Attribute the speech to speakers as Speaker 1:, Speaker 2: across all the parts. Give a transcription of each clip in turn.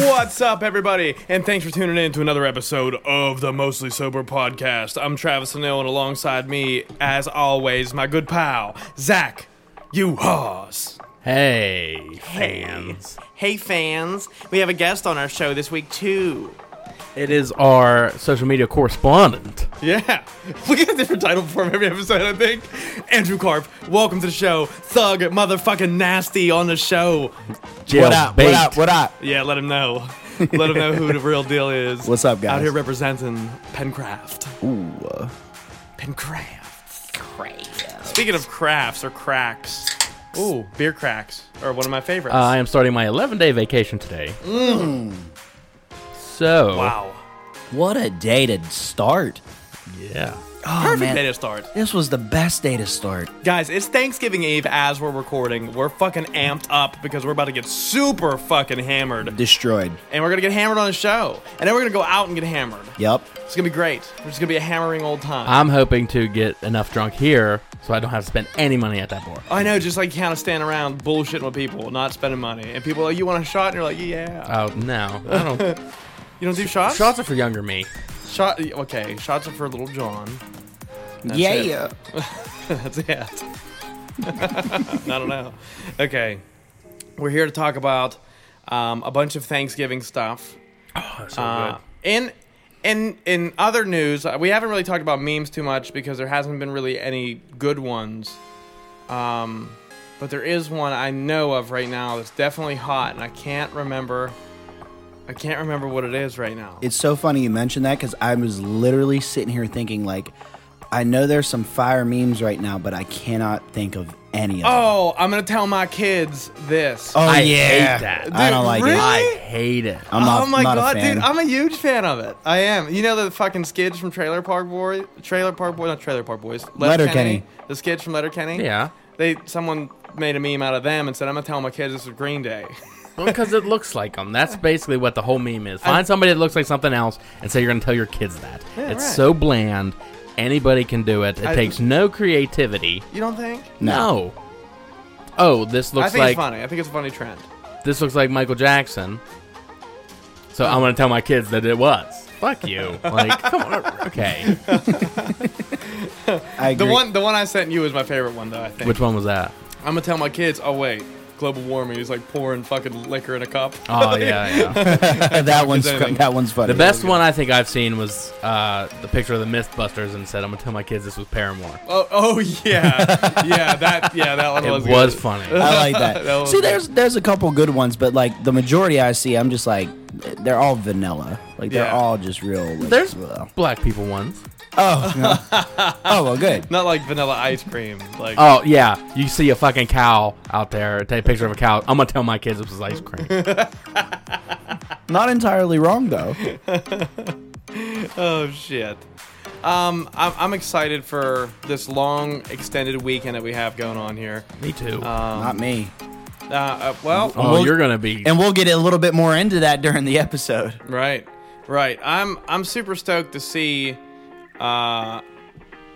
Speaker 1: What's up, everybody? And thanks for tuning in to another episode of the Mostly Sober Podcast. I'm Travis Anil, and alongside me, as always, my good pal, Zach Uhas.
Speaker 2: Hey, fans.
Speaker 1: Hey, fans. We have a guest on our show this week, too.
Speaker 2: It is our social media correspondent.
Speaker 1: Yeah. We get a different title for him every episode, I think. Andrew Carp, welcome to the show. Thug, motherfucking nasty on the show.
Speaker 2: Jail bait.
Speaker 3: What up?
Speaker 1: Yeah, let him know. Let him know who the real deal is.
Speaker 3: What's up,
Speaker 1: Out
Speaker 3: guys?
Speaker 1: here representing Pencraft. Ooh. Pencraft. Speaking of crafts or cracks, ooh, beer cracks are one of my favorites.
Speaker 2: Uh, I am starting my 11 day vacation today. So,
Speaker 1: wow.
Speaker 4: What a day to start.
Speaker 2: yeah.
Speaker 1: Perfect
Speaker 4: man.
Speaker 1: day to start.
Speaker 4: This was the best day to start.
Speaker 1: Guys, it's Thanksgiving Eve as we're recording. We're fucking amped up because we're about to get super fucking hammered.
Speaker 3: Destroyed.
Speaker 1: And we're gonna get hammered on a show. And then we're gonna go out and get hammered.
Speaker 3: Yep.
Speaker 1: It's gonna be great. It's just gonna be a hammering old time.
Speaker 2: I'm hoping to get enough drunk here so I don't have to spend any money at that bar.
Speaker 1: I know, just like kind of standing around bullshitting with people, not spending money. And people are like, you want a shot? And you're like, yeah.
Speaker 2: Oh, no. I
Speaker 3: Uh,
Speaker 2: don't.
Speaker 1: You don't do shots?
Speaker 2: Shots are for younger me.
Speaker 1: Shot, okay, shots are for little John.
Speaker 5: yeah,
Speaker 1: it.
Speaker 5: yeah.
Speaker 1: That's it. I don't know. Okay. We're here to talk about um, a bunch of Thanksgiving stuff. Uh, in in in other news, uh, we haven't really talked about memes too much because there hasn't been really any good ones. Um, but there is one I know of right now that's definitely hot, and I can't remember. I can't remember what it is right now.
Speaker 3: It's so funny you mentioned that because I was literally sitting here thinking, like, I know there's some fire memes right now, but I cannot think of any of them.
Speaker 1: oh, I'm gonna tell my kids this.
Speaker 3: Oh,
Speaker 2: I
Speaker 3: yeah.
Speaker 2: hate that.
Speaker 3: I don't
Speaker 1: Dude,
Speaker 3: like
Speaker 1: really?
Speaker 3: it.
Speaker 2: I hate it.
Speaker 3: I'm not,
Speaker 1: oh my
Speaker 3: not
Speaker 1: god,
Speaker 3: a fan.
Speaker 1: dude! I'm a huge fan of it. I am. You know the fucking skids from Trailer Park Boy, Trailer Park Boy, not Trailer Park Boys,
Speaker 3: Letterkenny.
Speaker 1: The skids from Letterkenny.
Speaker 2: Yeah.
Speaker 1: They someone made a meme out of them and said, "I'm gonna tell my kids this is Green Day."
Speaker 2: Because it looks like them. That's basically what the whole meme is. Find somebody that looks like something else and say you're going to tell your kids that. it's
Speaker 1: right.
Speaker 2: so bland. Anybody can do it. It
Speaker 1: I-
Speaker 2: takes no creativity.
Speaker 1: You don't think?
Speaker 2: No. Oh, this
Speaker 1: I
Speaker 2: looks
Speaker 1: think
Speaker 2: like
Speaker 1: it's funny. I think it's a funny trend.
Speaker 2: this looks like Michael Jackson. So I'm going to tell my kids that it was. Fuck you. like, come on. Okay.
Speaker 3: I
Speaker 1: The
Speaker 3: agree.
Speaker 1: one, the one I sent you is my favorite one though. I think.
Speaker 2: Which one was that?
Speaker 1: I'm gonna tell my kids. Oh wait, global warming is like pouring fucking liquor in a cup.
Speaker 2: Oh yeah, yeah.
Speaker 3: that one's
Speaker 1: anything.
Speaker 3: that one's funny.
Speaker 2: The best one I think I've seen was uh, the picture of the MythBusters and said, "I'm gonna tell my kids this was Paramore."
Speaker 1: oh, oh yeah, yeah. That yeah, that one
Speaker 2: It
Speaker 1: was.
Speaker 2: was,
Speaker 1: good.
Speaker 2: funny.
Speaker 3: I like
Speaker 1: That
Speaker 3: that.
Speaker 1: was
Speaker 3: see,
Speaker 1: good.
Speaker 3: there's there's a couple good ones, but like the majority I see, I'm just like they're all vanilla. Like they're
Speaker 1: Yeah.
Speaker 3: all just real. Like,
Speaker 2: There's
Speaker 3: ugh.
Speaker 2: black people ones.
Speaker 3: oh no. oh well, good.
Speaker 1: Not like vanilla ice cream. Like
Speaker 2: Oh yeah, you see a fucking cow out there. Take a picture of a cow. I'm gonna tell my kids this was ice cream.
Speaker 3: Not entirely wrong though.
Speaker 1: Oh shit. Um, I'm, I'm excited for this long, extended weekend that we have going on here.
Speaker 2: Me too.
Speaker 3: Not me.
Speaker 1: Uh, uh, well,
Speaker 2: oh,
Speaker 3: we'll-
Speaker 2: you're gonna be.
Speaker 3: Um, And we'll get a little bit more into that during the episode.
Speaker 1: right, right. I'm I'm super stoked to see. Uh,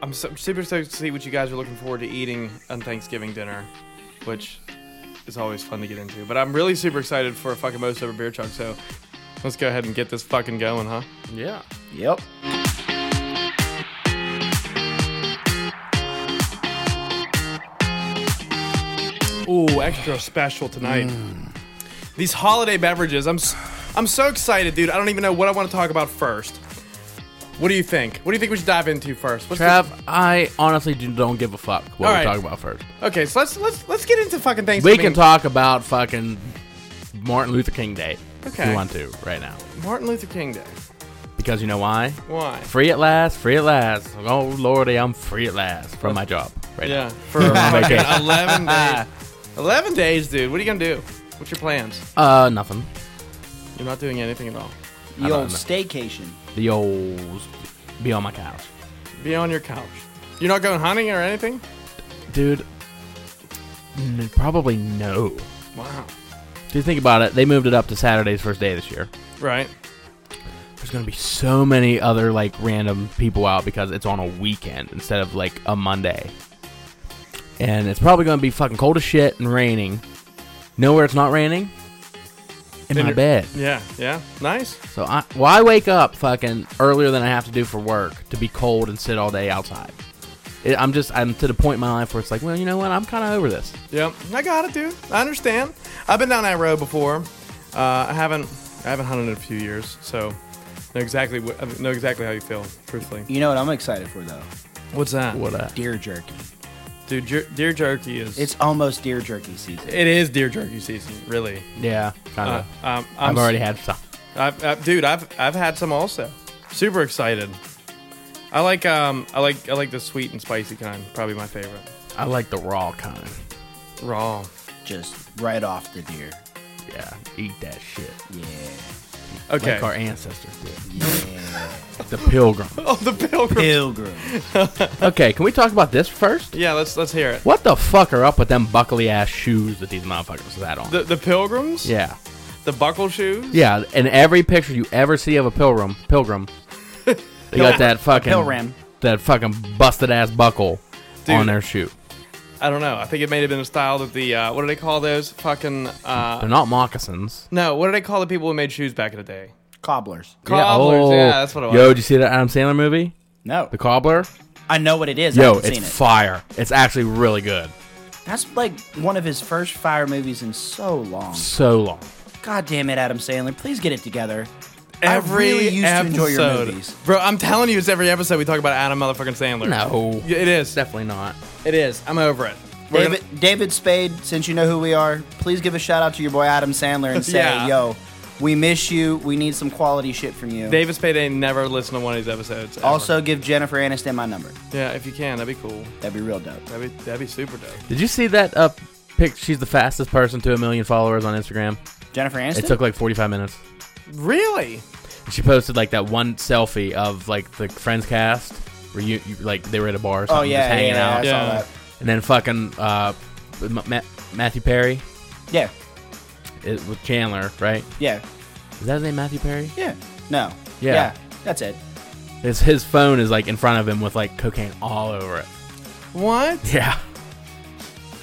Speaker 1: I'm su- super stoked to see what you guys are looking forward to eating on Thanksgiving dinner, which is always fun to get into. But I'm really super excited for a fucking most over beer chug. So let's go ahead and get this fucking going, huh?
Speaker 2: yeah.
Speaker 3: Yep.
Speaker 1: Ooh, extra special tonight. Mm. These holiday beverages. I'm s- I'm so excited, dude. I don't even know what I want to talk about first. What do you think? What do you think we should dive into first? What's the-
Speaker 2: Trav, I honestly do- don't give a fuck what
Speaker 1: All
Speaker 2: we
Speaker 1: right.
Speaker 2: talk about first.
Speaker 1: okay, so let's let's let's get into fucking
Speaker 2: We
Speaker 1: Thanksgiving.
Speaker 2: can talk about fucking Martin Luther King Day if
Speaker 1: Okay.
Speaker 2: you want to right now.
Speaker 1: Martin Luther King Day.
Speaker 2: Because you know why?
Speaker 1: Why?
Speaker 2: Free at last, free at last. Oh lordy, I'm free at last from my job right
Speaker 1: Yeah,
Speaker 2: now.
Speaker 1: for fucking eleven days. Eleven days, dude. What are you gonna do? What's your plans?
Speaker 2: Uh, nothing.
Speaker 1: You're not doing anything at all.
Speaker 2: I
Speaker 3: The
Speaker 2: don't
Speaker 3: old
Speaker 2: know.
Speaker 3: staycation.
Speaker 2: The old be on my couch,
Speaker 1: Be on your couch. You're not going hunting or anything?
Speaker 2: dude. N- probably no.
Speaker 1: Wow.
Speaker 2: Dude, think about it. They moved it up to Saturday's first day this year.
Speaker 1: Right.
Speaker 2: There's gonna be so many other like random people out because it's on a weekend instead of like a Monday. And it's probably gonna be fucking cold as shit and raining. Nowhere it's not raining. In my
Speaker 1: your-
Speaker 2: bed.
Speaker 1: Yeah. Yeah. Nice.
Speaker 2: So I well I wake up fucking earlier than I have to do for work to be cold and sit all day outside. It, I'm just I'm to the point in my life where it's like, well, you know what? I'm kind of over this.
Speaker 1: Yep. I got it, dude. I understand. I've been down that road before. Uh, I haven't. I haven't hunted in a few years, so know exactly what, I know exactly how you feel. Truthfully.
Speaker 3: You know what I'm excited for though?
Speaker 1: What's that?
Speaker 2: What uh, a
Speaker 3: Deer jerky.
Speaker 1: Dude, jer- deer jerky is.
Speaker 3: It's almost deer jerky season.
Speaker 1: It is deer jerky season, really.
Speaker 2: yeah, kind
Speaker 1: Uh,
Speaker 2: of.
Speaker 1: um, I'm
Speaker 2: I've
Speaker 1: s-
Speaker 2: already had some.
Speaker 1: I've, i dude, I've I've had some also. Super excited. I like um I like I like the sweet and spicy kind. Probably my favorite.
Speaker 2: I like the raw kind.
Speaker 1: Raw.
Speaker 3: Just right off the deer.
Speaker 2: Yeah, eat that shit.
Speaker 3: Yeah.
Speaker 1: Okay.
Speaker 2: Like our ancestors did. the pilgrim.
Speaker 1: oh, the pilgrim.
Speaker 3: Pilgrim.
Speaker 2: Okay, can we talk about this first?
Speaker 1: Yeah, let's let's hear it.
Speaker 2: What the fuck are up with them buckly ass shoes that these motherfuckers had on?
Speaker 1: The the pilgrims.
Speaker 2: yeah.
Speaker 1: The buckle shoes.
Speaker 2: Yeah, and every picture you ever see of a pilgrim, pilgrim, they got that fucking
Speaker 3: pilgrim.
Speaker 2: that fucking busted ass buckle
Speaker 1: Dude.
Speaker 2: on their shoe.
Speaker 1: I don't know. I think it may have been a style that the uh, what do they call those fucking uh
Speaker 2: They're not moccasins.
Speaker 1: no what do they call the people who made shoes back in the day?
Speaker 3: Cobblers.
Speaker 1: Cobblers. Yeah, that's what it was.
Speaker 2: Oh. Yo, did you see that Adam Sandler movie,
Speaker 3: No.
Speaker 2: The Cobbler?
Speaker 3: I know what it is. I
Speaker 2: Yo,
Speaker 3: haven't
Speaker 2: it's
Speaker 3: seen it.
Speaker 2: fire. It's actually really good.
Speaker 3: That's like one of his first fire movies in so long.
Speaker 2: So long.
Speaker 3: God damn it, Adam Sandler. Please get it together.
Speaker 1: Every
Speaker 3: I really used
Speaker 1: episode,
Speaker 3: to enjoy your movies.
Speaker 1: bro. I'm telling you, it's every episode we talk about Adam motherfucking Sandler.
Speaker 2: No,
Speaker 1: Yeah, it is.
Speaker 2: definitely not.
Speaker 1: It is. I'm over it. We're gonna-
Speaker 3: David, David Spade, since you know who we are, please give a shout out to your boy Adam Sandler and say,
Speaker 1: Yeah.
Speaker 3: yo, we miss you. We need some quality shit from you.
Speaker 1: David Spade ain't never listened to one of these episodes. ever.
Speaker 3: also, give Jennifer Aniston my number.
Speaker 1: yeah, if you can, that'd be cool.
Speaker 3: That'd be real dope.
Speaker 1: That'd be that'd be super dope.
Speaker 2: Did you see that? Uh, pic. She's the fastest person to a million followers on Instagram.
Speaker 3: Jennifer Aniston?
Speaker 2: It took like 45 minutes.
Speaker 1: Really?
Speaker 2: She posted like that one selfie of like the Friends cast where you, you like they were at a bar, or
Speaker 3: oh,
Speaker 2: something,
Speaker 3: yeah.
Speaker 2: just hanging
Speaker 3: yeah,
Speaker 2: out,
Speaker 3: yeah, I
Speaker 1: Yeah.
Speaker 3: saw that.
Speaker 2: and then fucking uh, M- Ma- Matthew Perry
Speaker 3: Yeah.
Speaker 2: is with Chandler, right?
Speaker 3: Yeah.
Speaker 2: Is that his name, Matthew Perry?
Speaker 3: Yeah. No.
Speaker 2: Yeah.
Speaker 3: That's it.
Speaker 2: His his phone is like in front of him with like cocaine all over it.
Speaker 1: What?
Speaker 2: Yeah.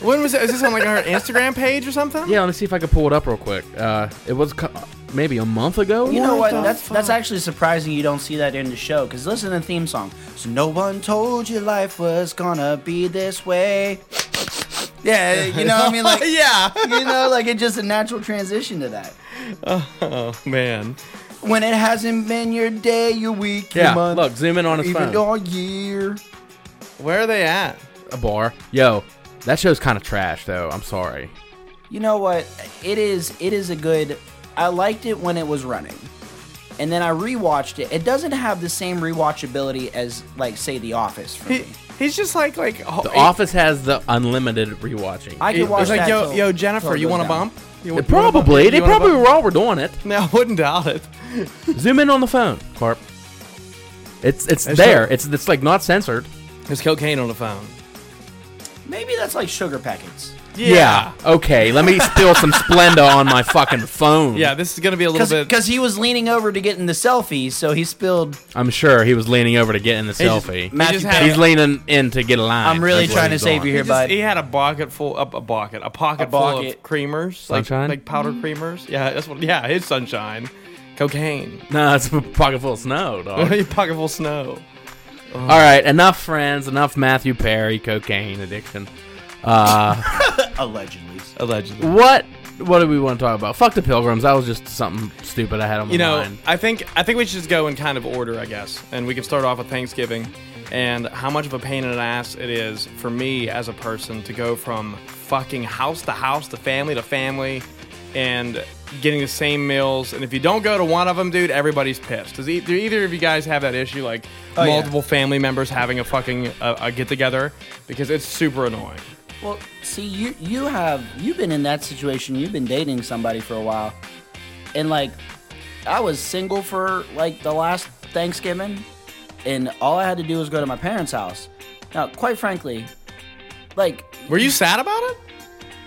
Speaker 1: When was it? Is this on like her Instagram page or something?
Speaker 2: Yeah. Let me see if I can pull it up real quick. Uh, it was co- maybe a month ago.
Speaker 3: You know what?
Speaker 1: the
Speaker 3: That's that's
Speaker 1: fuck?
Speaker 3: actually surprising you don't see that in the show. Cause listen to the theme song. So no one told you life was gonna be this way. Yeah, you know what I mean? Like
Speaker 1: yeah.
Speaker 3: you know, like it's just a natural transition to that.
Speaker 1: Oh man.
Speaker 3: When it hasn't been your day, your week, your
Speaker 2: Yeah.
Speaker 3: month,
Speaker 2: Look, zoom in on
Speaker 3: or
Speaker 2: his
Speaker 3: even
Speaker 2: phone.
Speaker 3: your year.
Speaker 1: Where are they at?
Speaker 2: a bar. Yo, that show's kind of trash though. I'm sorry.
Speaker 3: You know what? It is it is a good I liked it when it was running. And then I rewatched it. It doesn't have the same rewatchability as like say The Office for
Speaker 1: He,
Speaker 3: me.
Speaker 1: he's just like like oh,
Speaker 2: The
Speaker 1: he-
Speaker 2: Office has the unlimited rewatching.
Speaker 3: I
Speaker 1: he-
Speaker 3: could watch
Speaker 1: He's like
Speaker 3: that
Speaker 1: yo
Speaker 3: till-
Speaker 1: yo
Speaker 3: till
Speaker 1: Jennifer,
Speaker 3: it
Speaker 1: you
Speaker 3: goes
Speaker 1: want a
Speaker 3: down.
Speaker 1: bump? You,
Speaker 2: They
Speaker 1: you wanna bump?
Speaker 2: probably.
Speaker 1: You
Speaker 2: They
Speaker 1: wanna
Speaker 2: probably
Speaker 1: bump?
Speaker 2: were all were doing it.
Speaker 1: No, I wouldn't doubt it.
Speaker 2: Zoom in on the phone, Carp. It's it's
Speaker 1: It's
Speaker 2: there.
Speaker 1: not-
Speaker 2: It's it's like not censored.
Speaker 1: There's cocaine on the phone.
Speaker 3: Maybe that's like sugar packets.
Speaker 2: Okay. Let me spill some Splenda on my fucking phone.
Speaker 1: Yeah, this is gonna be a little bit.
Speaker 3: Because he was leaning over to get in the selfie, so he spilled.
Speaker 2: I'm sure he was leaning over to get in the
Speaker 1: just-
Speaker 2: selfie.
Speaker 1: he just
Speaker 2: he's
Speaker 1: had-
Speaker 2: leaning in to get a line.
Speaker 3: I'm really
Speaker 2: That's what
Speaker 3: trying to
Speaker 2: he's
Speaker 3: save
Speaker 2: doing.
Speaker 3: you
Speaker 1: He,
Speaker 3: here,
Speaker 1: just-
Speaker 3: bud.
Speaker 1: he had a pocket full, a, a bucket, Mm. a pocket
Speaker 3: A
Speaker 1: full of
Speaker 3: bucket.
Speaker 1: creamers,
Speaker 2: Sunshine?
Speaker 1: like like powder creamers. Yeah, that's what. Yeah, his sunshine, cocaine,
Speaker 2: No, it's a pocket full of snow, dog.
Speaker 1: a pocket full of snow.
Speaker 2: all right, enough friends, enough Matthew Perry cocaine addiction.
Speaker 3: Allegedly.
Speaker 1: Allegedly.
Speaker 2: What what do we want to talk about? Fuck the pilgrims. That was just something stupid I had on my
Speaker 1: You know,
Speaker 2: mind.
Speaker 1: I think I think we should just go in kind of order, I guess, and we can start off with Thanksgiving and how much of a pain in the ass it is for me as a person to go from fucking house to house to family to family and getting the same meals and if you don't go to one of them dude everybody's pissed does e- do either of you guys have that issue like
Speaker 3: Oh, yeah.
Speaker 1: multiple family members having a fucking uh, a get together because it's super annoying
Speaker 3: Well, see, you you have you've been in that situation. You've been dating somebody for a while, and like I was single for like the last Thanksgiving, and all I had to do was go to my parents' house. Now, quite frankly, like
Speaker 1: Were you sad about it?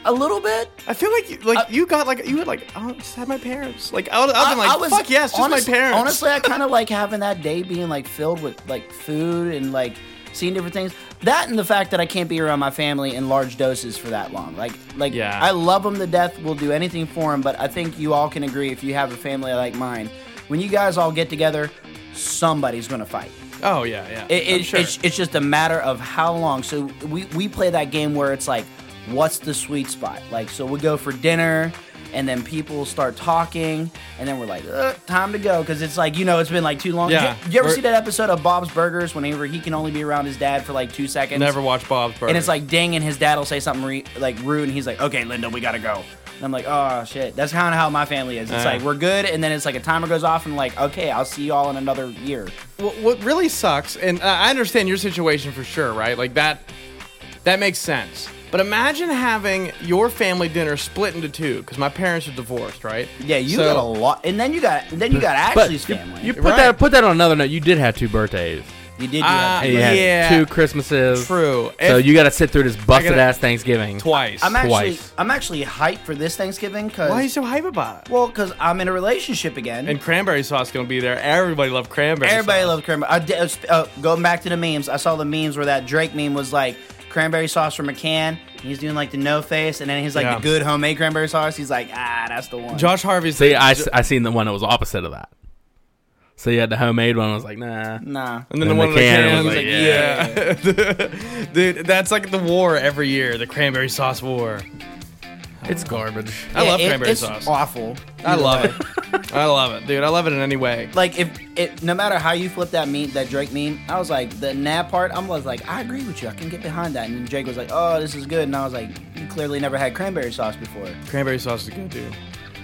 Speaker 3: a little bit. Uh,
Speaker 1: I feel like you, like you got like you had like oh I just had my parents like I would, I've been like
Speaker 3: I was-
Speaker 1: fuck yes just
Speaker 3: honest-
Speaker 1: my parents
Speaker 3: Honestly, I kind of like having that day being like filled with like food and like seeing different things. That and the fact that I can't be around my family in large doses for that long. Like, like
Speaker 1: Yeah.
Speaker 3: I love them to death. We'll do anything for them. But I think you all can agree if you have a family like mine, when you guys all get together, somebody's gonna fight.
Speaker 1: oh yeah yeah
Speaker 3: It,
Speaker 1: I'm
Speaker 3: it,
Speaker 1: sure.
Speaker 3: it's, it's just a matter of how long. So we, we play that game where it's like, what's the sweet spot? Like, so we go for dinner, and then people start talking, and then we're like, "Ugh, time to go, because it's like you know it's been like too long.
Speaker 1: Yeah.
Speaker 3: You, you ever
Speaker 1: We're-
Speaker 3: see that episode of Bob's Burgers whenever he can only be around his dad for like two seconds?
Speaker 1: never watched Bob's Burgers
Speaker 3: And it's like ding, and his dad will say something re- like rude, and he's like, "Okay, Linda, we gotta go." And I'm like, "Oh shit." That's kind of how my family is. It's
Speaker 1: Uh.
Speaker 3: like we're good, and then it's like a timer goes off, and like, "Okay, I'll see you all in another year."
Speaker 1: what, what really sucks, and I I understand your situation for sure, right? Like that, that makes sense. But imagine having your family dinner split into two because my parents are divorced, right?
Speaker 3: Yeah, you
Speaker 1: So-
Speaker 3: got a lot, and then you got then you got
Speaker 2: But
Speaker 3: Ashley's
Speaker 2: you,
Speaker 3: family.
Speaker 2: you put
Speaker 1: Right.
Speaker 2: that put that on another note. You did have two birthdays.
Speaker 3: You did. You
Speaker 1: Uh,
Speaker 3: have
Speaker 2: And you had
Speaker 1: Yeah.
Speaker 2: two Christmases.
Speaker 1: True.
Speaker 2: So
Speaker 1: If-
Speaker 2: you got to sit through this busted
Speaker 1: gotta-
Speaker 2: ass Thanksgiving.
Speaker 1: twice.
Speaker 3: I'm actually
Speaker 2: twice.
Speaker 3: I'm actually hyped for this Thanksgiving
Speaker 1: Why are you
Speaker 3: because
Speaker 1: so hype about it?
Speaker 3: well because I'm in a relationship again.
Speaker 1: And cranberry sauce gonna be there. Everybody loved cranberry.
Speaker 3: Everybody
Speaker 1: sauce.
Speaker 3: loves cranberry. I did, uh, sp- uh, going back to the memes, I saw the memes where that Drake meme was like cranberry sauce from a can. and He's doing like the no face, and then he's like
Speaker 1: Yeah.
Speaker 3: the good homemade cranberry sauce. He's like, ah, that's the one.
Speaker 1: Josh Harvey's.
Speaker 2: See, I, s- I seen the one that was opposite of that. So you had the homemade one. I was like, nah.
Speaker 3: nah.
Speaker 1: and then the
Speaker 2: in
Speaker 1: one in the can.
Speaker 2: was
Speaker 1: Like,
Speaker 2: like,
Speaker 1: yeah, dude, that's like the war every year. The cranberry sauce war.
Speaker 2: It's garbage.
Speaker 1: I
Speaker 3: Yeah,
Speaker 1: love
Speaker 3: it-
Speaker 1: cranberry
Speaker 3: it's
Speaker 1: sauce.
Speaker 3: Awful.
Speaker 1: I love it. I love it, dude. I love it in any way.
Speaker 3: Like if it, no matter how you flip that meme, that Drake meme, I was like the nap part. I was like, I agree with you. I can get behind that. And Drake was like, Oh, this is good. And I was like, You clearly never had cranberry sauce before.
Speaker 1: Cranberry sauce is good, dude.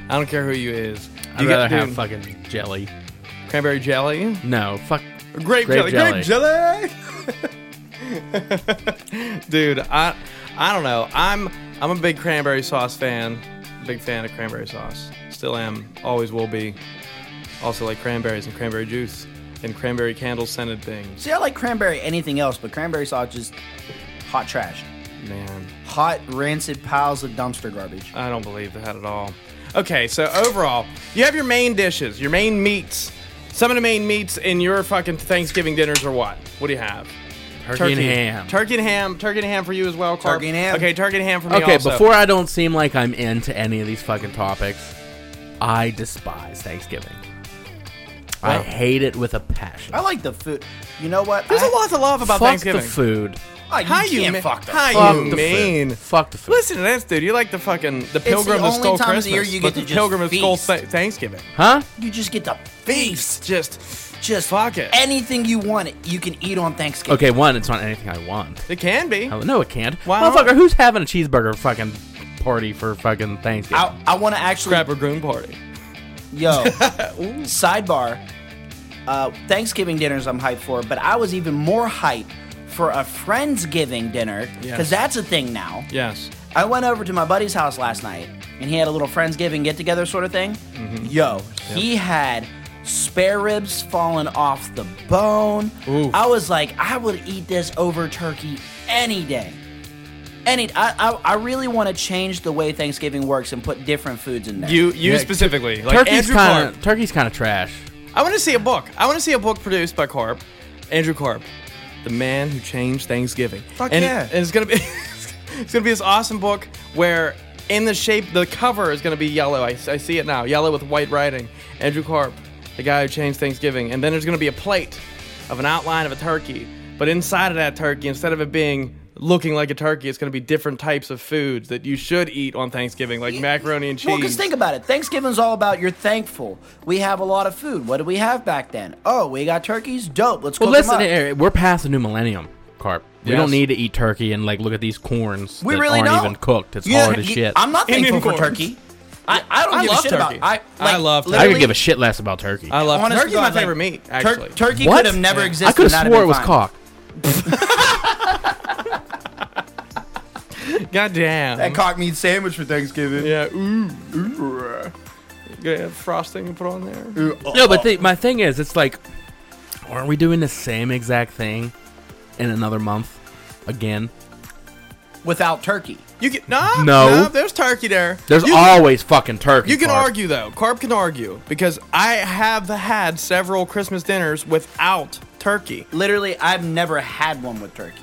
Speaker 1: I don't care who you is.
Speaker 2: I'd
Speaker 1: You
Speaker 2: rather
Speaker 1: dude,
Speaker 2: have fucking jelly.
Speaker 1: cranberry jelly.
Speaker 2: No, fuck.
Speaker 1: Grape,
Speaker 2: Grape
Speaker 1: jelly. Grape jelly. dude, I I don't know. I'm I'm a big cranberry sauce fan. Big fan of cranberry sauce. Still am. Always will be. Also like cranberries and cranberry juice and cranberry candle scented things.
Speaker 3: See, I like cranberry anything else, but cranberry sauce just hot trash.
Speaker 1: Man,
Speaker 3: Hot rancid piles of dumpster garbage.
Speaker 1: I don't believe that at all. Okay, so overall, you have your main dishes, your main meats. Some of the main meats in your fucking Thanksgiving dinners are what? What do you have?
Speaker 2: Turkey, and ham.
Speaker 1: Turkey and ham. Turkey and ham for you as well, Carl.
Speaker 3: Turkey and ham.
Speaker 1: Okay, turkey and ham for me
Speaker 2: okay,
Speaker 1: also.
Speaker 2: before I don't seem like I'm into any of these fucking topics, I despise Thanksgiving. I hate it with a passion.
Speaker 3: I like the food. You know what?
Speaker 1: There's
Speaker 3: I,
Speaker 1: a lot to love about
Speaker 2: fuck
Speaker 1: Thanksgiving.
Speaker 2: the food.
Speaker 3: Oh, you
Speaker 1: How you
Speaker 3: can't
Speaker 1: mean-
Speaker 3: fuck the
Speaker 1: how
Speaker 2: Fuck
Speaker 1: you
Speaker 2: the
Speaker 1: mean?
Speaker 2: food. Fuck the food.
Speaker 1: Listen to this, dude. You like the fucking the pilgrim
Speaker 3: the
Speaker 1: that
Speaker 3: only
Speaker 1: stole
Speaker 3: times
Speaker 1: Christmas,
Speaker 3: a year you get
Speaker 1: but
Speaker 3: to
Speaker 1: the
Speaker 3: just
Speaker 1: pilgrim that stole
Speaker 3: feast.
Speaker 1: Tha- Thanksgiving.
Speaker 2: huh?
Speaker 3: You just get the feast.
Speaker 1: Just,
Speaker 3: Just
Speaker 1: fuck it.
Speaker 3: Anything you want, you can eat on Thanksgiving.
Speaker 2: Okay, one, it's not anything I want.
Speaker 1: It can be.
Speaker 2: Oh, No, it can't.
Speaker 1: Why not?
Speaker 2: Motherfucker, who's having a cheeseburger fucking party for fucking Thanksgiving?
Speaker 3: I, I want to actually
Speaker 1: Crab Ragoon party.
Speaker 3: Yo, sidebar. Uh, Thanksgiving dinners I'm hyped for, but I was even more hyped for a Friendsgiving dinner
Speaker 1: Yes.
Speaker 3: because that's a thing now.
Speaker 1: Yes.
Speaker 3: I went over to my buddy's house last night and he had a little Friendsgiving get together sort of thing.
Speaker 1: Mm-hmm.
Speaker 3: Yo, he had spare ribs falling off the bone.
Speaker 1: Ooh.
Speaker 3: I was like, I would eat this over turkey any day. Any, I, I, I really want to change the way Thanksgiving works and put different foods in there.
Speaker 1: You, you
Speaker 2: Yeah,
Speaker 1: specifically. Like
Speaker 2: turkey's
Speaker 1: Andrew
Speaker 2: kind
Speaker 1: Carp.
Speaker 2: of turkey's kind of trash.
Speaker 1: I want to see a book. I want to see a book produced by Carp, Andrew Carp, the man who changed Thanksgiving. Fuck and,
Speaker 3: yeah.
Speaker 1: And it's gonna be, it's gonna be this awesome book where in the shape the cover is gonna be yellow. I, I see it now, yellow with white writing. Andrew Carp, the guy who changed Thanksgiving. And then there's gonna be a plate of an outline of a turkey, but inside of that turkey, instead of it being looking like a turkey, it's gonna be different types of foods that you should eat on Thanksgiving, like macaroni and cheese.
Speaker 3: Well, because think about it. Thanksgiving's all about you're thankful. We have a lot of food. What did we have back then? Oh, we got turkeys. Dope. Let's
Speaker 2: Well,
Speaker 3: cook 'em
Speaker 2: listen,
Speaker 3: up.
Speaker 2: here, we're past the new millennium, Carp. We
Speaker 1: Yes.
Speaker 2: don't need to eat turkey and like look at these corns
Speaker 3: We
Speaker 2: that
Speaker 3: really
Speaker 2: aren't
Speaker 3: don't.
Speaker 2: even cooked. It's
Speaker 3: You-
Speaker 2: hard as
Speaker 3: you-
Speaker 2: shit.
Speaker 3: I'm not
Speaker 1: Indian
Speaker 3: thankful for
Speaker 1: corn.
Speaker 3: turkey. I, I don't
Speaker 1: I
Speaker 3: give
Speaker 1: love
Speaker 3: a shit
Speaker 1: turkey.
Speaker 3: about. I
Speaker 1: I love turkey.
Speaker 2: I could
Speaker 3: literally-
Speaker 2: give a shit less about turkey.
Speaker 1: I love
Speaker 3: honest
Speaker 1: turkey's
Speaker 3: to
Speaker 1: my
Speaker 3: God, like,
Speaker 1: favorite meat.
Speaker 3: tur-
Speaker 1: Actually,
Speaker 3: turkey
Speaker 2: what?
Speaker 3: could have never existed.
Speaker 2: I could
Speaker 3: and
Speaker 2: have
Speaker 3: that'd
Speaker 2: swore
Speaker 3: been
Speaker 2: it was
Speaker 3: fine.
Speaker 2: cock.
Speaker 1: goddamn.
Speaker 3: That cock meat sandwich for Thanksgiving.
Speaker 1: Yeah. Ooh. Gonna have frosting and put on there.
Speaker 2: No, but the, my thing is, it's like, aren't we doing the same exact thing in another month again?
Speaker 3: without turkey.
Speaker 1: You can no,
Speaker 2: No.
Speaker 1: no. there's turkey there.
Speaker 2: There's
Speaker 1: you,
Speaker 2: always fucking turkey.
Speaker 1: You can
Speaker 2: Clark.
Speaker 1: argue though. Carb can argue because I have had several Christmas dinners without turkey.
Speaker 3: Literally, I've never had one with turkey.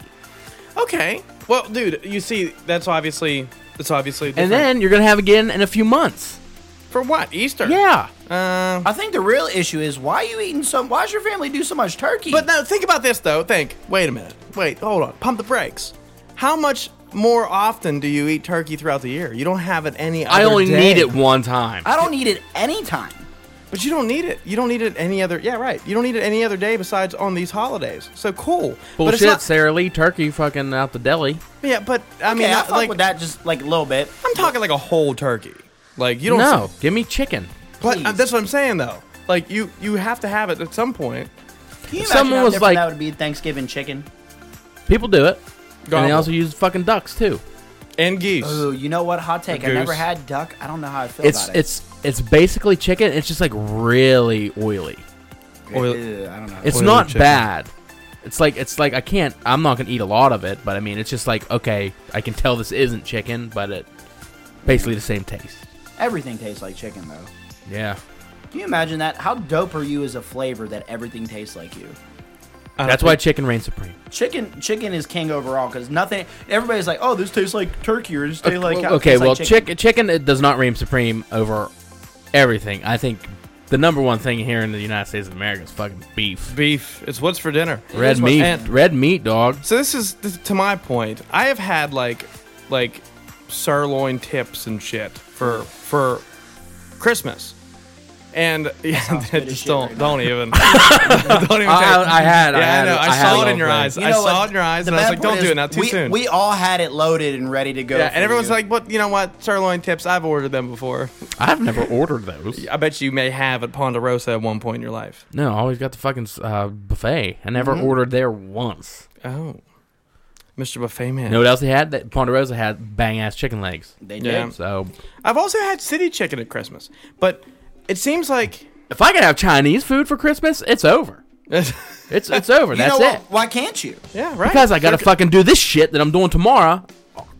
Speaker 1: Okay. Well, dude, you see, that's obviously that's obviously. Different.
Speaker 2: and then you're gonna have again in a few months.
Speaker 1: for what Easter?
Speaker 2: Yeah,
Speaker 1: Uh,
Speaker 3: I think the real issue is why are you eating so? Why does your family do so much turkey?
Speaker 1: But now think about this though. Think. Wait a minute. Wait. Hold on. Pump the brakes. How much more often do you eat turkey throughout the year? You don't have it any. Other
Speaker 2: I only
Speaker 1: day.
Speaker 2: need it one time.
Speaker 3: I don't eat it anytime.
Speaker 1: But you don't need it. You don't need it any other. Yeah, right. You don't need it any other day besides on these holidays. So cool. But
Speaker 2: Bullshit,
Speaker 1: it's not,
Speaker 2: Sarah Lee turkey fucking out the deli.
Speaker 1: yeah, but I
Speaker 3: I mean,
Speaker 1: mean,
Speaker 3: I
Speaker 1: not
Speaker 3: fuck
Speaker 1: like
Speaker 3: with that just like a little bit.
Speaker 1: I'm talking like a whole turkey. Like you don't.
Speaker 2: no, give me chicken.
Speaker 1: But uh,
Speaker 3: Please.
Speaker 1: that's what I'm saying though. Like you, you have to have it at some point.
Speaker 3: Can you imagine
Speaker 2: If someone
Speaker 3: how
Speaker 2: was
Speaker 3: different
Speaker 2: like-
Speaker 3: that would be Thanksgiving chicken.
Speaker 2: People do it, and
Speaker 1: Gobble.
Speaker 2: they also use fucking ducks too.
Speaker 1: And geese.
Speaker 3: Ooh, Oh, you know what? Hot take. I
Speaker 1: Goose.
Speaker 3: never had duck. I don't know how I feel
Speaker 2: It's
Speaker 3: about it.
Speaker 2: it's it's basically chicken. It's just like really oily.
Speaker 3: Ew, I don't know.
Speaker 2: It's
Speaker 1: Oily
Speaker 2: not
Speaker 1: chicken.
Speaker 2: bad. It's like it's like I can't. I'm not gonna eat a lot of it, but I mean, it's just like okay, I can tell this isn't chicken, but it basically the same taste.
Speaker 3: Everything tastes like chicken though.
Speaker 2: Yeah,
Speaker 3: Can you imagine that? How dope are you as a flavor that everything tastes like you?
Speaker 2: that's
Speaker 1: Uh,
Speaker 2: why chicken reigns supreme.
Speaker 3: Chicken, chicken is king overall because nothing. Everybody's like, oh, this tastes like turkey or this tastes like.
Speaker 2: okay,
Speaker 3: cow- tastes like
Speaker 2: well, chicken chicken it does not reign supreme over everything. I think the number one thing here in the United States of America is fucking beef,
Speaker 1: beef. It's what's for dinner.
Speaker 2: red meat,
Speaker 1: and-
Speaker 2: red meat, dog.
Speaker 1: So this is this, to my point. I have had like like sirloin tips and shit for for Christmas. And yeah,
Speaker 3: as
Speaker 1: just
Speaker 3: shit
Speaker 1: don't
Speaker 3: right
Speaker 1: don't even don't even.
Speaker 2: I-
Speaker 1: take-
Speaker 2: I had- I
Speaker 1: Yeah,
Speaker 2: had
Speaker 1: I know.
Speaker 2: it.
Speaker 1: I,
Speaker 2: I had it
Speaker 1: saw it
Speaker 2: all
Speaker 1: in your
Speaker 2: planned.
Speaker 1: eyes.
Speaker 3: You
Speaker 1: I
Speaker 3: know
Speaker 1: saw
Speaker 3: what?
Speaker 1: it in your eyes,
Speaker 3: The
Speaker 1: and I was
Speaker 3: bad
Speaker 1: like, "Don't
Speaker 3: part
Speaker 1: do
Speaker 3: is
Speaker 1: it now, too
Speaker 3: we,
Speaker 1: soon."
Speaker 3: We all had it loaded and ready to go.
Speaker 1: yeah,
Speaker 3: for
Speaker 1: and everyone's
Speaker 3: you.
Speaker 1: like, "But you know what? Sirloin tips. I've ordered them before.
Speaker 2: I've never ordered those.
Speaker 1: I bet you may have at Ponderosa at one point in your life."
Speaker 2: No, I always got the fucking uh, buffet. I never ordered there once.
Speaker 1: Oh, Mr. Buffet Man.
Speaker 2: You know what else they had? That Ponderosa had bang ass chicken legs.
Speaker 3: they did.
Speaker 1: Yeah.
Speaker 2: So
Speaker 1: I've also had city chicken at Christmas, but it seems like
Speaker 2: if I could have Chinese food for Christmas, it's over. It's it's over.
Speaker 3: You
Speaker 2: That's
Speaker 3: know
Speaker 2: it.
Speaker 3: what? Why can't you?
Speaker 1: yeah, right.
Speaker 2: Because I gotta
Speaker 1: They're-
Speaker 2: fucking do this shit that I'm doing tomorrow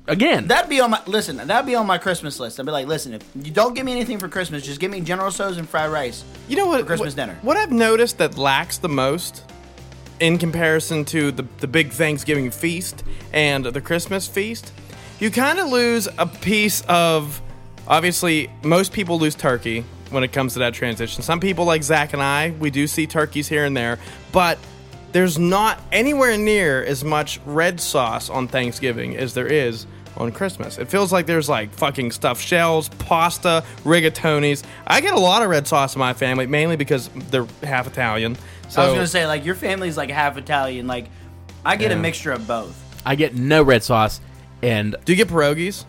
Speaker 2: again.
Speaker 3: That'd be on my listen. That'd be on my Christmas list. I'd be like, listen, if you don't give me anything for Christmas, just give me General Tso's and fried rice.
Speaker 1: You know what?
Speaker 3: for Christmas
Speaker 1: what,
Speaker 3: dinner.
Speaker 1: What I've noticed that lacks the most in comparison to the, the big Thanksgiving feast and the Christmas feast, you kind of lose a piece of. Obviously, most people lose turkey when it comes to that transition. Some people, like Zach and I, we do see turkeys here and there, but there's not anywhere near as much red sauce on Thanksgiving as there is on Christmas. It feels like there's like fucking stuffed shells, pasta, rigatonis. I get a lot of red sauce in my family, mainly because they're half Italian. So
Speaker 3: I was gonna say, like, your family's like half Italian. Like, I get a mixture of both.
Speaker 2: I get no red sauce, and
Speaker 1: do you get pierogies?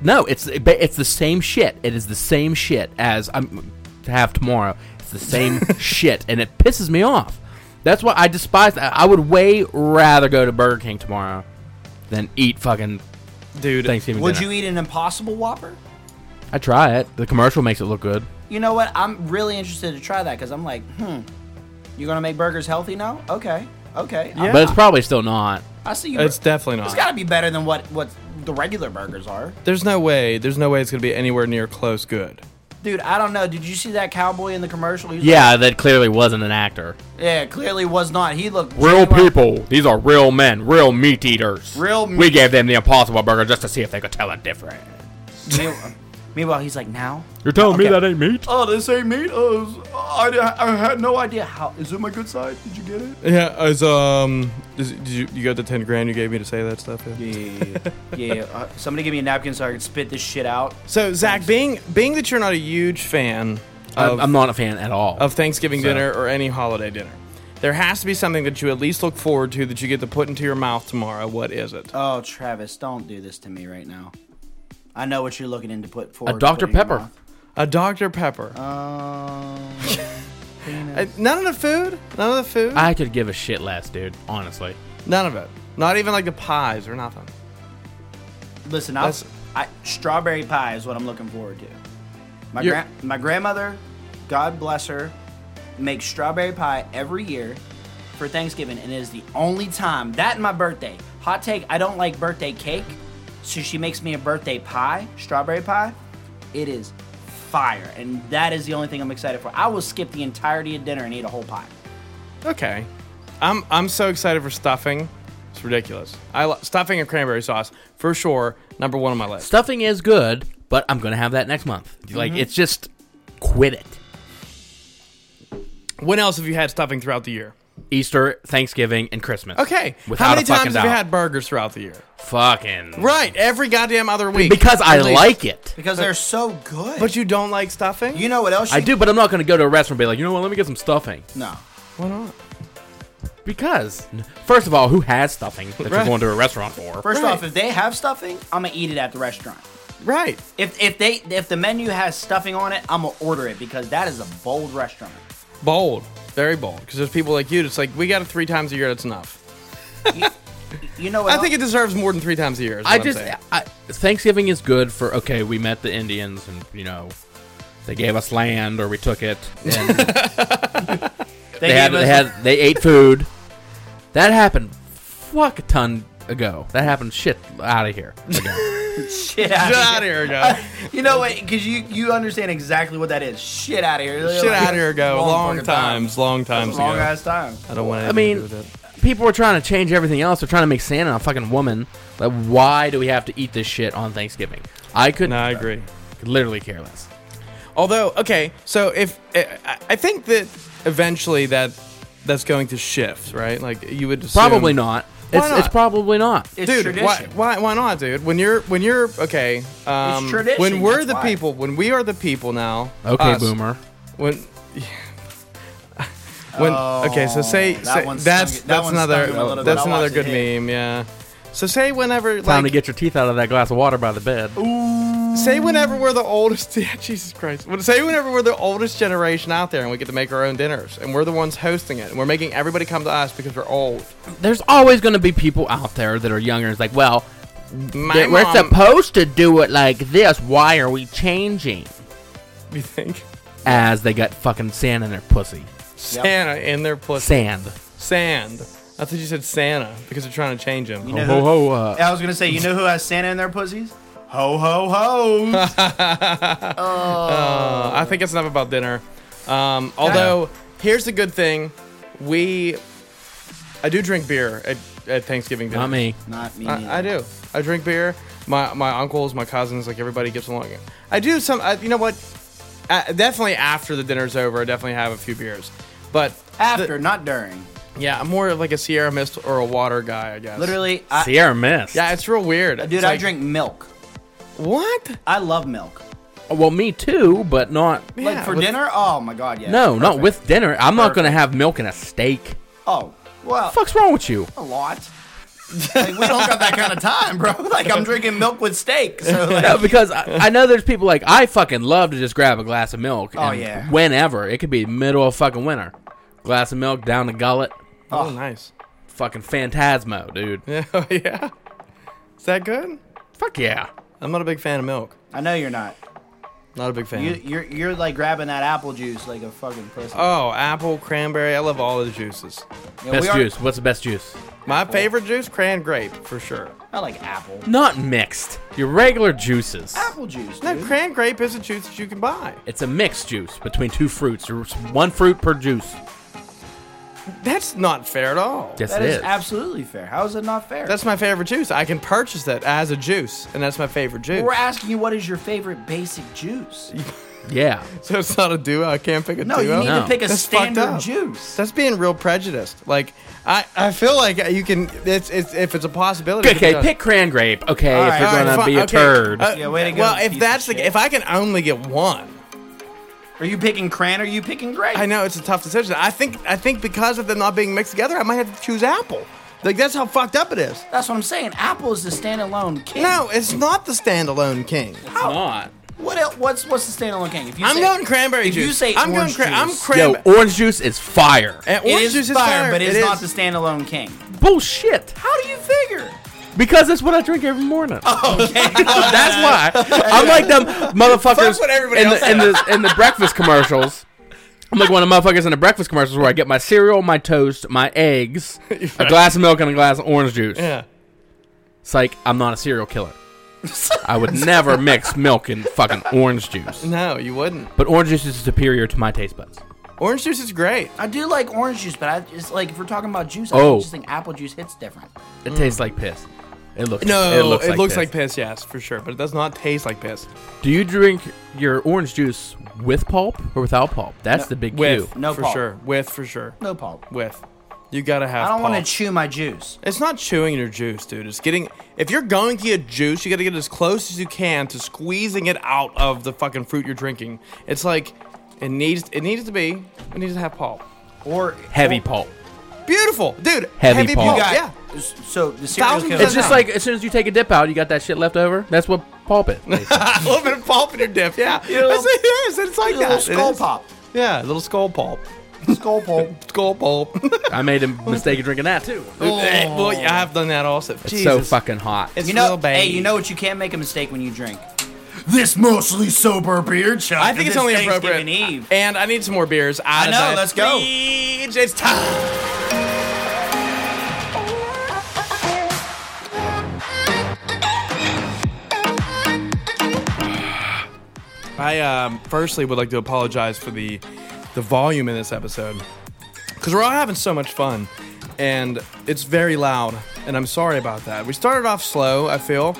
Speaker 2: no, it's it's the same shit. It is the same shit as I'm to have tomorrow. It's the same shit, and it pisses me off. That's why I despise. I- I would way rather go to Burger King tomorrow than eat fucking
Speaker 1: Dude,
Speaker 2: Thanksgiving
Speaker 3: Would
Speaker 2: dinner.
Speaker 3: you eat an Impossible Whopper?
Speaker 2: I try it. The commercial makes it look good.
Speaker 3: You know what? I'm really interested to try that because I'm like, hmm, you're gonna make burgers healthy now? Okay, okay. Yeah.
Speaker 2: But it's probably still not.
Speaker 3: I see you.
Speaker 1: it's definitely
Speaker 3: it's
Speaker 1: not.
Speaker 3: gotta be better than what what the regular burgers are,
Speaker 1: there's no way. There's no way it's gonna be anywhere near close good.
Speaker 3: dude. I don't know. Did you see that cowboy in the commercial? He's
Speaker 2: Yeah, that clearly wasn't an actor.
Speaker 3: like- yeah. Clearly was not. He looked
Speaker 2: Real
Speaker 3: genuine-
Speaker 2: people. These are real men, real meat eaters.
Speaker 3: Real
Speaker 2: We
Speaker 3: meat-
Speaker 2: gave them the Impossible Burger just to see if they could tell it different.
Speaker 3: Meanwhile- Meanwhile, he's like, now?
Speaker 2: You're telling
Speaker 3: me that
Speaker 2: ain't meat?
Speaker 3: Oh, this ain't meat? Oh, I, I had no idea. How is it my good side? Did you get it?
Speaker 1: Yeah, as um, is, did you you got the ten grand you gave me to say that stuff? Yeah.
Speaker 3: Yeah. Uh, somebody give me a napkin so I can spit this shit out.
Speaker 1: So Zach, being being that you're not a huge fan
Speaker 2: I'm,
Speaker 1: of
Speaker 2: I'm not a fan at all.
Speaker 1: of Thanksgiving dinner or any holiday dinner. There has to be something that you at least look forward to that you get to put into your mouth tomorrow. What is it?
Speaker 3: Oh, Travis, don't do this to me right now. I know what you're looking into put forward.
Speaker 2: a
Speaker 3: to
Speaker 2: Dr.
Speaker 3: put in your
Speaker 2: Pepper.
Speaker 3: mouth.
Speaker 1: A Dr. Pepper.
Speaker 3: Um,
Speaker 1: Uh, none of the food. None of the food.
Speaker 2: I could give a shit less, dude. Honestly.
Speaker 1: none of it. Not even like the pies or nothing.
Speaker 3: listen, I'll,
Speaker 1: That's-
Speaker 3: I, strawberry pie is what I'm looking forward to. My
Speaker 1: You're-
Speaker 3: gra- my grandmother, God bless her, makes strawberry pie every year for Thanksgiving, and it is the only time that and my birthday. Hot take: I don't like birthday cake, so she makes me a birthday pie, strawberry pie. It is fire, and that is the only thing I'm excited for. I will skip the entirety of dinner and eat a whole pie.
Speaker 1: Okay. I'm I'm so excited for stuffing. It's ridiculous. I lo- stuffing and cranberry sauce for sure. Number one on my list.
Speaker 2: Stuffing is good, but I'm gonna have that next month. Like
Speaker 1: Mm-hmm.
Speaker 2: it's just quit it.
Speaker 1: When else have you had stuffing throughout the year?
Speaker 2: Easter, Thanksgiving, and Christmas.
Speaker 1: Okay.
Speaker 2: Without
Speaker 1: How many
Speaker 2: a fucking
Speaker 1: times
Speaker 2: doubt.
Speaker 1: have you had burgers throughout the year?
Speaker 2: Fucking
Speaker 1: Right. Every goddamn other week.
Speaker 2: because I
Speaker 1: At least.
Speaker 2: like it.
Speaker 3: Because they're so good.
Speaker 1: But you don't like stuffing?
Speaker 3: you know what else?
Speaker 2: I
Speaker 3: You
Speaker 2: do, but I'm not gonna go to a restaurant and be like, you know what? Let me get some stuffing.
Speaker 3: No.
Speaker 2: Because first of all, who has stuffing that you're
Speaker 1: Right.
Speaker 2: going to a restaurant for?
Speaker 3: First
Speaker 1: Right.
Speaker 3: off, if they have stuffing, I'm gonna eat it at the restaurant.
Speaker 1: right.
Speaker 3: If, if they if the menu has stuffing on it, I'm gonna order it because that is a bold restaurant.
Speaker 1: Bold. Very bold. Because there's people like you. It's like we got it three times a year. That's enough.
Speaker 3: You know what?
Speaker 1: I think it deserves more than three times a year. is
Speaker 2: I
Speaker 1: what I'm
Speaker 2: just
Speaker 1: saying.
Speaker 2: I, Thanksgiving is good for okay. We met the Indians, and you know they gave us land or we took it. And
Speaker 3: else?
Speaker 2: they had
Speaker 3: gave
Speaker 2: they
Speaker 3: us-
Speaker 2: had they ate food. That happened fuck a ton ago. That happened shit out of here.
Speaker 3: shit out
Speaker 1: Get
Speaker 3: of
Speaker 1: out of here, go.
Speaker 3: here. You know what? Because you you understand exactly what that is. Shit out of here. They're
Speaker 1: Shit
Speaker 3: like,
Speaker 1: out of here, go. Long,
Speaker 3: fucking
Speaker 1: times. Long
Speaker 3: time.
Speaker 1: times
Speaker 3: Long
Speaker 1: ago.
Speaker 3: ass time.
Speaker 1: I don't want
Speaker 2: I mean, people are trying to change everything else. They're trying to make Santa a fucking woman. Like, why do we have to eat this shit on Thanksgiving? I could,
Speaker 1: No, I agree.
Speaker 2: could literally care less.
Speaker 1: Although, okay, so if I I think that eventually that that's going to shift, right? Like you would assume,
Speaker 2: Probably not.
Speaker 1: Why
Speaker 2: It's,
Speaker 1: not?
Speaker 2: it's probably not.
Speaker 3: It's
Speaker 1: dude.
Speaker 3: tradition.
Speaker 1: Why, why why not, dude? When you're when you're okay, um,
Speaker 3: tradition,
Speaker 1: When we're
Speaker 3: that's
Speaker 1: the
Speaker 3: why.
Speaker 1: people, when we are the people now.
Speaker 2: Okay,
Speaker 1: us,
Speaker 2: boomer.
Speaker 1: When. When, okay, so say,
Speaker 3: Oh, that
Speaker 1: say
Speaker 3: one stung
Speaker 1: that's
Speaker 3: it- that
Speaker 1: that's
Speaker 3: one
Speaker 1: another
Speaker 3: stung him a little
Speaker 1: that's
Speaker 3: bit. I
Speaker 1: another
Speaker 3: watched
Speaker 1: good
Speaker 3: it hit.
Speaker 1: meme, yeah. So say whenever
Speaker 2: Time
Speaker 1: like
Speaker 2: to get your teeth out of that glass of water by the bed.
Speaker 1: Say whenever we're the oldest. Yeah, Jesus Christ. Well, Say whenever we're the oldest generation out there, and we get to make our own dinners, and we're the ones hosting it, and we're making everybody come to us because we're old.
Speaker 2: There's always going to be people out there that are younger. It's like, well,
Speaker 1: My
Speaker 2: that we're
Speaker 1: mom-
Speaker 2: supposed to do it like this. Why are we changing?
Speaker 1: You think
Speaker 2: As they got fucking sand in their pussy.
Speaker 1: Santa in their pussy?
Speaker 2: Sand.
Speaker 1: Sand. I thought you said Santa because they're trying to change him.
Speaker 3: You know who-
Speaker 2: uh,
Speaker 3: I was gonna say, you know who has Santa in their pussies? Ho ho ho.
Speaker 1: Uh, I think it's enough about dinner. Um, although, here's the good thing: we, I do drink beer at, at Thanksgiving dinner.
Speaker 2: Not me.
Speaker 3: Not me. neither.
Speaker 1: I, I do. I drink beer. My my uncles, my cousins, like everybody gets along. I do some. I, you know what? Uh, definitely after the dinner's over, I definitely have a few beers. But
Speaker 3: After, not during.
Speaker 1: yeah, I'm more of like a Sierra Mist or a water guy, I guess.
Speaker 3: Literally, I,
Speaker 2: Sierra Mist.
Speaker 1: Yeah, it's real weird.
Speaker 3: dude,
Speaker 1: It's
Speaker 3: I
Speaker 1: like,
Speaker 3: drink milk.
Speaker 1: what?
Speaker 3: I love milk.
Speaker 2: Well, me too, but not.
Speaker 1: Yeah,
Speaker 3: like for
Speaker 1: with-
Speaker 3: dinner? Oh my god, yeah.
Speaker 2: No, not
Speaker 3: Perfect.
Speaker 2: with dinner. I'm not gonna have milk and a steak.
Speaker 3: Oh, well,
Speaker 2: fuck's wrong with you?
Speaker 3: a lot. like, we don't got that kind of time, bro. Like I'm drinking milk with steak. So like,
Speaker 2: No, because I, I know there's people like I fucking love to just grab a glass of milk.
Speaker 3: Oh,
Speaker 2: and
Speaker 3: yeah.
Speaker 2: Whenever it could be middle of fucking winter, glass of milk down the gullet,
Speaker 1: Oh, nice.
Speaker 2: fucking phantasmo, dude.
Speaker 1: Yeah, oh, yeah. Is that good?
Speaker 2: Fuck yeah.
Speaker 1: I'm not a big fan of milk.
Speaker 3: I know you're not.
Speaker 1: Not a big fan.
Speaker 3: You, you're you're like grabbing that apple juice like a fucking pussy.
Speaker 1: oh, apple, cranberry. I love all of the juices.
Speaker 3: Yeah, we
Speaker 2: Best
Speaker 3: are-
Speaker 2: juice. What's the best juice?
Speaker 1: My favorite juice, cran grape, for sure.
Speaker 3: I like apple.
Speaker 2: Not mixed. Your regular juices.
Speaker 3: Apple juice.
Speaker 1: No,
Speaker 3: dude.
Speaker 1: cran grape is a juice that you can buy.
Speaker 2: It's a mixed juice between two fruits. There's one fruit per juice.
Speaker 1: That's not fair at all.
Speaker 2: Yes,
Speaker 3: that
Speaker 2: it
Speaker 3: is,
Speaker 2: is.
Speaker 3: absolutely fair. How is it not fair?
Speaker 1: That's my favorite juice. I can purchase that as a juice, and that's my favorite juice.
Speaker 3: we're asking you what is your favorite basic juice?
Speaker 2: yeah.
Speaker 1: So it's not a duo. I can't pick a
Speaker 3: No,
Speaker 1: duo.
Speaker 3: you need
Speaker 2: No.
Speaker 3: to pick a
Speaker 1: That's fucked
Speaker 3: standard
Speaker 1: up.
Speaker 3: juice.
Speaker 1: That's being real prejudiced. Like I, I feel like you can. It's, it's if it's a possibility. you
Speaker 2: Okay,
Speaker 1: can-
Speaker 2: pick cran grape. Okay, if
Speaker 3: right,
Speaker 2: you're
Speaker 1: All right,
Speaker 2: gonna
Speaker 1: fine,
Speaker 2: be a
Speaker 1: okay.
Speaker 2: turd.
Speaker 1: Uh,
Speaker 3: Yeah, way to go,
Speaker 1: Well, if
Speaker 3: piece
Speaker 1: that's
Speaker 3: of
Speaker 1: the,
Speaker 3: shit.
Speaker 1: if I can only get one,
Speaker 3: Are you picking cran or are you picking grape?
Speaker 1: I know it's a tough decision. I think I think because of them not being mixed together, I might have to choose apple. Like that's how fucked up it is.
Speaker 3: That's what I'm saying. Apple is the standalone king.
Speaker 1: No, it's not the standalone king.
Speaker 2: not.
Speaker 3: What el what's what's the standalone king? If you
Speaker 1: I'm
Speaker 3: say-
Speaker 1: going cranberry
Speaker 3: if
Speaker 1: juice.
Speaker 3: you say
Speaker 1: I'm
Speaker 3: orange
Speaker 1: going cran- I'm
Speaker 3: juice,
Speaker 2: Yo,
Speaker 1: cranberry.
Speaker 2: orange juice is fire.
Speaker 1: And
Speaker 3: it
Speaker 1: orange
Speaker 3: is
Speaker 1: juice is
Speaker 3: fire, but it's
Speaker 1: It
Speaker 3: not
Speaker 1: is.
Speaker 3: the standalone king.
Speaker 2: Bullshit.
Speaker 3: How do you figure?
Speaker 2: Because that's what I drink every morning.
Speaker 1: Oh,
Speaker 2: that's why. I'm like them motherfuckers
Speaker 1: what everybody
Speaker 2: in
Speaker 1: else
Speaker 2: the, in the in the breakfast commercials. I'm like one of the motherfuckers in the breakfast commercials where I get my cereal, my toast, my eggs, a glass of milk, and a glass of orange juice.
Speaker 1: Yeah.
Speaker 2: It's like I'm not a serial killer. I would never mix milk and fucking orange juice.
Speaker 1: No, you wouldn't.
Speaker 2: But orange juice is superior to my taste buds.
Speaker 1: Orange juice is great.
Speaker 3: I do like orange juice, but I just like if we're talking about juice, I
Speaker 2: Oh.
Speaker 3: just think apple juice hits different.
Speaker 2: It tastes like piss. It looks
Speaker 1: No,
Speaker 2: It looks, like, piss.
Speaker 1: yes, for sure. But it does not taste like piss.
Speaker 2: Do you drink your orange juice with pulp or without pulp? That's the big
Speaker 1: With,
Speaker 2: cue.
Speaker 3: No
Speaker 1: for
Speaker 3: pulp.
Speaker 1: sure. With, for sure.
Speaker 3: No pulp.
Speaker 1: With. You gotta have
Speaker 3: I don't want
Speaker 1: pulp.
Speaker 3: to chew my juice.
Speaker 1: It's not chewing your juice, dude. It's getting. If you're going to get juice, you got to get as close as you can to squeezing it out of the fucking fruit you're drinking. It's like it needs. It needs to be. It needs to have pulp.
Speaker 3: Or
Speaker 2: Heavy pulp.
Speaker 1: Beautiful, dude.
Speaker 2: Heavy pulp.
Speaker 3: You got-
Speaker 1: Yeah.
Speaker 3: So the cereal
Speaker 1: Thousand
Speaker 3: killer.
Speaker 2: It's
Speaker 1: No.
Speaker 2: just like as soon as you take a dip out, you got that shit left over. That's what pulp is. basically.
Speaker 1: a little bit of pulp in your dip. Yeah. That's it is. It's like
Speaker 3: a
Speaker 1: that.
Speaker 3: little
Speaker 1: It
Speaker 3: skull
Speaker 1: is.
Speaker 3: pop.
Speaker 1: Yeah, a little skull pulp.
Speaker 3: Skull pulp.
Speaker 1: Skull pulp.
Speaker 2: I made a mistake of drinking that too.
Speaker 1: well, yeah, I've done that also.
Speaker 2: It's
Speaker 1: Jesus.
Speaker 2: so fucking hot.
Speaker 1: Oh. It's
Speaker 3: You know,
Speaker 1: little
Speaker 3: hey,
Speaker 1: baby.
Speaker 3: you know what? You can't make a mistake when you drink.
Speaker 4: This mostly sober beer chug.
Speaker 1: I think it's
Speaker 3: This
Speaker 1: only appropriate.
Speaker 3: Thanksgiving Eve.
Speaker 1: And I need some more beers.
Speaker 3: I know, let's go.
Speaker 1: It's time. I um, firstly would like to apologize for the the volume in this episode because we're all having so much fun and it's very loud and I'm sorry about that. We started off slow, I feel,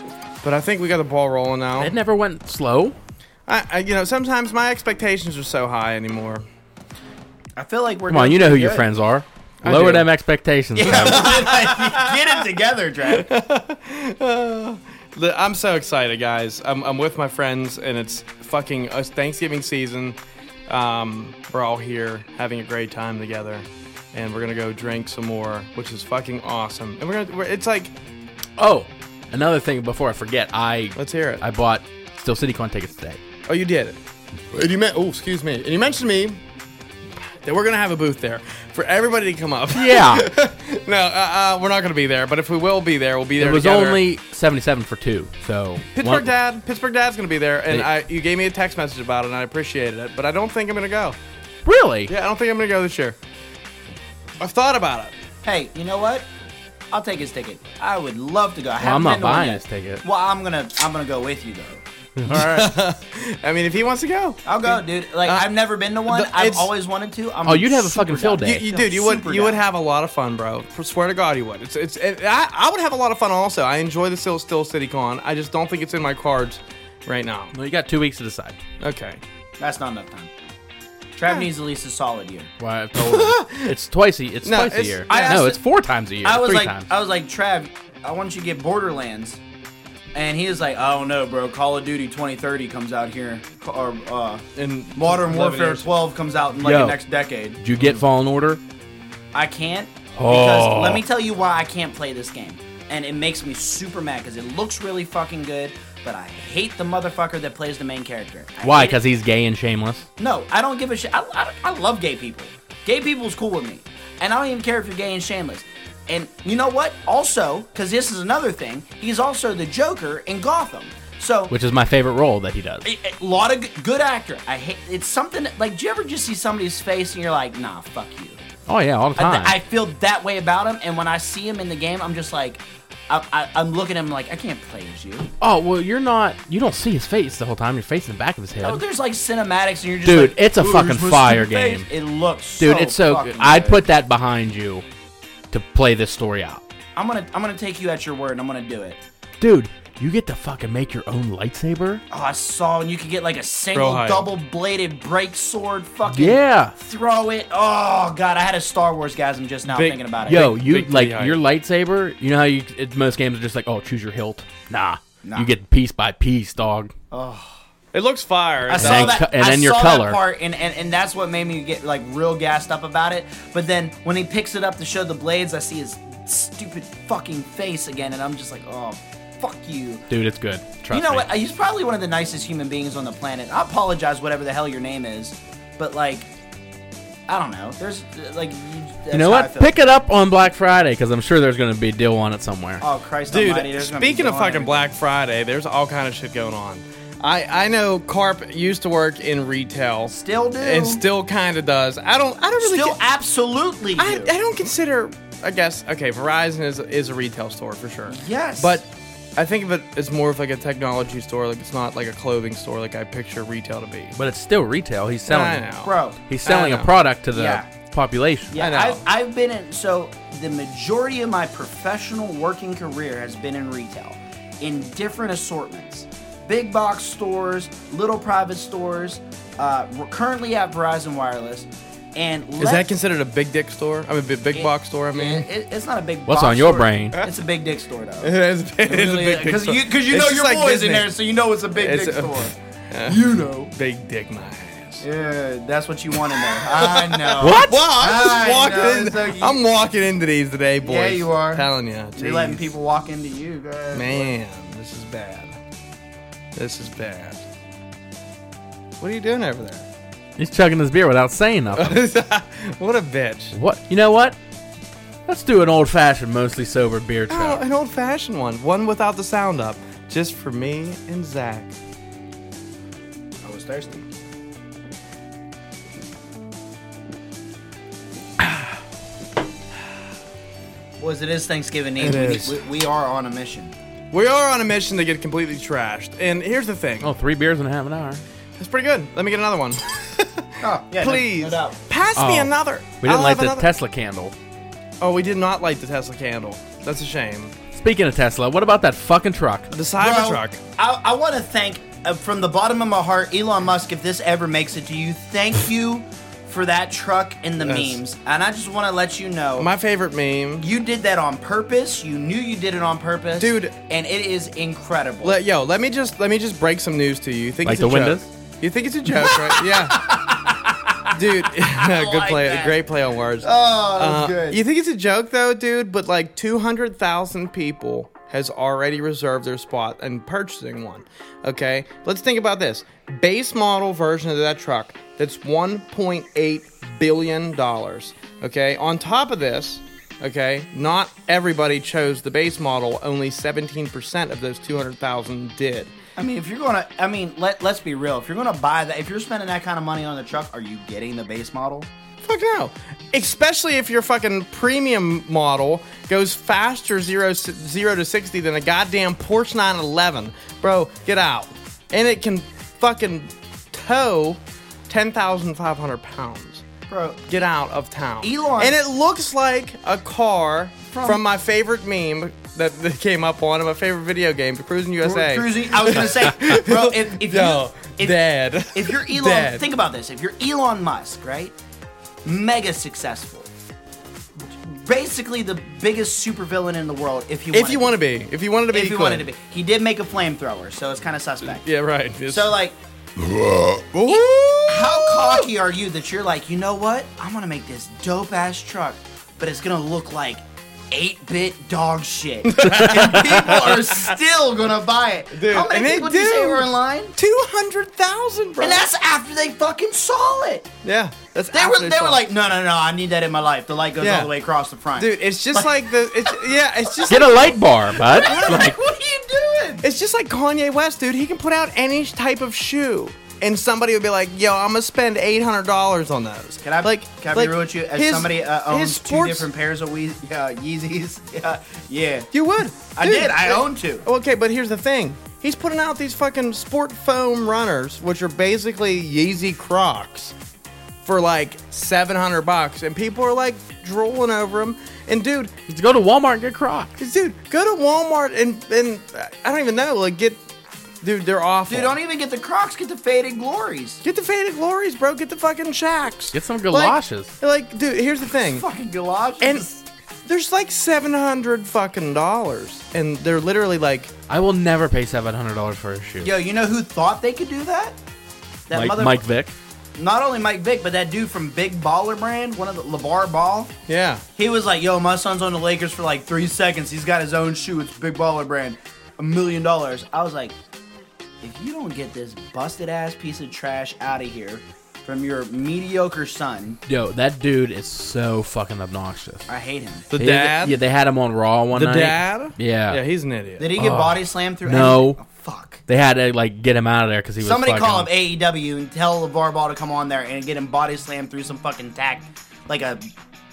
Speaker 1: but I think we got the ball rolling now.
Speaker 2: It never went slow.
Speaker 1: I, I, you know, sometimes my expectations are so high anymore.
Speaker 3: I feel like we're.
Speaker 2: Come on,
Speaker 3: doing
Speaker 2: you know who
Speaker 3: pretty
Speaker 2: your
Speaker 3: good.
Speaker 2: friends are.
Speaker 1: I
Speaker 2: Lower
Speaker 1: do.
Speaker 2: them expectations. fam.
Speaker 3: Get it together, Drake.
Speaker 1: The- I'm so excited, guys. I'm, I'm with my friends, and it's fucking uh, Thanksgiving season. Um, we're all here having a great time together, and we're gonna go drink some more, which is fucking awesome. And we're gonna, we're, it's like,
Speaker 2: oh, another thing before I forget, I
Speaker 1: let's hear it.
Speaker 2: I bought Still CityCon tickets today.
Speaker 1: oh, you did it. And you meant, oh, excuse me. And you mentioned to me that we're gonna have a booth there for everybody to come up.
Speaker 2: Yeah,
Speaker 1: no, uh, uh, we're not gonna be there, but if we will be there, we'll be there.
Speaker 2: it was
Speaker 1: together.
Speaker 2: only seventy-seven for two. So
Speaker 1: Pittsburgh
Speaker 2: one-
Speaker 1: Dad, Pittsburgh Dad's gonna be there, and
Speaker 2: Hey.
Speaker 1: I, you gave me a text message about it, and I appreciated it, but I don't think I'm gonna go.
Speaker 2: Really?
Speaker 1: Yeah, I don't think I'm gonna go this year. I've thought about it.
Speaker 3: Hey, you know what? I'll take his ticket. I would love to go. I
Speaker 2: Well, I'm
Speaker 3: haven't
Speaker 2: not
Speaker 3: been to one
Speaker 2: buying
Speaker 3: yet.
Speaker 2: this ticket.
Speaker 3: Well, I'm gonna I'm gonna go with you though.
Speaker 1: I mean, if he wants to go,
Speaker 3: I'll go, dude. Like I've never been to one.
Speaker 1: the-
Speaker 3: I've
Speaker 1: it's-
Speaker 3: always wanted to. I'm
Speaker 2: Uh, Oh, you'd have a
Speaker 3: super
Speaker 2: fucking field
Speaker 1: you,
Speaker 2: day.
Speaker 1: you
Speaker 3: Yeah,
Speaker 1: dude, you would
Speaker 3: super
Speaker 1: you would
Speaker 3: down.
Speaker 1: have a lot of fun, bro. For- swear to God, you would. It's it's. It, I, I would have a lot of fun also. I enjoy the Still Still City Con. I just don't think it's in my cards right now.
Speaker 2: Well, you got two weeks to decide.
Speaker 1: Okay.
Speaker 3: That's not enough time. Trav needs at least a solid year.
Speaker 2: Why I've told him. it's twice a it's
Speaker 1: No,
Speaker 2: twice
Speaker 1: it's-
Speaker 2: a year.
Speaker 1: I uh,
Speaker 2: no,
Speaker 1: asked-
Speaker 2: it's four times a year.
Speaker 3: I was
Speaker 2: three
Speaker 3: like,
Speaker 2: times.
Speaker 3: I was like, Trav, I want you to get Borderlands, and he was like, I don't know, bro. Call of Duty 2030 comes out here, or uh,
Speaker 1: In
Speaker 3: Modern
Speaker 1: 11
Speaker 3: Warfare
Speaker 1: years.
Speaker 3: 12 comes out in like
Speaker 2: Yo.
Speaker 3: the next decade.
Speaker 2: Did you get Fallen Order?
Speaker 3: I can't
Speaker 2: Oh.
Speaker 3: because let me tell you why I can't play this game, and it makes me super mad because it looks really fucking good, but I hate the motherfucker that plays the main character. I
Speaker 2: Why?
Speaker 3: hate it.
Speaker 2: Because he's gay and shameless.
Speaker 3: No, I don't give a shit. I, I, I love gay people. Gay people's cool with me. And I don't even care if you're gay and shameless. And you know what? Also, because this is another thing, he's also the Joker in Gotham. So,
Speaker 2: Which is my favorite role that he does.
Speaker 3: a, a lot of g- good actor. I hate it's something that- like, do you ever just see somebody's face and you're like, nah, fuck you?
Speaker 2: Oh yeah, all the
Speaker 3: I,
Speaker 2: time.
Speaker 3: I feel that way about him. And when I see him in the game, I'm just like, I, I, I'm looking at him like, I can't play as you.
Speaker 2: oh well, you're not. You don't see his face the whole time. Your face in the back of his head.
Speaker 3: Oh, there's like cinematics and you're just
Speaker 2: Dude,
Speaker 3: like,
Speaker 2: it's a
Speaker 3: "Ooh,
Speaker 2: fucking
Speaker 3: there's my
Speaker 2: fire
Speaker 3: face."
Speaker 2: game.
Speaker 3: It looks
Speaker 1: Oh,
Speaker 2: Dude,
Speaker 3: so
Speaker 2: it's so
Speaker 3: fucking
Speaker 2: good. I'd
Speaker 3: good.
Speaker 2: put that behind you to play this story out.
Speaker 3: I'm gonna I'm gonna take you at your word and I'm gonna do it.
Speaker 2: Dude, you get to fucking make your own lightsaber.
Speaker 3: Oh, I saw and you could get like a single
Speaker 1: Bro, hi.
Speaker 3: double bladed break sword fucking
Speaker 2: Yeah.
Speaker 3: throw it. Oh god, I had a Star Wars gasm just now
Speaker 1: Big-
Speaker 3: thinking about it.
Speaker 2: Yo, you
Speaker 1: big
Speaker 2: like
Speaker 1: beehive.
Speaker 2: your lightsaber? You know how you it, most games are just like, oh, choose your hilt. Nah, you get piece by piece, dog.
Speaker 1: It looks fire.
Speaker 3: I
Speaker 1: It's
Speaker 3: saw
Speaker 2: And
Speaker 3: that
Speaker 2: co- and
Speaker 3: I
Speaker 2: then your
Speaker 3: saw
Speaker 2: color.
Speaker 3: that part and, and, and that's what made me get like real gassed up about it. But then when he picks it up to show the blades, I see his stupid fucking face again and I'm just like, oh fuck you.
Speaker 2: Dude, it's good. Trust
Speaker 3: you know
Speaker 2: me.
Speaker 3: what? He's probably one of the nicest human beings on the planet. I apologize, whatever the hell your name is, but like, I don't know. There's uh, like you, that's
Speaker 2: You know
Speaker 3: how I
Speaker 2: what?
Speaker 3: feel.
Speaker 2: Pick it up on Black Friday because I'm sure there's going to be a deal on it somewhere.
Speaker 3: Oh Christ
Speaker 1: Dude,
Speaker 3: Almighty! there's gonna be
Speaker 1: speaking of
Speaker 3: going
Speaker 1: fucking
Speaker 3: everywhere.
Speaker 1: Black Friday, there's all kind of shit going on. I, I know Carp used to work in retail,
Speaker 3: Still do.
Speaker 1: and still kind of does. I don't I don't really
Speaker 3: still
Speaker 1: ca-
Speaker 3: absolutely.
Speaker 1: I,
Speaker 3: do.
Speaker 1: I don't consider. I guess okay. Verizon is is a retail store for sure.
Speaker 3: Yes.
Speaker 1: but I think of it as more of like a technology store. Like it's not like a clothing store like I picture retail to be.
Speaker 2: But it's still retail. He's selling.
Speaker 1: I know,
Speaker 3: bro.
Speaker 2: He's selling
Speaker 1: I
Speaker 2: a
Speaker 1: know.
Speaker 2: product to the
Speaker 3: Yeah.
Speaker 2: population.
Speaker 3: Yeah,
Speaker 1: I know.
Speaker 3: I've, I've been in, so the majority of my professional working career has been in retail in different assortments big box stores, little private stores. Uh, we're currently at Verizon Wireless. And
Speaker 1: Is that considered a big dick store? I mean, big, big box store. I mean,
Speaker 3: it, it's not a big
Speaker 2: What's
Speaker 3: box
Speaker 2: on your
Speaker 3: store.
Speaker 2: brain?
Speaker 3: It's a big dick store, though.
Speaker 1: it is, it is a big dick
Speaker 3: Because
Speaker 1: store.
Speaker 3: you, 'cause you
Speaker 1: It's
Speaker 3: know
Speaker 1: just
Speaker 3: your
Speaker 1: like
Speaker 3: boys
Speaker 1: Disney.
Speaker 3: in there, so you know it's a big
Speaker 1: It's
Speaker 3: dick
Speaker 1: a-
Speaker 3: store. you know.
Speaker 1: Big dick my ass.
Speaker 3: Yeah, that's what you want in there. I know.
Speaker 2: What?
Speaker 1: Wow, I'm,
Speaker 3: I know,
Speaker 1: just
Speaker 3: so
Speaker 1: walking in,
Speaker 3: you-
Speaker 1: I'm walking into these today, boys.
Speaker 3: you are.
Speaker 1: Telling you,
Speaker 3: You're letting
Speaker 1: jeez.
Speaker 3: people walk into you, guys.
Speaker 1: Man, this is bad. This is bad. What are you doing over there?
Speaker 2: He's chugging his beer without saying nothing.
Speaker 1: what a bitch.
Speaker 2: what? You know what? Let's do an old fashioned, mostly sober beer
Speaker 1: Oh,
Speaker 2: chug.
Speaker 1: an old fashioned one. One without the sound up. Just for me and Zach.
Speaker 3: I was thirsty. Was it is Thanksgiving Eve?
Speaker 1: It
Speaker 3: We-
Speaker 1: is.
Speaker 3: We, we are on a mission.
Speaker 1: We are on a mission to get completely trashed. And here's the thing.
Speaker 2: Oh, three beers in half an hour.
Speaker 1: That's pretty good. Let me get another one.
Speaker 3: Oh, yeah, no-
Speaker 1: Please.
Speaker 3: No, doubt.
Speaker 1: Pass me
Speaker 2: Oh.
Speaker 1: another.
Speaker 2: We didn't
Speaker 1: I'll
Speaker 2: light
Speaker 1: have
Speaker 2: the
Speaker 1: another-
Speaker 2: Tesla candle.
Speaker 1: Oh, we did not light the Tesla candle. That's a shame.
Speaker 2: Speaking of Tesla, what about that fucking truck?
Speaker 1: The Cybertruck.
Speaker 3: Bro, I, I want to thank, uh, from the bottom of my heart, Elon Musk, if this ever makes it to you, thank you for that truck and the
Speaker 1: Yes.
Speaker 3: memes. And I just want to let you know.
Speaker 1: My favorite meme.
Speaker 3: you did that on purpose. You knew you did it on purpose,
Speaker 1: Dude.
Speaker 3: And it is incredible.
Speaker 1: Let, yo, let me just let me just break some news to you. You think
Speaker 2: Like
Speaker 1: it's
Speaker 2: the
Speaker 1: a joke.
Speaker 2: windows?
Speaker 1: You think it's a joke, right? Yeah. Dude, good
Speaker 3: like
Speaker 1: play,
Speaker 3: that.
Speaker 1: great play on words. Oh,
Speaker 3: uh,
Speaker 1: good. You think it's a joke though, dude? But like two hundred thousand people has already reserved their spot and purchasing one. Okay, let's think about this base model version of that truck. That's one point eight billion dollars. Okay, on top of this. Okay, not everybody chose the base model. Only 17% of those 200,000 did.
Speaker 3: I mean, if you're gonna, I mean, let let's be real. If you're gonna buy that, if you're spending that kind of money on the truck, are you getting the base model?
Speaker 1: Fuck no. Especially if your fucking premium model goes faster zero, s- zero to 60 than a goddamn Porsche 911. Bro, get out. And it can fucking tow 10,500 pounds.
Speaker 3: Bro,
Speaker 1: Get out of town.
Speaker 3: Elon-
Speaker 1: And it looks like a car from, my favorite meme that, that came up on my favorite video game, the Cruising USA.
Speaker 3: cruising. I was gonna say, bro, if if
Speaker 1: No,
Speaker 3: you if,
Speaker 1: Oh, dead.
Speaker 3: if you're Elon,
Speaker 1: Dead.
Speaker 3: think about this. If you're Elon Musk, right? Mega successful, basically the biggest supervillain in the world. If you
Speaker 1: If
Speaker 3: wanted
Speaker 1: you want to be. If you wanted to be.
Speaker 3: if you
Speaker 1: could.
Speaker 3: wanted to be, he did make a flamethrower, so it's kind of suspect.
Speaker 1: Yeah, right. It's-
Speaker 3: So like, how cocky are you that you're like, you know what? I'm gonna make this dope ass truck, but it's gonna look like eight bit dog shit, and people are still gonna buy it.
Speaker 1: Dude,
Speaker 3: how many
Speaker 1: and they
Speaker 3: people do you say
Speaker 1: do.
Speaker 3: were in line?
Speaker 1: 200,000, bro.
Speaker 3: And that's after they fucking saw it.
Speaker 1: Yeah, that's
Speaker 3: They were
Speaker 1: absolutely
Speaker 3: they were
Speaker 1: fine.
Speaker 3: like, no no no, I need that in my life. The light goes
Speaker 1: Yeah.
Speaker 3: all the way across the front.
Speaker 1: dude, it's just like the, it's yeah, it's just
Speaker 2: Get a light bar, bud.
Speaker 3: like, what are you doing?
Speaker 1: it's just like Kanye West, dude. He can put out any type of shoe, and somebody would be like, "Yo, I'm gonna spend eight hundred dollars on those."
Speaker 3: Can I
Speaker 1: like?
Speaker 3: Can I
Speaker 1: like,
Speaker 3: be real with you? As
Speaker 1: his-
Speaker 3: somebody uh, owns
Speaker 1: his sports-
Speaker 3: two different pairs of Wee- uh, Yeezys, yeah, yeah,
Speaker 1: You would.
Speaker 3: I
Speaker 1: Dude,
Speaker 3: did. I
Speaker 1: like- oh,
Speaker 3: own two.
Speaker 1: Okay, but here's the thing. He's putting out these fucking sport foam runners, which are basically Yeezy Crocs, for like seven hundred bucks, and people are like drooling over them. And dude,
Speaker 2: Let's go to Walmart and get Crocs.
Speaker 1: dude, go to Walmart and and I don't even know, like get, dude, they're awful.
Speaker 3: Dude, don't even get the Crocs, get the faded glories.
Speaker 1: get the faded glories, bro. Get the fucking shacks.
Speaker 2: Get some
Speaker 1: Like-
Speaker 2: galoshes.
Speaker 1: Like, dude, here's the thing.
Speaker 3: Fucking galoshes.
Speaker 1: And there's like seven hundred fucking dollars, and they're literally like,
Speaker 2: I will never pay seven hundred dollars for a shoe.
Speaker 3: yo, you know who thought they could do that? That
Speaker 2: Mike,
Speaker 3: mother,
Speaker 2: Mike Vick.
Speaker 3: not only Mike Vick, but that dude from Big Baller Brand, one of the Levar Ball.
Speaker 1: yeah,
Speaker 3: He was like, yo, my son's on the Lakers for like three seconds. He's got his own shoe. It's Big Baller Brand, a million dollars. I was like, if you don't get this busted ass piece of trash out of here, from your mediocre son.
Speaker 2: Yo, that dude is so fucking obnoxious.
Speaker 3: I hate him.
Speaker 1: The
Speaker 2: They-
Speaker 1: dad.
Speaker 2: Yeah, they had him on Raw one
Speaker 1: the
Speaker 2: night.
Speaker 1: dad.
Speaker 2: Yeah. Oh.
Speaker 1: Yeah, he's an idiot.
Speaker 3: Did he get body slammed through?
Speaker 2: No.
Speaker 3: Oh, fuck.
Speaker 2: They had to like get him out of there because he was.
Speaker 3: Somebody
Speaker 2: fucking,
Speaker 3: call up AEW and tell LeVar Ball to come on there and get him body slammed through some fucking tack, like a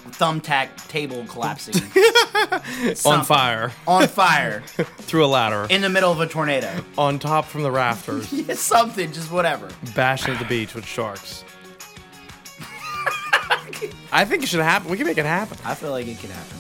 Speaker 3: thumbtack table collapsing.
Speaker 1: on
Speaker 3: Something.
Speaker 1: fire
Speaker 3: on fire
Speaker 1: through a ladder
Speaker 3: in the middle of a tornado.
Speaker 1: on top from the rafters,
Speaker 3: Something, just whatever.
Speaker 1: bashing the beach with sharks. I think it should happen. We can make it happen.
Speaker 3: I feel like it could happen.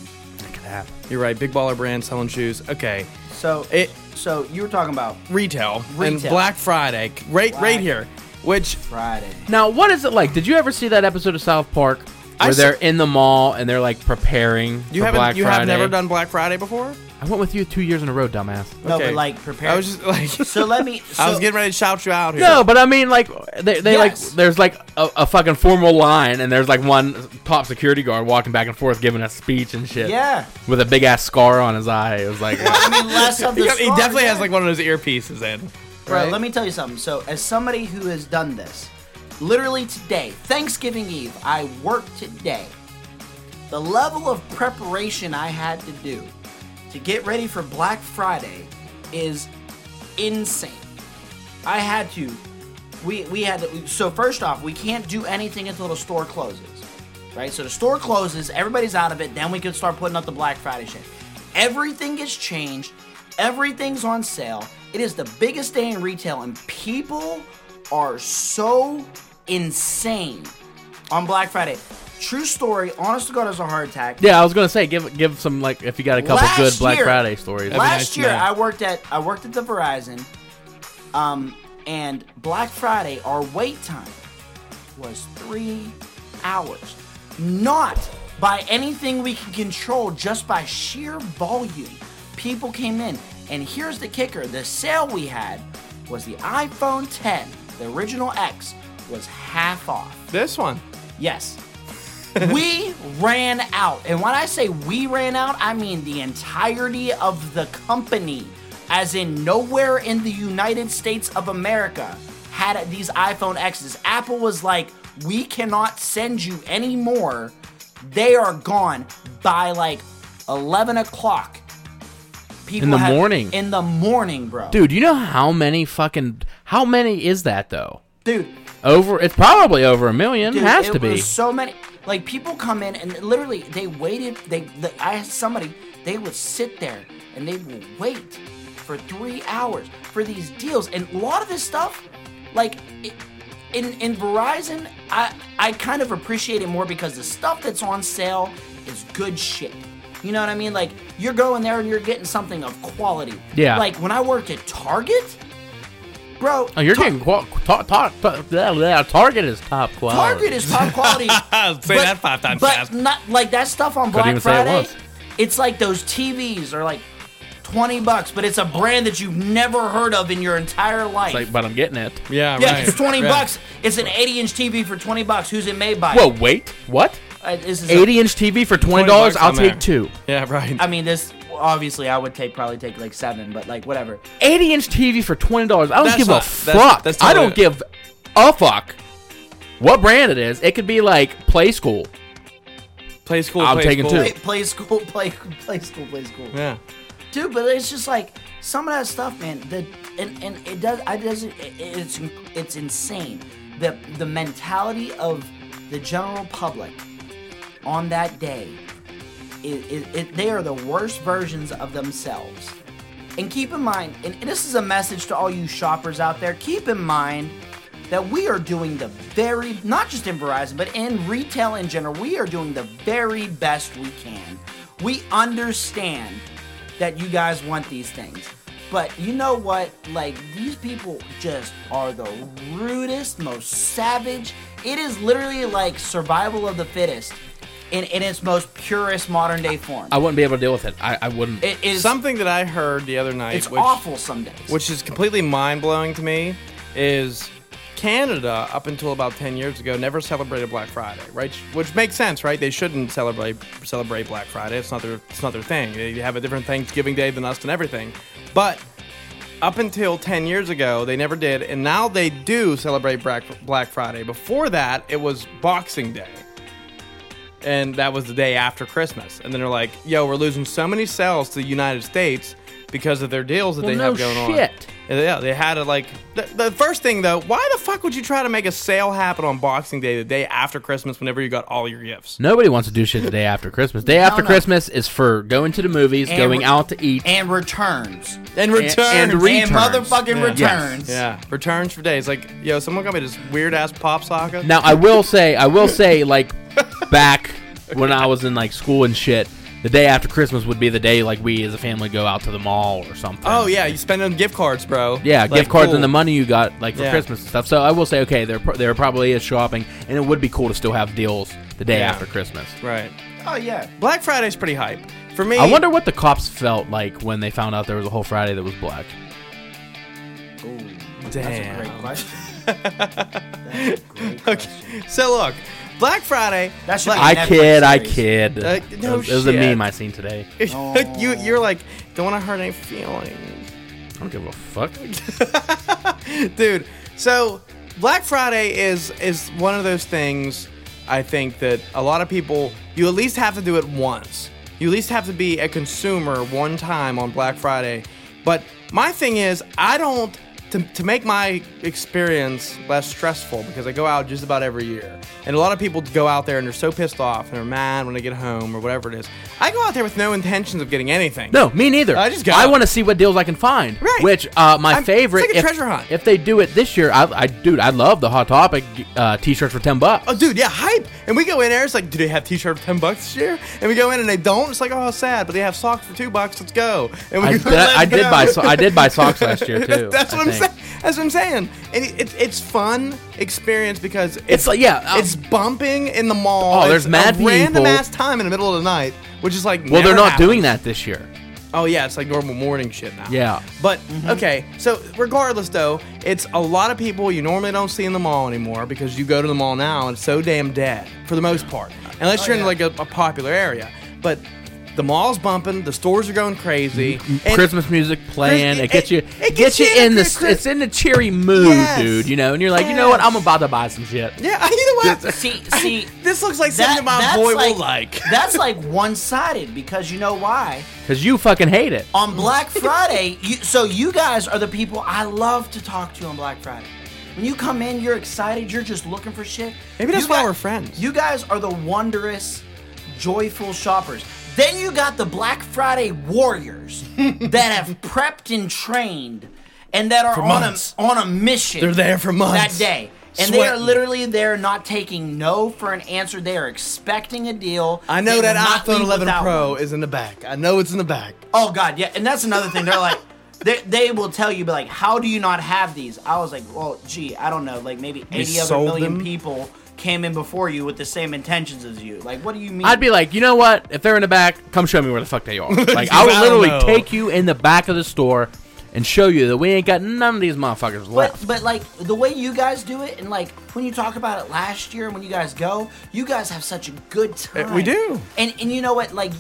Speaker 1: You're right. Big baller brand selling shoes. Okay,
Speaker 3: So
Speaker 1: It-
Speaker 3: so you were talking about
Speaker 1: retail, and
Speaker 3: Retail.
Speaker 1: Black Friday right right here, which
Speaker 3: Friday.
Speaker 2: Now, what is it like? Did you ever see that episode of South Park
Speaker 1: I
Speaker 2: where
Speaker 1: s-
Speaker 2: they're in the mall and they're like preparing
Speaker 1: you
Speaker 2: for
Speaker 1: haven't
Speaker 2: Black
Speaker 1: you
Speaker 2: Friday?
Speaker 1: have never done Black Friday before.
Speaker 2: I went with you two years in a row, dumbass.
Speaker 3: No,
Speaker 1: Okay.
Speaker 3: but like prepare.
Speaker 1: I was just like
Speaker 3: so let me. So,
Speaker 1: I was getting ready to shout you out here.
Speaker 2: No, but I mean, like, they, they
Speaker 3: Yes.
Speaker 2: like, there's like a, a fucking formal line, and there's like one top security guard walking back and forth giving a speech and shit.
Speaker 3: Yeah.
Speaker 2: With a big ass scar on his eye. It was like,
Speaker 3: I mean, less of the.
Speaker 1: he, got- he
Speaker 3: scar,
Speaker 1: definitely
Speaker 3: yeah.
Speaker 1: has like one of those earpieces in.
Speaker 3: Bro, let me tell you something. So, as somebody who has done this, literally today, Thanksgiving Eve, I worked today. The level of preparation I had to do to get ready for Black Friday is insane. I had to. We we had to, so first off, we can't do anything until the store closes, right? So the store closes, everybody's out of it. Then we can start putting up the Black Friday shit. Everything gets changed. Everything's on sale. It is the biggest day in retail, and people are so insane on Black Friday. True story. Honest to God, it was a heart attack.
Speaker 2: yeah, I was gonna say, give give some like, if you got a couple
Speaker 3: Last
Speaker 2: good Black
Speaker 3: year-
Speaker 2: Friday stories.
Speaker 3: Last
Speaker 1: nice
Speaker 3: year,
Speaker 1: man.
Speaker 3: I worked at I worked at the Verizon, um, and Black Friday, our wait time was three hours. Not by anything we can control, just by sheer volume. People came in, and here's the kicker: the sale we had was the iPhone 10, the original X, was half off.
Speaker 1: This one.
Speaker 3: Yes. we ran out. And when I say we ran out, I mean the entirety of the company, as in nowhere in the United States of America had these iPhone X's. Apple was like, we cannot send you any more. They are gone by like 11 o'clock. People
Speaker 2: the
Speaker 3: had-
Speaker 2: morning.
Speaker 3: In the morning, bro.
Speaker 2: Dude, you know how many fucking, how many is that though?
Speaker 3: Dude,
Speaker 2: Over, it's probably over a million.
Speaker 3: Dude,
Speaker 2: has
Speaker 3: it
Speaker 2: to be.
Speaker 3: Was so many, like people come in and literally they waited. They, the, I had somebody. They would sit there and they would wait for three hours for these deals. And a lot of this stuff, like it, in in Verizon, I I kind of appreciate it more because the stuff that's on sale is good shit. You know what I mean? Like you're going there and you're getting something of quality.
Speaker 2: Yeah.
Speaker 3: Like when I worked at Target, bro.
Speaker 2: Oh, you're
Speaker 3: Tar-
Speaker 2: getting qual- ta- ta- ta- blah, blah. Target is top quality.
Speaker 3: Target is top quality.
Speaker 1: Say that five times
Speaker 3: But
Speaker 1: fast.
Speaker 3: not like that stuff on Black
Speaker 2: even say it
Speaker 3: Friday.
Speaker 2: once.
Speaker 3: It's like those TVs are like twenty bucks, but it's a brand that you've never heard of in your entire life.
Speaker 2: Like, but I'm getting it.
Speaker 1: Yeah,
Speaker 3: yeah,
Speaker 1: right.
Speaker 3: it's twenty
Speaker 1: Right.
Speaker 3: bucks. It's an eighty-inch TV for twenty bucks. Who's it made by?
Speaker 2: Whoa, wait, what?
Speaker 3: Uh, this is a-
Speaker 2: Eighty-inch TV for twenty dollars?
Speaker 1: $20
Speaker 2: I'll
Speaker 1: on there.
Speaker 2: take two.
Speaker 1: Yeah, right.
Speaker 3: I mean, this obviously I would take probably take like seven, but like whatever.
Speaker 2: Eighty-inch TV for twenty dollars? I don't
Speaker 1: That's
Speaker 2: give
Speaker 1: not-
Speaker 2: a
Speaker 1: that's-
Speaker 2: fuck.
Speaker 1: that's
Speaker 2: I
Speaker 1: totally-
Speaker 2: don't give a fuck what brand it is. It could be like Play School.
Speaker 1: Play school.
Speaker 2: I'm
Speaker 1: play
Speaker 2: taking
Speaker 1: school.
Speaker 3: Play,
Speaker 2: two.
Speaker 3: play school, play play school, play school.
Speaker 1: Yeah.
Speaker 3: dude. But it's just like some of that stuff, man. The and and it does. I doesn't. It, it's it's insane. The the mentality of the general public on that day. It, it, it, they are the worst versions of themselves. And keep in mind, and this is a message to all you shoppers out there. Keep in mind that we are doing the very not just in Verizon, but in retail in general, we are doing the very best we can. We understand that you guys want these things. But you know what? Like these people just are the rudest, most savage. It is literally like survival of the fittest in, in its most purest modern day form.
Speaker 2: I wouldn't be able to deal with it. I, I wouldn't.
Speaker 3: it is
Speaker 1: Something that I heard the other night,
Speaker 3: it's
Speaker 1: which
Speaker 3: awful some days.
Speaker 1: which is completely mind blowing to me, is Canada up until about ten years ago never celebrated Black Friday, right? Which makes sense, right? They shouldn't celebrate celebrate Black Friday. It's not their it's not their thing. They have a different Thanksgiving day than us and everything, but up until 10 years ago, they never did, and now they do celebrate Black, Black Friday. Before that, it was Boxing Day. And that was the day after Christmas. And then they're like, yo, we're losing so many sales to the United States because of their deals that
Speaker 2: Well,
Speaker 1: they
Speaker 2: no
Speaker 1: have going on.
Speaker 2: shit.
Speaker 1: And Yeah, they had it like. The, the first thing, though, why the fuck would you try to make a sale happen on Boxing Day, the day after Christmas, whenever you got all your gifts?
Speaker 2: Nobody wants to do shit the day after Christmas. Day after
Speaker 3: no.
Speaker 2: Christmas is for going to the movies,
Speaker 3: And
Speaker 2: going
Speaker 3: re-
Speaker 2: out to eat,
Speaker 3: and returns.
Speaker 1: And returns.
Speaker 2: and returns.
Speaker 3: And motherfucking
Speaker 2: Yes.
Speaker 3: returns.
Speaker 1: Yeah, returns for days. Like, yo, someone got me this weird ass pop socket.
Speaker 2: Now I will say, I will say, like back when I was in like school and shit, the day after Christmas would be the day like we as a family go out to the mall or something.
Speaker 1: Oh yeah, you spend on gift cards, bro.
Speaker 2: Yeah,
Speaker 1: Like,
Speaker 2: gift cards
Speaker 1: cool.
Speaker 2: and the money you got like for
Speaker 1: Yeah.
Speaker 2: Christmas and stuff. So I will say, okay, there pro- there probably is shopping, and it would be cool to still have deals the day
Speaker 1: Yeah.
Speaker 2: after Christmas.
Speaker 1: Right.
Speaker 3: Oh yeah.
Speaker 1: Black Friday's pretty hype. For me,
Speaker 2: I wonder what the cops felt like when they found out there was a whole Friday that was black.
Speaker 1: Damn.
Speaker 3: Great question. That's a great question.
Speaker 1: So look, Black Friday.
Speaker 3: That should
Speaker 1: Black-
Speaker 3: be-
Speaker 2: I
Speaker 3: Netflix
Speaker 2: kid, I
Speaker 3: series.
Speaker 2: kid.
Speaker 1: Uh,
Speaker 2: it
Speaker 1: no
Speaker 2: was, it was a
Speaker 1: shit.
Speaker 2: meme I seen today.
Speaker 1: you you're like, don't want to hurt any feelings,
Speaker 2: I don't give a fuck.
Speaker 1: dude. So Black Friday is is one of those things. I think that a lot of people, you at least have to do it once. You at least have to be a consumer one time on Black Friday. But my thing is, I don't to, to make my experience less stressful because I go out just about every year. And a lot of people go out there and they're so pissed off and they're mad when they get home or whatever it is. I go out there with no intentions of getting anything.
Speaker 2: No, me neither.
Speaker 1: I just go.
Speaker 2: I want to see what deals I can find.
Speaker 1: Right.
Speaker 2: Which uh, my
Speaker 1: I'm- it's
Speaker 2: favorite.
Speaker 1: like a
Speaker 2: if,
Speaker 1: treasure hunt.
Speaker 2: If they do it this year, I, I dude, I love the Hot Topic uh, t-shirts for ten bucks.
Speaker 1: Oh, dude, yeah, hype. And we go in there, it's like, do they have t-shirt for 10 bucks this year? And we go in and they don't. It's like, oh, sad, but they have socks for 2 bucks. Let's go. And we
Speaker 2: I,
Speaker 1: go,
Speaker 2: did, I,
Speaker 1: let's
Speaker 2: did
Speaker 1: go.
Speaker 2: buy so- I did buy socks last year too.
Speaker 1: That's
Speaker 2: I
Speaker 1: what I'm
Speaker 2: think.
Speaker 1: saying. That's what I'm saying. And it, it's it's fun experience because it's,
Speaker 2: like, yeah, um,
Speaker 1: it's bumping in the mall.
Speaker 2: Oh, there's
Speaker 1: It's
Speaker 2: mad
Speaker 1: a random
Speaker 2: people.
Speaker 1: ass time in the middle of the night, which is like
Speaker 2: Well, they're
Speaker 1: never
Speaker 2: not
Speaker 1: happens.
Speaker 2: doing that this year.
Speaker 1: Oh yeah, it's like normal morning shit now.
Speaker 2: Yeah.
Speaker 1: But
Speaker 3: Mm-hmm.
Speaker 1: okay, so regardless though, it's a lot of people you normally don't see in the mall anymore because you go to the mall now and it's so damn dead for the most part, unless
Speaker 3: Oh,
Speaker 1: you're in like a, a popular area. But the mall's bumping, the stores are going crazy. and-
Speaker 2: Christmas music playing, it, gets you,
Speaker 1: it-
Speaker 2: it,
Speaker 1: it
Speaker 2: gets, you in the, s-
Speaker 1: Chris-
Speaker 2: it's in the cheery mood,
Speaker 1: Yes.
Speaker 2: dude. You know, and you're like, you know what?
Speaker 1: Yes.
Speaker 2: I'm about to buy some shit.
Speaker 1: Yeah, you know what?
Speaker 3: See, see,
Speaker 1: this looks like
Speaker 3: that,
Speaker 1: something my
Speaker 3: that's
Speaker 1: boy
Speaker 3: like,
Speaker 1: will like.
Speaker 3: that's like one-sided because you know why?
Speaker 2: Cause you fucking hate it.
Speaker 3: On Black Friday, you, so you guys are the people I love to talk to on Black Friday. When you come in, you're excited. You're just looking for shit.
Speaker 1: Maybe that's
Speaker 3: You
Speaker 1: why
Speaker 3: got-
Speaker 1: we're friends.
Speaker 3: You guys are the wondrous, joyful shoppers. Then you got the Black Friday warriors that have prepped and trained, and that are on a,
Speaker 1: months.
Speaker 3: on a mission.
Speaker 1: They're there for months.
Speaker 3: That day. And they are
Speaker 1: Sweating.
Speaker 3: literally there not taking no for an answer. They are expecting a deal.
Speaker 1: I know
Speaker 3: They
Speaker 1: that
Speaker 3: will not
Speaker 1: iPhone
Speaker 3: leave
Speaker 1: 11
Speaker 3: without
Speaker 1: Pro
Speaker 3: one.
Speaker 1: is in the back. I know it's in the back.
Speaker 3: Oh God, yeah, and that's another thing. They're like, they, they will tell you, but like, how do you not have these? I was like, well, gee, I don't know. Like maybe eighty other
Speaker 1: sold
Speaker 3: million
Speaker 1: them?
Speaker 3: people came in before you with the same intentions as you. Like, what do you mean?
Speaker 2: I'd be like, you know what? If they're in the back, come show me where the fuck they are. Like, I would
Speaker 1: I don't
Speaker 2: literally
Speaker 1: know.
Speaker 2: take you in the back of the store and show you that we ain't got none of these motherfuckers
Speaker 3: But,
Speaker 2: left.
Speaker 3: but like the way you guys do it, and like when you talk about it last year, when you guys go, you guys have such a good time.
Speaker 1: Eh, we do.
Speaker 3: And and you know what? Like,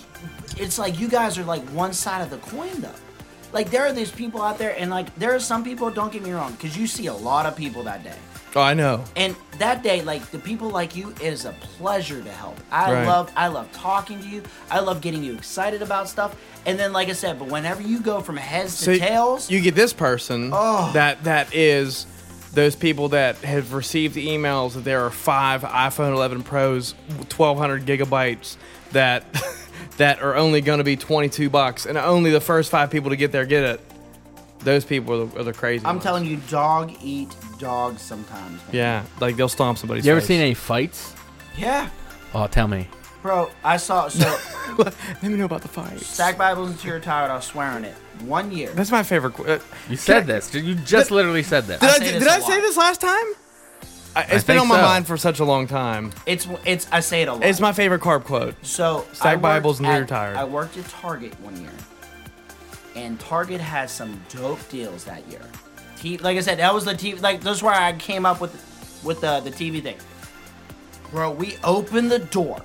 Speaker 3: it's like you guys are like one side of the coin though. Like there are these people out there, and like there are some people. Don't get me wrong, because you see a lot of people that day.
Speaker 1: Oh, I know.
Speaker 3: And that day, like the people like you, it is a pleasure to help. I
Speaker 1: Right.
Speaker 3: love, I love talking to you. I love getting you excited about stuff. And then, like I said, but whenever you go from heads to tails, Oh.
Speaker 1: You get this person that that is those people that have received the emails that there are five iPhone 11 Pros, 1200 gigabytes that that are only going to be 22 bucks, and only the first five people to get there get it. Those people are the, are the crazy.
Speaker 3: I'm
Speaker 1: ones.
Speaker 3: telling you, dog eat dog sometimes. Man.
Speaker 1: Yeah, like they'll stomp somebody's.
Speaker 2: You ever
Speaker 1: face.
Speaker 2: seen any fights?
Speaker 3: Yeah,
Speaker 2: Oh, tell me.
Speaker 3: bro. I saw so
Speaker 1: Let me know about the fight.
Speaker 3: Stack Bibles until you're tired. I was swearing it. One year.
Speaker 1: That's my favorite. qu- uh,
Speaker 2: You said this. You just literally said this.
Speaker 1: Did I,
Speaker 3: say
Speaker 1: did
Speaker 3: this a
Speaker 1: I say
Speaker 3: lot.
Speaker 1: this last time? I, it's been
Speaker 2: think
Speaker 1: on my
Speaker 2: so.
Speaker 1: mind for such a long time.
Speaker 3: It's it's. I say it a lot.
Speaker 1: It's my favorite carb quote.
Speaker 3: So
Speaker 1: Stack
Speaker 3: I worked
Speaker 1: Bibles and you're
Speaker 3: at-
Speaker 1: tired.
Speaker 3: I worked at Target one year, and Target has some dope deals that year. T- like I said, that was the TV. Like that's where I came up with with the, the TV thing. Bro, we opened the door,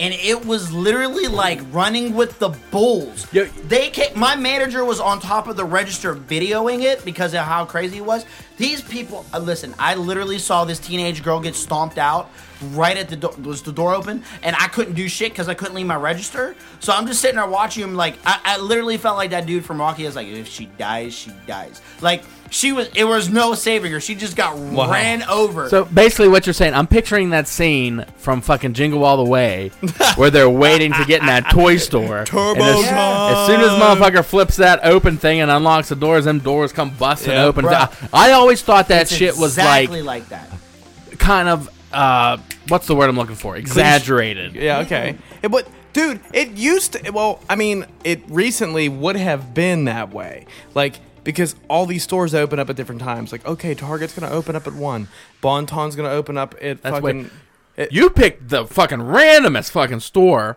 Speaker 3: and it was literally like running with the bulls.
Speaker 2: Yo-
Speaker 3: They came, my manager was on top of the register videoing it because of how crazy it was. These people, uh, listen, I literally saw this teenage girl get stomped out right at the door. Was the door open? And I couldn't do shit because I couldn't leave my register. So I'm just sitting there watching him. Like I, I literally felt like that dude from Rocky. I was like, if she dies, she dies. Like she was. It was no saving her. She just got ran over.
Speaker 2: So basically, what you're saying, I'm picturing that scene from fucking Jingle All the Way, where they're waiting to get in that toy store. Turbo as, as soon as motherfucker flips that open thing and unlocks the doors, them doors come busting open.
Speaker 3: Bruh.
Speaker 2: I always thought that
Speaker 3: It's
Speaker 2: shit was
Speaker 3: exactly
Speaker 2: like
Speaker 3: like, that.
Speaker 2: kind of uh, what's the word I'm looking for? Exaggerated.
Speaker 1: Yeah, okay. It- but dude, it used to well, I mean, it recently would have been that way. Like because all these stores open up at different times. Like, okay, Target's gonna open up at one. Bonton's gonna open up at
Speaker 2: That's
Speaker 1: fucking
Speaker 2: way- You picked the fucking randomest fucking store.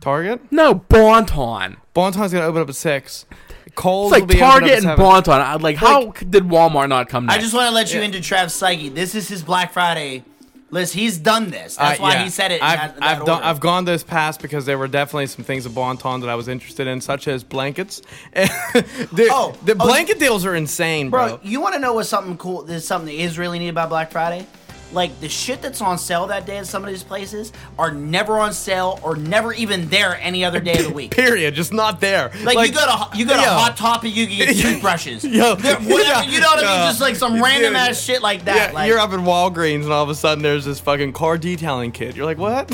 Speaker 1: Target.
Speaker 2: No, Bonton.
Speaker 1: Bonton's gonna open up at six.
Speaker 2: It's
Speaker 1: Cole's
Speaker 2: like
Speaker 1: will be open up at
Speaker 2: Target and
Speaker 1: seven.
Speaker 2: Bonton. I, like, how c- did Walmart not come next?
Speaker 3: I just want to let you into Trav's psyche. This is his Black Friday list. He's done this. That's
Speaker 1: Uh,
Speaker 3: why
Speaker 1: yeah.
Speaker 3: he said it. in
Speaker 1: I've,
Speaker 3: that, that
Speaker 1: I've, done,
Speaker 3: order.
Speaker 1: I've gone those past because there were definitely some things at Bonton that I was interested in, such as blankets. Dude,
Speaker 3: Oh,
Speaker 1: the
Speaker 3: oh,
Speaker 1: blanket deals are insane,
Speaker 3: bro,
Speaker 1: bro.
Speaker 3: you want to know what's something cool? There's something that is really neat about Black Friday. Like the shit that's on sale that day at some of these places are never on sale or never even there any other day of the week.
Speaker 1: Period. Just not there.
Speaker 3: Like, you got a you got
Speaker 1: Yeah.
Speaker 3: a hot topic, you can get toothbrushes.
Speaker 1: Yo.
Speaker 3: There- whatever, you know what I mean?
Speaker 1: Yeah.
Speaker 3: Just like some random ass shit like that.
Speaker 1: Yeah,
Speaker 3: like,
Speaker 1: you're up in Walgreens and all of a sudden there's this fucking car detailing kit. You're like, what?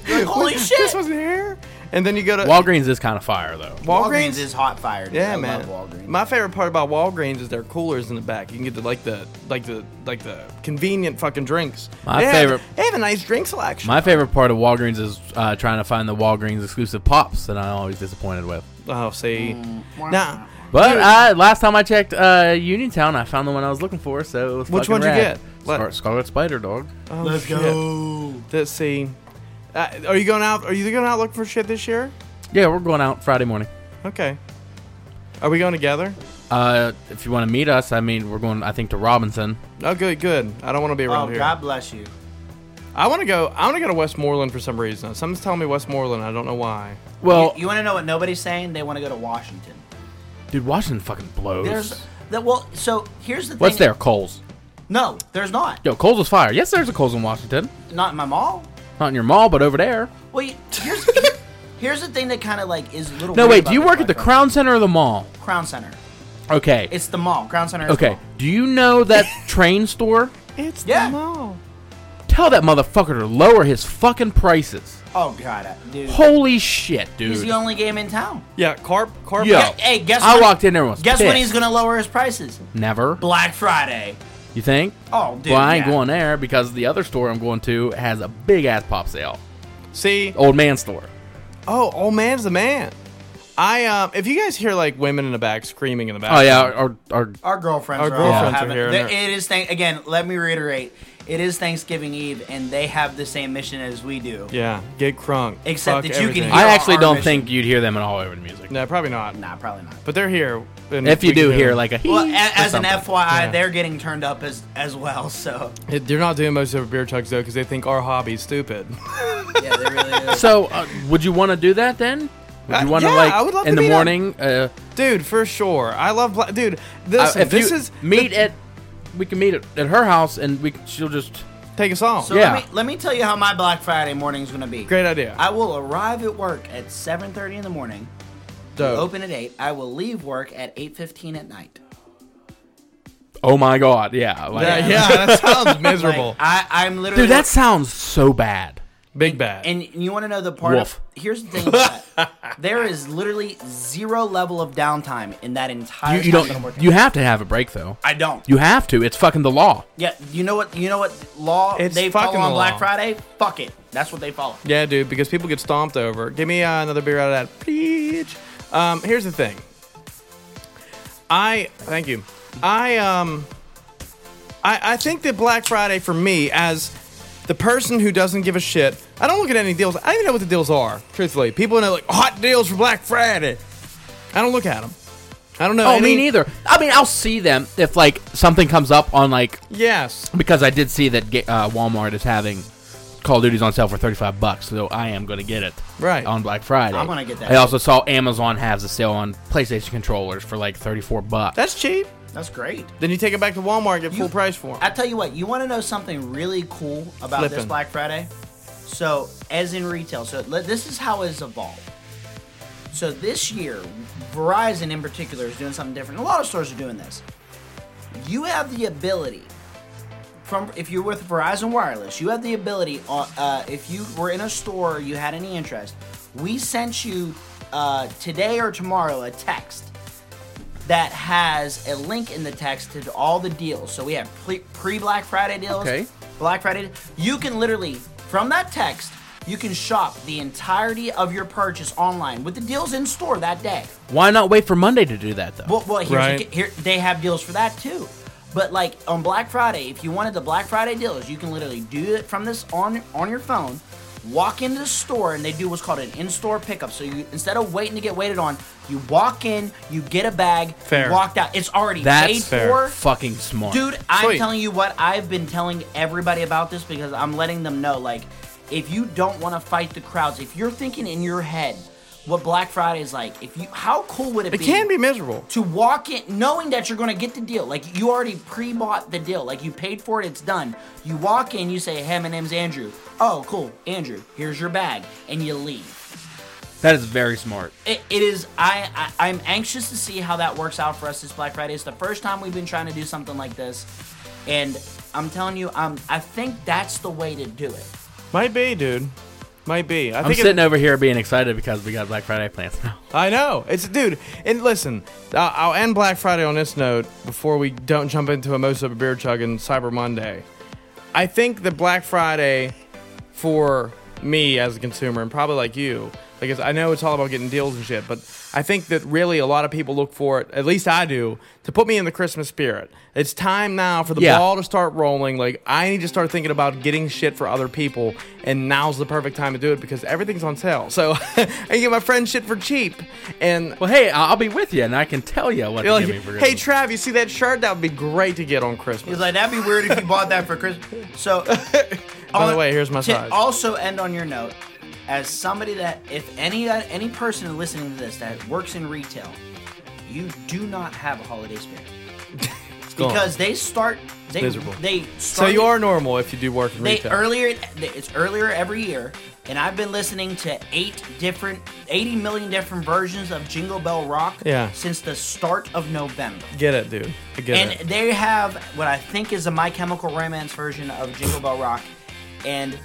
Speaker 3: holy shit.
Speaker 1: This wasn't here. And then you go to
Speaker 2: Walgreens is kind of fire though.
Speaker 3: Walgreens, is hot fired.
Speaker 1: Yeah,
Speaker 3: I
Speaker 1: man.
Speaker 3: Love Walgreens.
Speaker 1: My favorite part about Walgreens is their coolers in the back. You can get the like the like the like the convenient fucking drinks.
Speaker 2: My
Speaker 1: They have-
Speaker 2: favorite-
Speaker 1: they have a nice drink selection.
Speaker 2: My favorite part of Walgreens is uh, trying to find the Walgreens exclusive pops that I'm always disappointed with.
Speaker 1: oh, see,
Speaker 3: Mm,
Speaker 1: nah.
Speaker 2: But I, last time I checked uh, Uniontown, I found the one I was looking for. So it was
Speaker 1: Which
Speaker 2: fucking
Speaker 1: one'd you get?
Speaker 2: rad.
Speaker 1: What?
Speaker 2: Scar- Scarlet Spider Dog.
Speaker 1: Oh, Let's go. Let's see. Uh, are you going out? Are you going out looking for shit this year?
Speaker 2: Yeah, we're going out Friday morning.
Speaker 1: Okay. Are we going together?
Speaker 2: Uh, if you want to meet us, I mean, we're going. I think to Robinson.
Speaker 1: Oh, good, good. I don't want to be around
Speaker 3: oh,
Speaker 1: here.
Speaker 3: God bless you.
Speaker 1: I want to go. I want to go to Westmoreland for some reason. Someone's telling me Westmoreland. I don't know why.
Speaker 2: Well,
Speaker 3: You want to know what nobody's saying? They want to go to Washington.
Speaker 2: dude, Washington fucking blows.
Speaker 3: There's that. Well, so here's the thing.
Speaker 2: What's there? Coles.
Speaker 3: No, there's not.
Speaker 2: Yo, Coles was fire. Yes, there's a Coles in Washington.
Speaker 3: Not in my mall.
Speaker 2: Not in your mall, but over there.
Speaker 3: Well, you, here's here's the thing that kind of like is a little.
Speaker 2: No,
Speaker 3: weird
Speaker 2: wait.
Speaker 3: about
Speaker 2: Do you
Speaker 3: this
Speaker 2: work at the
Speaker 3: podcast.
Speaker 2: Crown Center or the mall?
Speaker 3: Crown Center?
Speaker 2: Okay.
Speaker 3: It's the mall. Crown Center. Is The
Speaker 2: okay.
Speaker 3: mall.
Speaker 2: Do you know that train store?
Speaker 1: It's
Speaker 3: Yeah.
Speaker 1: the mall.
Speaker 2: Tell that motherfucker to lower his fucking prices.
Speaker 3: Oh God, I- dude.
Speaker 2: Holy shit, dude.
Speaker 3: He's the only game in town.
Speaker 1: Yeah, carp, carp.
Speaker 2: Yo,
Speaker 3: Yeah, hey, guess
Speaker 2: I
Speaker 3: when-
Speaker 2: walked in there and was
Speaker 3: Guess when
Speaker 2: pissed.
Speaker 3: he's gonna lower his prices?
Speaker 2: Never.
Speaker 3: Black Friday.
Speaker 2: You think?
Speaker 3: Oh, dude.
Speaker 2: well, I ain't
Speaker 3: yeah.
Speaker 2: going there because the other store I'm going to has a big ass pop sale.
Speaker 1: See,
Speaker 2: Old man store.
Speaker 1: Oh, old man's the man. I um, if you guys hear like women in the back screaming in the back.
Speaker 2: Oh yeah, our, our,
Speaker 3: Our girlfriends
Speaker 1: Our
Speaker 3: are also
Speaker 1: girlfriends are
Speaker 3: having-
Speaker 1: here,
Speaker 3: there-
Speaker 1: and
Speaker 3: It
Speaker 1: they're-
Speaker 3: is thank again. Let me reiterate. It is Thanksgiving Eve, and they have the same mission as we do.
Speaker 1: yeah, get crunk.
Speaker 3: Except
Speaker 1: Fuck
Speaker 3: that you can
Speaker 1: everything.
Speaker 3: hear-
Speaker 2: I actually
Speaker 3: our
Speaker 2: don't
Speaker 3: mission.
Speaker 2: think you'd hear them at all over the music.
Speaker 1: No, probably not.
Speaker 3: Nah, probably not.
Speaker 1: But they're here. and
Speaker 2: If you
Speaker 1: we can
Speaker 2: do
Speaker 1: hear
Speaker 2: hear
Speaker 1: them.
Speaker 2: like a
Speaker 3: Well, eh,
Speaker 2: hee
Speaker 3: a-
Speaker 2: or
Speaker 3: as an
Speaker 2: something.
Speaker 3: FYI,
Speaker 1: Yeah.
Speaker 3: they're getting turned up as as well. So
Speaker 1: It- they're not doing most of beer chugs though because they think our hobby's stupid.
Speaker 3: yeah, they really is.
Speaker 2: So, uh, would you want to do that then? Would
Speaker 1: Uh,
Speaker 2: you want to
Speaker 1: yeah, I would
Speaker 2: like
Speaker 1: love
Speaker 2: in
Speaker 1: to
Speaker 2: the
Speaker 1: meet up.
Speaker 2: morning? Uh,
Speaker 1: dude, for sure. I love bla- dude.
Speaker 2: uh,
Speaker 1: This
Speaker 2: if
Speaker 1: this
Speaker 2: you
Speaker 1: is
Speaker 2: meet
Speaker 1: th-
Speaker 2: at, we can meet at, at her house and we can- she'll just
Speaker 1: Take us all.
Speaker 3: So
Speaker 2: Yeah.
Speaker 3: let me let me tell you how my Black Friday morning is going to be.
Speaker 1: Great idea.
Speaker 3: I will arrive at work at 7:30 in the morning.
Speaker 1: Dope.
Speaker 3: Open at 8. I will leave work at 8:15 at night.
Speaker 2: oh my god, yeah, like,
Speaker 1: yeah, yeah, that sounds
Speaker 3: Like,
Speaker 1: miserable.
Speaker 3: I I'm literally
Speaker 2: dude, that sounds so bad.
Speaker 1: Big bad.
Speaker 3: and you want to know the part
Speaker 2: Woof.
Speaker 3: of Here's the thing about that. There is literally zero level of downtime in that entire
Speaker 2: You,
Speaker 3: time
Speaker 2: you
Speaker 3: that I'm
Speaker 2: don't.
Speaker 3: working.
Speaker 2: You have to have a break though.
Speaker 3: I don't.
Speaker 2: You have to. It's fucking the law.
Speaker 3: yeah, you know what you know what law
Speaker 1: It's
Speaker 3: they follow
Speaker 1: fucking
Speaker 3: on
Speaker 1: the
Speaker 3: Black
Speaker 1: law.
Speaker 3: Friday? Fuck it. That's what they follow.
Speaker 1: Yeah, dude, because people get stomped over. Give me uh, another beer out of that, please. Um, here's the thing. I thank you. I um, I I think that Black Friday for me as the person who doesn't give a shit. I don't look at any deals. I don't even know what the deals are. Truthfully, people know like hot deals for Black Friday. I don't look at them. I don't know.
Speaker 2: Oh,
Speaker 1: any-
Speaker 2: me neither. I mean, I'll see them if like something comes up on like
Speaker 1: Yes.
Speaker 2: because I did see that ga- uh, Walmart is having Call of Duty's on sale for thirty five bucks, so I am gonna get it
Speaker 1: Right.
Speaker 2: on Black Friday.
Speaker 3: I'm gonna get that
Speaker 2: I also saw Amazon has a sale on PlayStation controllers for like thirty four bucks.
Speaker 1: That's cheap.
Speaker 3: That's great.
Speaker 1: Then you take it back to Walmart, get full price for
Speaker 3: I
Speaker 1: them.
Speaker 3: tell you what, you want to know something really cool about this
Speaker 1: Flippin'.
Speaker 3: Black Friday? So, as in retail, so le- this is how it's evolved. So this year, Verizon in particular is doing something different. A lot of stores are doing this. You have the ability from if you're with Verizon Wireless, you have the ability. On, uh, if you were in a store, you had any interest, we sent you uh, today or tomorrow a text that has a link in the text to all the deals. So we have pre Black Friday deals,
Speaker 2: Okay.
Speaker 3: Black Friday. You can literally from that text, you can shop the entirety of your purchase online with the deals in store that day.
Speaker 2: Why not wait for Monday to do that though?
Speaker 3: Well, well here's the
Speaker 1: Right.
Speaker 3: ki- here they have deals for that too. But like on Black Friday, if you wanted the Black Friday deals, you can literally do it from this on on your phone. Walk into the store and they do what's called an in-store pickup. So you instead of waiting to get waited on, you walk in, you get a bag,
Speaker 1: Fair.
Speaker 3: you walked out. It's already
Speaker 2: That's
Speaker 3: paid
Speaker 1: fair.
Speaker 3: for.
Speaker 2: fucking smart,
Speaker 3: Dude, I'm
Speaker 1: Sweet.
Speaker 3: telling you what, I've been telling everybody about this because I'm letting them know, like, if you don't want to fight the crowds, if you're thinking in your head what Black Friday is like, if you how cool would it,
Speaker 1: It
Speaker 3: be?
Speaker 1: can be miserable.
Speaker 3: to walk in knowing that you're going to get the deal. Like you already pre-bought the deal. Like you paid for it. It's done. You walk in. You say, "Hey, my name's Andrew." Oh, cool, Andrew. Here's your bag, and you leave.
Speaker 2: That is very smart.
Speaker 3: It, it is. I, I I'm anxious to see how that works out for us this Black Friday. It's the first time we've been trying to do something like this, and I'm telling you, um, I think that's the way to do it.
Speaker 1: Might be, dude. Might be. I
Speaker 2: I'm
Speaker 1: think it-
Speaker 2: sitting over here being excited because we got Black Friday plans now.
Speaker 1: I know. It's dude. And listen, I- I'll end Black Friday on this note before we don't jump into a most of a beer chug and Cyber Monday. I think that Black Friday for me as a consumer and probably like you, because I know it's all about getting deals and shit, but I think that really a lot of people look for it, at least I do, to put me in the Christmas spirit. It's time now for the
Speaker 2: Yeah.
Speaker 1: ball to start rolling. Like I need to start thinking about getting shit for other people, and now's the perfect time to do it because everything's on sale. So I can get my friend shit for cheap. And
Speaker 2: Well, hey, I- I'll be with you, and I can tell you what to
Speaker 1: you're like,
Speaker 2: give me for
Speaker 1: hey
Speaker 2: Christmas."
Speaker 1: Trav, you see that shirt? That would be great to get on Christmas.
Speaker 3: He's like, that'd be weird if you bought that for Christmas. So,
Speaker 1: By
Speaker 3: "Oh,
Speaker 1: the way, here's my
Speaker 3: to
Speaker 1: size.
Speaker 3: also end on your note, as somebody that, if any uh, any person listening to this that works in retail, you do not have a holiday spirit
Speaker 1: gone.
Speaker 3: because they start they
Speaker 1: Miserable.
Speaker 3: they
Speaker 1: so
Speaker 3: start,
Speaker 1: you are normal if you do work in
Speaker 3: they
Speaker 1: retail.
Speaker 3: earlier it's earlier every year, and I've been listening to eight different eighty million different versions of Jingle Bell Rock
Speaker 1: Yeah.
Speaker 3: since the start of November.
Speaker 1: get it, dude. I get it.
Speaker 3: And they have what I think is a My Chemical Romance version of Jingle Bell Rock. And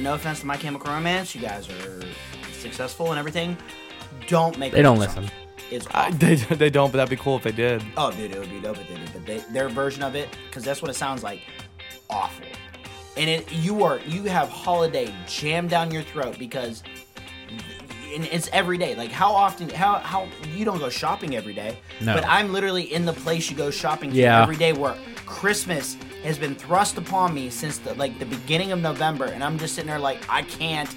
Speaker 3: no offense to My Chemical Romance, you guys are successful and everything. Don't make
Speaker 2: They don't
Speaker 3: that song.
Speaker 2: listen.
Speaker 3: It's
Speaker 1: I, they, they don't, but that'd be cool if they did.
Speaker 3: oh dude, it would be dope if they did, but they, their version of it because that's what it sounds like. Awful. And it you are you have holiday jammed down your throat because and it's every day. Like how often how how you don't go shopping every day.
Speaker 2: No.
Speaker 3: But I'm literally in the place you go shopping to
Speaker 2: Yeah.
Speaker 3: every day where Christmas has been thrust upon me since the like the beginning of November and I'm just sitting there like I can't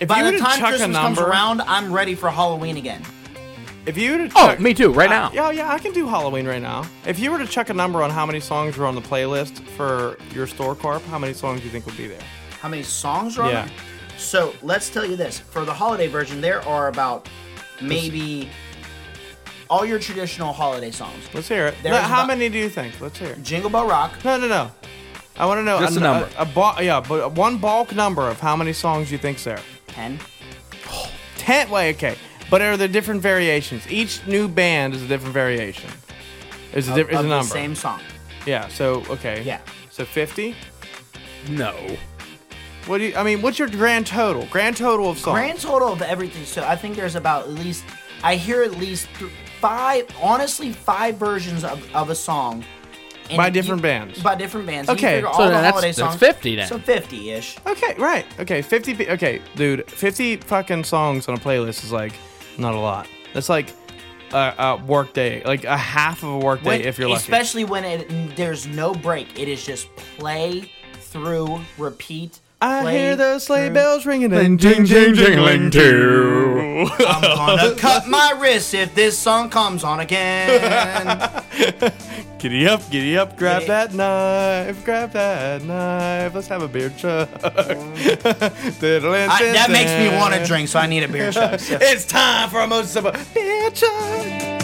Speaker 1: If
Speaker 3: by
Speaker 1: you
Speaker 3: the
Speaker 1: would've
Speaker 3: time
Speaker 1: chucked a
Speaker 3: Christmas comes
Speaker 1: number-
Speaker 3: around, I'm ready for Halloween again.
Speaker 1: If you were to
Speaker 2: Oh,
Speaker 1: chuck-
Speaker 2: me too, right now.
Speaker 1: I, yeah, yeah, I can do Halloween right now. If you were to chuck a number on how many songs were on the playlist for your store corp, how many songs do you think would be there?
Speaker 3: how many songs are on
Speaker 1: Yeah.
Speaker 3: it. So let's tell you this: for the holiday version, there are about maybe all your traditional holiday songs.
Speaker 1: Let's hear it.
Speaker 3: There's
Speaker 1: Now, how
Speaker 3: about-
Speaker 1: many do you think? Let's hear it.
Speaker 3: Jingle Bell Rock.
Speaker 1: No, no, no. I want to know
Speaker 2: Just a number.
Speaker 1: A, ba- yeah, but one bulk number of how many songs you think's there.
Speaker 3: Ten.
Speaker 1: Ten. Wait, okay. But are there different variations? Each new band is a different variation. Is a, diff- is
Speaker 3: of the
Speaker 1: a number.
Speaker 3: same song.
Speaker 1: Yeah. So okay.
Speaker 3: Yeah.
Speaker 1: So fifty.
Speaker 2: No.
Speaker 1: What do you? I mean, what's your grand total? Grand total of songs.
Speaker 3: Grand total of everything. So I think there's about at least I hear at least th- five, honestly five versions of, of a song. And
Speaker 1: By
Speaker 3: you-
Speaker 1: different bands.
Speaker 3: By different bands. And you
Speaker 1: Okay,
Speaker 3: figure
Speaker 1: so
Speaker 3: all the
Speaker 2: then that's-
Speaker 3: holiday
Speaker 2: that's
Speaker 3: songs.
Speaker 2: 50 then.
Speaker 3: So fifty ish.
Speaker 1: Okay, right. Okay, 50. pe- Okay, dude, 50 fucking songs on a playlist is like not a lot. That's like a, a work day, like a half of a work day
Speaker 3: When-
Speaker 1: if you're lucky.
Speaker 3: Especially when it, there's no break. It is just play through, repeat.
Speaker 1: I
Speaker 3: play
Speaker 1: hear those sleigh
Speaker 3: through.
Speaker 1: bells ringing and ding, ding, jingling too.
Speaker 3: I'm gonna cut my wrist if this song comes on again.
Speaker 1: Giddy up, giddy up, grab
Speaker 3: Giddy-
Speaker 1: that knife, grab that knife. Let's have a beer chug.
Speaker 3: I,
Speaker 1: that
Speaker 3: that makes me want to drink, so I need a beer chug. So-
Speaker 1: It's time for a Moses of a beer chug.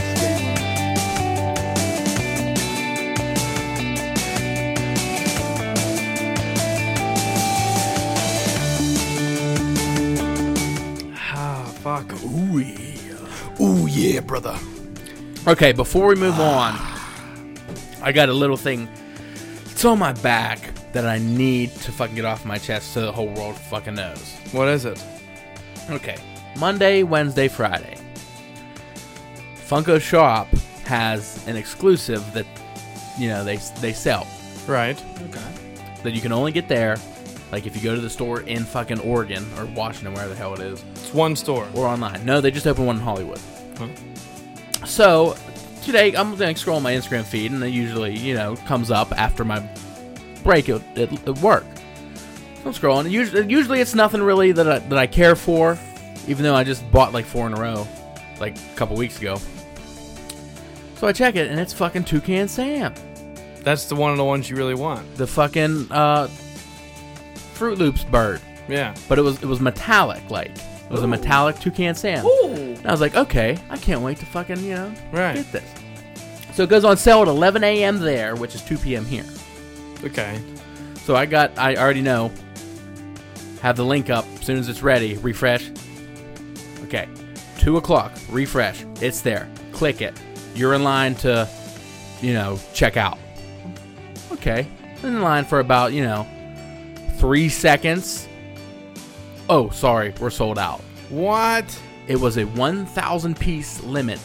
Speaker 1: Ah, fuck. Ooh, yeah. Ooh, yeah, brother.
Speaker 2: Okay, before we move on, I got a little thing. It's on my back that I need to fucking get off my chest so the whole world fucking knows.
Speaker 1: What is it?
Speaker 2: Okay. Monday, Wednesday, Friday. Funko Shop has an exclusive that you know they they sell
Speaker 1: Right.
Speaker 2: that you can only get there. Like if you go to the store in fucking Oregon or Washington, wherever the hell it is,
Speaker 1: It's one store.
Speaker 2: or online. No, they just opened one in Hollywood. So today I'm gonna scroll my Instagram feed, and it usually you know comes up after my break at, at, at work. So I'm scrolling. Usually, usually it's nothing really that I, that I care for, even though I just bought like four in a row, like a couple weeks ago. So I check it, and it's fucking Toucan Sam,
Speaker 1: That's the one of the ones you really want.
Speaker 2: the fucking uh, Fruit Loops bird.
Speaker 1: Yeah.
Speaker 2: but it was it was metallic like it was a metallic toucan sam and i was like okay i can't wait to fucking you know
Speaker 1: Right.
Speaker 2: get this so it goes on sale at 11 a.m there which is 2 p.m here
Speaker 1: Okay.
Speaker 2: so i got i already know have the link up as soon as it's ready refresh okay 2 o'clock refresh it's there click it you're in line to you know check out okay in line for about you know three seconds oh sorry we're sold out
Speaker 1: What?
Speaker 2: it was a 1,000 piece limit.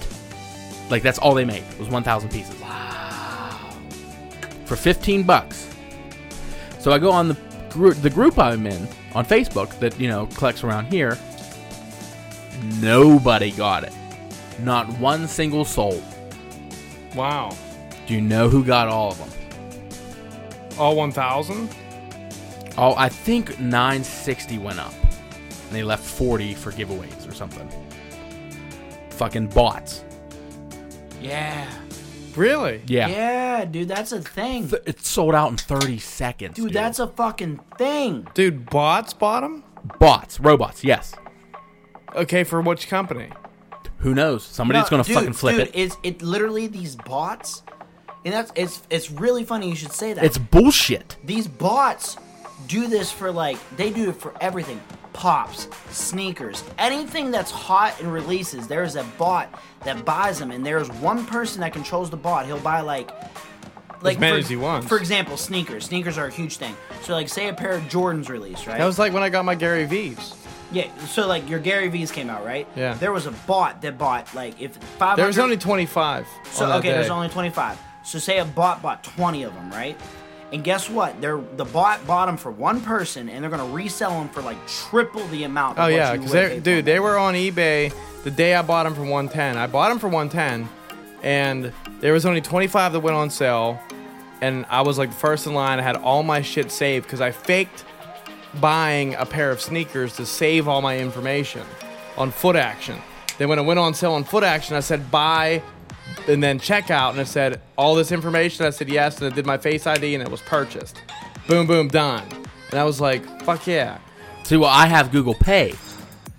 Speaker 2: Like that's all they made was 1,000 pieces. Wow. For 15 bucks. So I go on the group, the group I'm in on Facebook that you know collects around here. Nobody got it. Not one single soul.
Speaker 1: Wow.
Speaker 2: Do you know who got all of them?
Speaker 1: All 1,000?
Speaker 2: Oh, I think 960 went up. And they left 40 for giveaways or something. Fucking bots.
Speaker 3: yeah.
Speaker 1: Really?
Speaker 2: Yeah.
Speaker 3: Yeah, dude, that's a thing.
Speaker 2: Th- it sold out in 30 seconds.
Speaker 3: Dude, that's a fucking thing.
Speaker 1: Dude, bots bought 'em?
Speaker 2: bots, robots. Yes.
Speaker 1: Okay, for which company?
Speaker 2: Who knows? Somebody's
Speaker 3: No,
Speaker 2: gonna
Speaker 3: dude,
Speaker 2: fucking flip
Speaker 3: dude,
Speaker 2: it.
Speaker 3: It's it literally these bots, and that's it's it's really funny you should say that.
Speaker 2: It's bullshit.
Speaker 3: these bots do this for like they do it for everything pops sneakers anything that's hot and releases there's a bot that buys them and there's one person that controls the bot he'll buy like like
Speaker 1: many
Speaker 3: for,
Speaker 1: as he wants.
Speaker 3: for example sneakers sneakers are a huge thing so like say a pair of jordans release right
Speaker 1: That was like when I got my Gary V's.
Speaker 3: yeah so like your gary v's came out right
Speaker 1: Yeah.
Speaker 3: there was a bot that bought like if 500
Speaker 1: There was only 25.
Speaker 3: so
Speaker 1: on that
Speaker 3: okay, there's
Speaker 1: day.
Speaker 3: only 25. So say a bot bought 20 of them, right? And guess what? They're the bot bought them for one person, and they're gonna resell them for like triple the amount. Of
Speaker 1: Oh
Speaker 3: what
Speaker 1: yeah,
Speaker 3: you
Speaker 1: because
Speaker 3: would pay
Speaker 1: they,
Speaker 3: for
Speaker 1: dude,
Speaker 3: them.
Speaker 1: they were on eBay the day I bought them for 110. I bought them for 110, and there was only 25 that went on sale, and I was like first in line. I had all my shit saved because I faked buying a pair of sneakers to save all my information on Foot Action. Then when it went on sale on Foot Action, I said buy and then checkout, and it said all this information. I said yes, and it did my Face ID, and it was purchased. Boom, boom, done. And I was like, fuck yeah.
Speaker 2: See, well, I have Google Pay,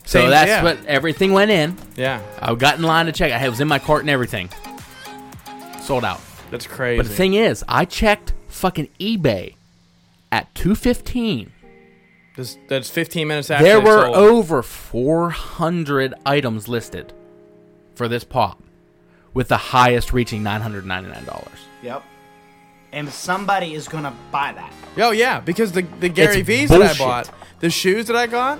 Speaker 2: so
Speaker 1: Same-
Speaker 2: that's
Speaker 1: yeah.
Speaker 2: what everything went in.
Speaker 1: Yeah.
Speaker 2: I got in line to check. I had- it was in my cart and everything. Sold out.
Speaker 1: That's crazy.
Speaker 2: But the thing is, I checked fucking eBay at 215.
Speaker 1: This, that's 15 minutes after.
Speaker 2: There
Speaker 1: it's
Speaker 2: were
Speaker 1: sold.
Speaker 2: over 400 items listed for this pop, with the highest reaching $999.
Speaker 3: Yep. And somebody is gonna buy that.
Speaker 1: Oh yeah, because the the Gary
Speaker 2: It's
Speaker 1: V's
Speaker 2: bullshit.
Speaker 1: that I bought, the shoes that I got,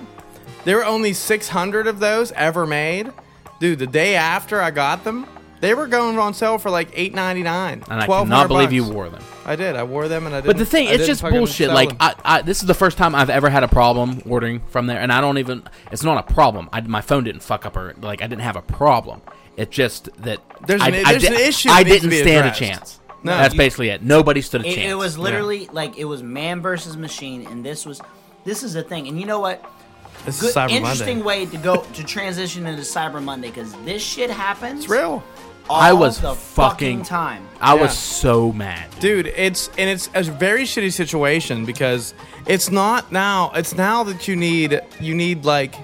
Speaker 1: there were only 600 of those ever made. Dude, the day after I got them, they were going on sale for like 8.99.
Speaker 2: And I
Speaker 1: 1200
Speaker 2: cannot believe
Speaker 1: bucks.
Speaker 2: you wore them.
Speaker 1: I did. I wore them and I did.
Speaker 2: But the thing, it's just bullshit. Like, I, I, this is the first time I've ever had a problem ordering from there, and I don't even. It's not a problem. I, my phone didn't fuck up, or like I didn't have a problem. It just that
Speaker 1: There's
Speaker 2: I,
Speaker 1: an-
Speaker 2: I
Speaker 1: there's
Speaker 2: di-
Speaker 1: an issue
Speaker 2: I
Speaker 1: that needs to
Speaker 2: didn't
Speaker 1: be
Speaker 2: stand
Speaker 1: addressed.
Speaker 2: a chance.
Speaker 1: No,
Speaker 2: that's
Speaker 1: you-
Speaker 2: basically it. Nobody stood a
Speaker 3: It,
Speaker 2: chance.
Speaker 3: it was literally like it was man versus machine, and this was this is the thing. And you know what?
Speaker 1: this
Speaker 3: Good, interesting way to go to transition into Cyber Monday because this shit happens.
Speaker 1: It's real.
Speaker 3: all
Speaker 2: I was
Speaker 3: the
Speaker 2: fucking-
Speaker 3: time.
Speaker 2: I
Speaker 1: Yeah.
Speaker 2: was so mad.
Speaker 1: dude it's and it's a very shitty situation because it's not now it's now that you need you need like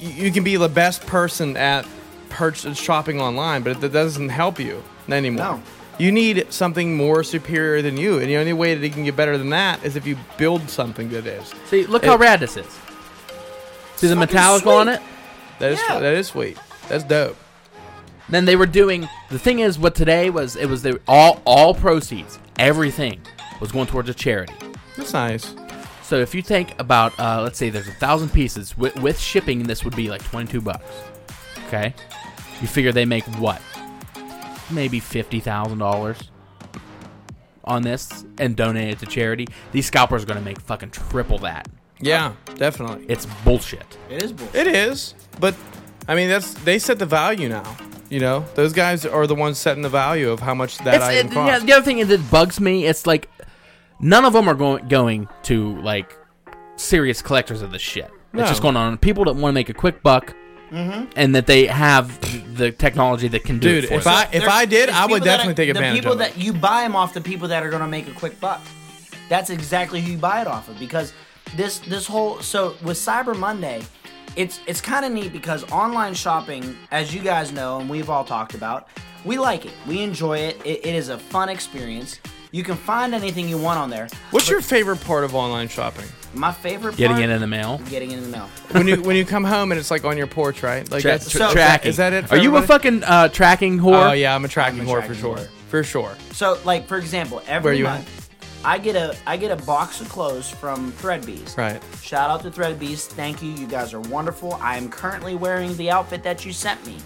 Speaker 1: you, you can be the best person at purchase shopping online but that doesn't help you anymore
Speaker 3: No.
Speaker 1: you need something more superior than you and the only way that you can get better than that is if you build something that is
Speaker 2: See, look how rad this is. See the metallic on it?
Speaker 1: that is
Speaker 3: Yeah.
Speaker 1: that is sweet that's dope
Speaker 2: Then they were doing the thing is what today was it was the all all proceeds, everything was going towards a charity.
Speaker 1: that's nice
Speaker 2: So if you think about uh, let's say there's a thousand pieces with, with shipping, this would be like twenty two bucks. Okay, you figure they make what? Maybe fifty thousand dollars on this and donate it to charity. These scalpers are gonna make fucking triple that.
Speaker 1: yeah definitely
Speaker 2: It's bullshit.
Speaker 3: It is bullshit.
Speaker 1: It is, but I mean that's they set the value now. You know, those guys are the ones setting the value of how much that
Speaker 2: It's-
Speaker 1: item
Speaker 2: it- yeah,
Speaker 1: costs.
Speaker 2: the other thing that bugs me, it's like none of them are going going to like serious collectors of this
Speaker 1: No.
Speaker 2: shit.
Speaker 1: Mm-hmm.
Speaker 2: It's just going on people that want to make a quick buck, and that they have the technology that can do
Speaker 1: Dude,
Speaker 2: it. For
Speaker 1: if
Speaker 2: them.
Speaker 1: I if
Speaker 3: There's-
Speaker 1: I did,
Speaker 3: there's
Speaker 1: I would
Speaker 3: people that
Speaker 1: definitely
Speaker 3: are-
Speaker 1: take
Speaker 3: The
Speaker 1: advantage
Speaker 3: people
Speaker 1: of it.
Speaker 3: that you buy them off, the people that are going to make a quick buck. That's exactly who you buy it off of because this this whole so with Cyber Monday, it's it's kind of neat because online shopping, as you guys know and we've all talked about, we like it, we enjoy it. It, it is a fun experience. You can find anything you want on there.
Speaker 1: What's your favorite part of online shopping?
Speaker 3: My favorite
Speaker 2: getting
Speaker 3: part,
Speaker 2: it in the mail.
Speaker 3: getting it in the mail.
Speaker 1: When you when you come home and it's like on your porch, right? Like
Speaker 2: Tra-
Speaker 1: that's
Speaker 2: tra-
Speaker 3: so-
Speaker 2: tracking.
Speaker 1: Is that it? for
Speaker 2: Are you a
Speaker 1: everybody?
Speaker 2: fucking uh, tracking whore?
Speaker 1: Oh yeah, I'm a tracking whore for
Speaker 3: tracking
Speaker 1: sure.
Speaker 3: whore.
Speaker 1: For sure.
Speaker 3: So, like for example, every
Speaker 1: Where you
Speaker 3: month I get a I get a box of clothes from Threadbees.
Speaker 1: Right.
Speaker 3: Shout out to Threadbees. Thank you. You guys are wonderful. I am currently wearing the outfit that you sent me.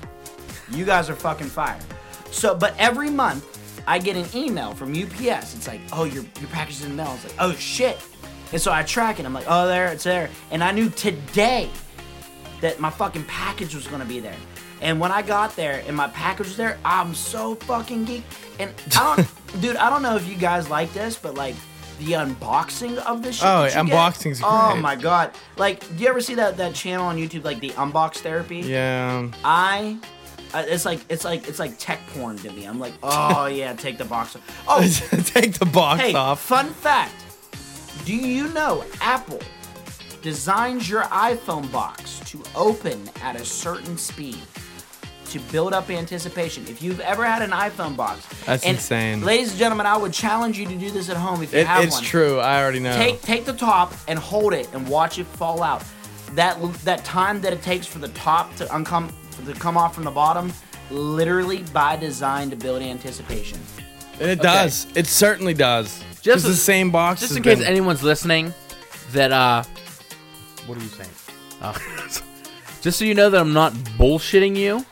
Speaker 3: You guys are fucking fire. So, but every month I get an email from UPS. It's like, oh, your your package is in the mail. It's like, oh shit. And so I track it. I'm like, oh, there, it's there. And I knew today that my fucking package was gonna be there. And when I got there and my package was there, I'm so fucking geeked. And I don't, dude, I don't know if you guys like this, but like the unboxing of this shit.
Speaker 1: Oh,
Speaker 3: that you get-
Speaker 1: unboxing's
Speaker 3: Oh
Speaker 1: great.
Speaker 3: my god! Like, do you ever see that that channel on YouTube, like the unbox therapy?
Speaker 1: Yeah. um,
Speaker 3: I. I- It's like it's like it's like tech porn to me. I'm like, oh yeah, take the box. Off. Oh,
Speaker 1: Take the box
Speaker 3: hey,
Speaker 1: off.
Speaker 3: fun fact: Do you know Apple designs your iPhone box to open at a certain speed to build up anticipation? If you've ever had an iPhone box,
Speaker 1: That's
Speaker 3: and
Speaker 1: insane.
Speaker 3: ladies and gentlemen. I would challenge you to do this at home if you
Speaker 1: It,
Speaker 3: have
Speaker 1: it's
Speaker 3: one.
Speaker 1: true. I already know.
Speaker 3: Take take the top and hold it and watch it fall out. That that time that it takes for the top to uncome to come off from the bottom, literally by design to build anticipation.
Speaker 1: and it does. It certainly does. Just the
Speaker 2: as-
Speaker 1: same box.
Speaker 2: Just
Speaker 1: has
Speaker 2: in case
Speaker 1: been-
Speaker 2: anyone's listening, that uh, what are you saying? Uh, just so you know that I'm not bullshitting you,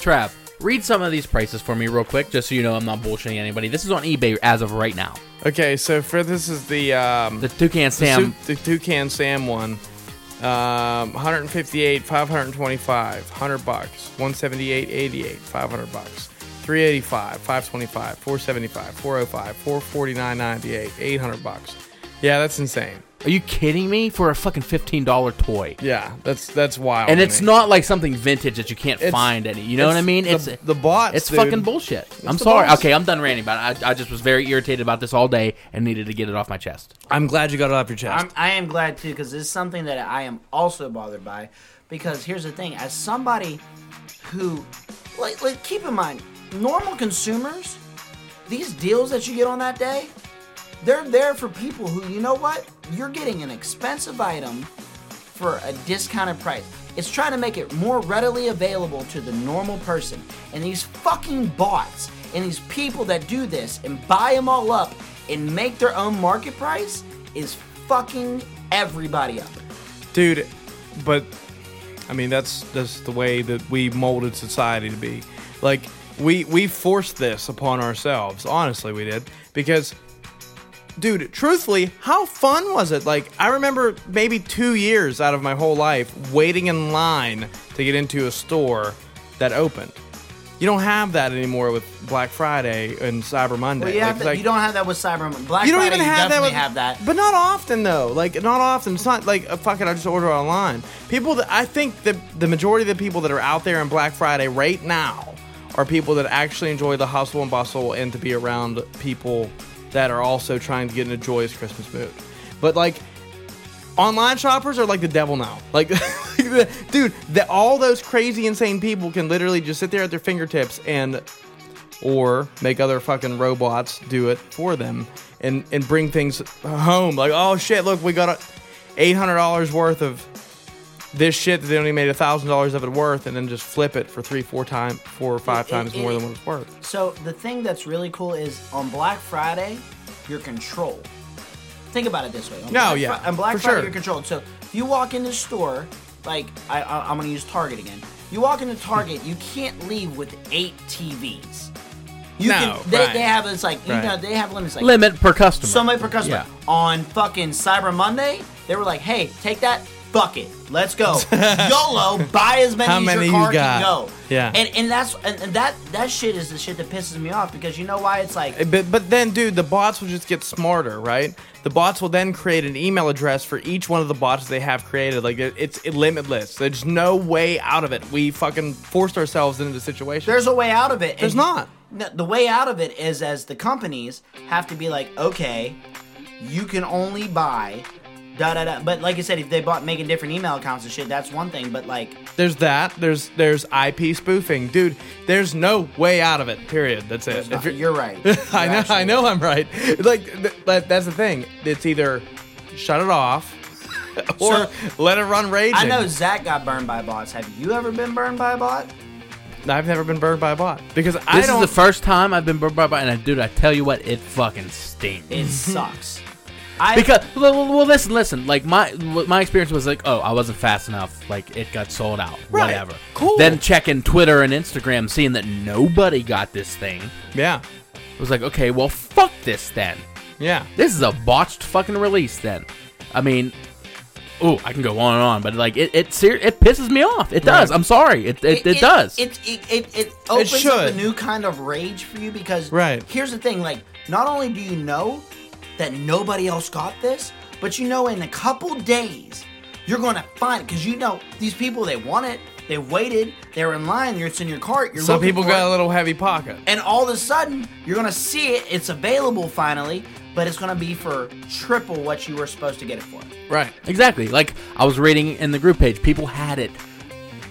Speaker 2: Trav. Read some of these prices for me real quick, just so you know I'm not bullshitting anybody. This is on eBay as of right now.
Speaker 1: Okay, so for this is the um,
Speaker 2: The toucan Sam.
Speaker 1: The, two toucan Sam one. Um, 158, 525, 100 bucks. 178, 88, 500 bucks. 385, 525, 475, 405, 449, 98, 800 bucks. Yeah, that's insane.
Speaker 2: Are you kidding me? For a fucking fifteen dollar toy,
Speaker 1: Yeah, that's that's wild.
Speaker 2: and
Speaker 1: to
Speaker 2: it's
Speaker 1: me.
Speaker 2: not like something vintage that you can't
Speaker 1: It's-
Speaker 2: find any. You know what I
Speaker 1: it's
Speaker 2: mean?
Speaker 1: the-
Speaker 2: It's
Speaker 1: the bots,
Speaker 2: It's
Speaker 1: dude.
Speaker 2: fucking bullshit. I'm
Speaker 1: the
Speaker 2: sorry.
Speaker 1: bots.
Speaker 2: Okay, I'm done ranting about it. I, I just was very irritated about this all day and needed to get it off my chest.
Speaker 1: I'm glad you got it off your chest.
Speaker 3: I'm, I am glad too because this is something that I am also bothered by. Because here's the thing: as somebody who, like, like keep in mind, normal consumers, these deals that you get on that day, they're there for people who, you know what, you're getting an expensive item for a discounted price. It's trying to make it more readily available to the normal person. And these fucking bots and these people that do this and buy them all up and make their own market price is fucking everybody up.
Speaker 1: dude but i mean that's that's the way that we molded society to be like we we forced this upon ourselves honestly we did because dude truthfully how fun was it like i remember maybe two years out of my whole life waiting in line to get into a store that opened You don't have that anymore with Black Friday and Cyber Monday.
Speaker 3: Well, you, have
Speaker 1: Like,
Speaker 3: that-
Speaker 1: like-
Speaker 3: you don't have that with Cyber Mon- Black
Speaker 1: you don't
Speaker 3: Friday,
Speaker 1: even
Speaker 3: you
Speaker 1: have that,
Speaker 3: definitely
Speaker 1: with-
Speaker 3: have that.
Speaker 1: But not often though. Like not often. It's not like uh, fuck it. I just order online. People that I think that the majority of the people that are out there on Black Friday right now are people that actually enjoy the hustle and bustle and to be around people that are also trying to get in a joyous Christmas mood. But like online shoppers are like the devil now. Like, dude, that all those crazy, insane people can literally just sit there at their fingertips and, or make other fucking robots do it for them and and bring things home. Like, oh shit, look, we got eight hundred dollars worth of this shit that they only made thousand dollars of it worth, and then just flip it for three, four times, four or five
Speaker 3: It-
Speaker 1: times
Speaker 3: it-
Speaker 1: more than
Speaker 3: it-
Speaker 1: what it's worth.
Speaker 3: So the thing that's really cool is on Black Friday, you're controlled. Think about it this way. On
Speaker 1: No,
Speaker 3: Black
Speaker 1: yeah,
Speaker 3: Fri- on Black
Speaker 1: for
Speaker 3: Friday,
Speaker 1: sure.
Speaker 3: you're controlled. So if you walk in the store, like I, I, I'm going to use Target again. You walk into Target, you can't leave with eight TVs. You
Speaker 1: No,
Speaker 3: can, they,
Speaker 1: right.
Speaker 3: they have it's like you
Speaker 1: Right.
Speaker 3: know they have limits like
Speaker 2: Limit per customer.
Speaker 3: somebody per customer.
Speaker 2: Yeah.
Speaker 3: On fucking Cyber Monday, they were like, "Hey, take that bucket. Let's go. YOLO. Buy as many
Speaker 1: How
Speaker 3: as your
Speaker 1: many you
Speaker 3: car can
Speaker 1: got?
Speaker 3: go."
Speaker 1: Yeah.
Speaker 3: And and that's and, and that that shit is the shit that pisses me off because you know why it's like
Speaker 1: But but then, dude, the bots will just get smarter, right? The bots will then create an email address for each one of the bots they have created. Like it- it's limitless. There's no way out of it. We fucking forced ourselves into the situation.
Speaker 3: there's a way out of it. and-
Speaker 1: There's not.
Speaker 3: No, the way out of it is as the companies have to be like, okay, you can only buy. Da, da, da. But like I said, if they bought making different email accounts and shit, that's one thing. But like,
Speaker 1: There's that. There's there's IP spoofing, dude. There's no way out of it. Period. That's it. If
Speaker 3: you're, right.
Speaker 1: I
Speaker 3: You're
Speaker 1: know.
Speaker 3: actually
Speaker 1: I know. I'm right. Like th- but that's the thing. It's either shut it off or let it run raging.
Speaker 3: I know Zach got burned by bots. Have you ever been burned by a bot?
Speaker 1: I've never been burned by a bot because I
Speaker 2: This is
Speaker 1: don't.
Speaker 2: the first time I've been burned by, and I, dude, I tell you what, it fucking stinks.
Speaker 3: It sucks. I,
Speaker 2: because well, well, well, listen, listen. Like my wh- my experience was like, oh, I wasn't fast enough. Like it got sold out.
Speaker 1: Right.
Speaker 2: Whatever.
Speaker 1: Cool.
Speaker 2: Then checking Twitter and Instagram, seeing that nobody got this thing,
Speaker 1: yeah.
Speaker 2: I was like, okay, well, fuck this then.
Speaker 1: Yeah.
Speaker 2: This is a botched fucking release then. I mean, ooh, I can go on and on, but like it it ser- it pisses me off. It does. I'm sorry. It it, it, does.
Speaker 3: It it, it, it opens up a
Speaker 1: should.
Speaker 3: new kind of rage for you because
Speaker 1: Right.
Speaker 3: here's the thing, like not only do you know that nobody else got this, but you know in a couple days you're gonna find because you know these people they want it, they waited, they're in line, you're it's in your cart, you're
Speaker 1: Some
Speaker 3: looking
Speaker 1: people
Speaker 3: for
Speaker 1: got
Speaker 3: it,
Speaker 1: a little heavy pocket.
Speaker 3: and all of a sudden you're gonna see it, it's available finally, but it's gonna be for triple what you were supposed to get it for.
Speaker 1: Right.
Speaker 2: Exactly. Like I was reading in the group page, people had it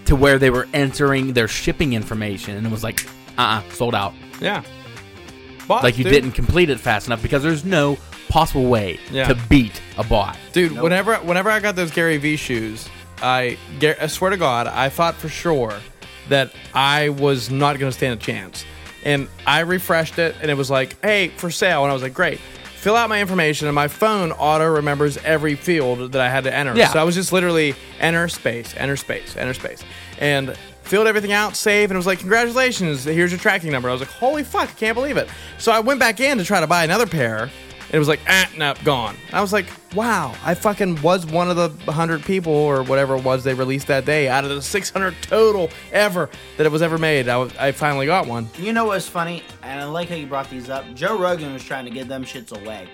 Speaker 2: to where they were entering their shipping information, and it was like, uh, uh sold out.
Speaker 1: Yeah. Bots,
Speaker 2: Like you
Speaker 1: dude.
Speaker 2: didn't complete it fast enough because there's no possible way
Speaker 1: Yeah.
Speaker 2: to beat a bot.
Speaker 1: Dude, whenever whenever I got those Gary V shoes, I, gar- I swear to God, I thought for sure that I was not going to stand a chance. And I refreshed it, and it was like, "Hey, for sale." And I was like, "Great." Fill out my information, and my phone auto remembers every field that I had to enter.
Speaker 2: Yeah.
Speaker 1: So I was just literally enter space, enter space, enter space, and filled everything out, save, and it was like, "Congratulations, here's your tracking number." I was like, "Holy fuck, I can't believe it!" So I went back in to try to buy another pair, and it was like, ah, no, gone. I was like, wow, I fucking was one of the 100 people or whatever it was they released that day out of the 600 total ever that it was ever made. I, was, I finally got one.
Speaker 3: You know what's funny, and I like how you brought these up. Joe Rogan was trying to give them shits away.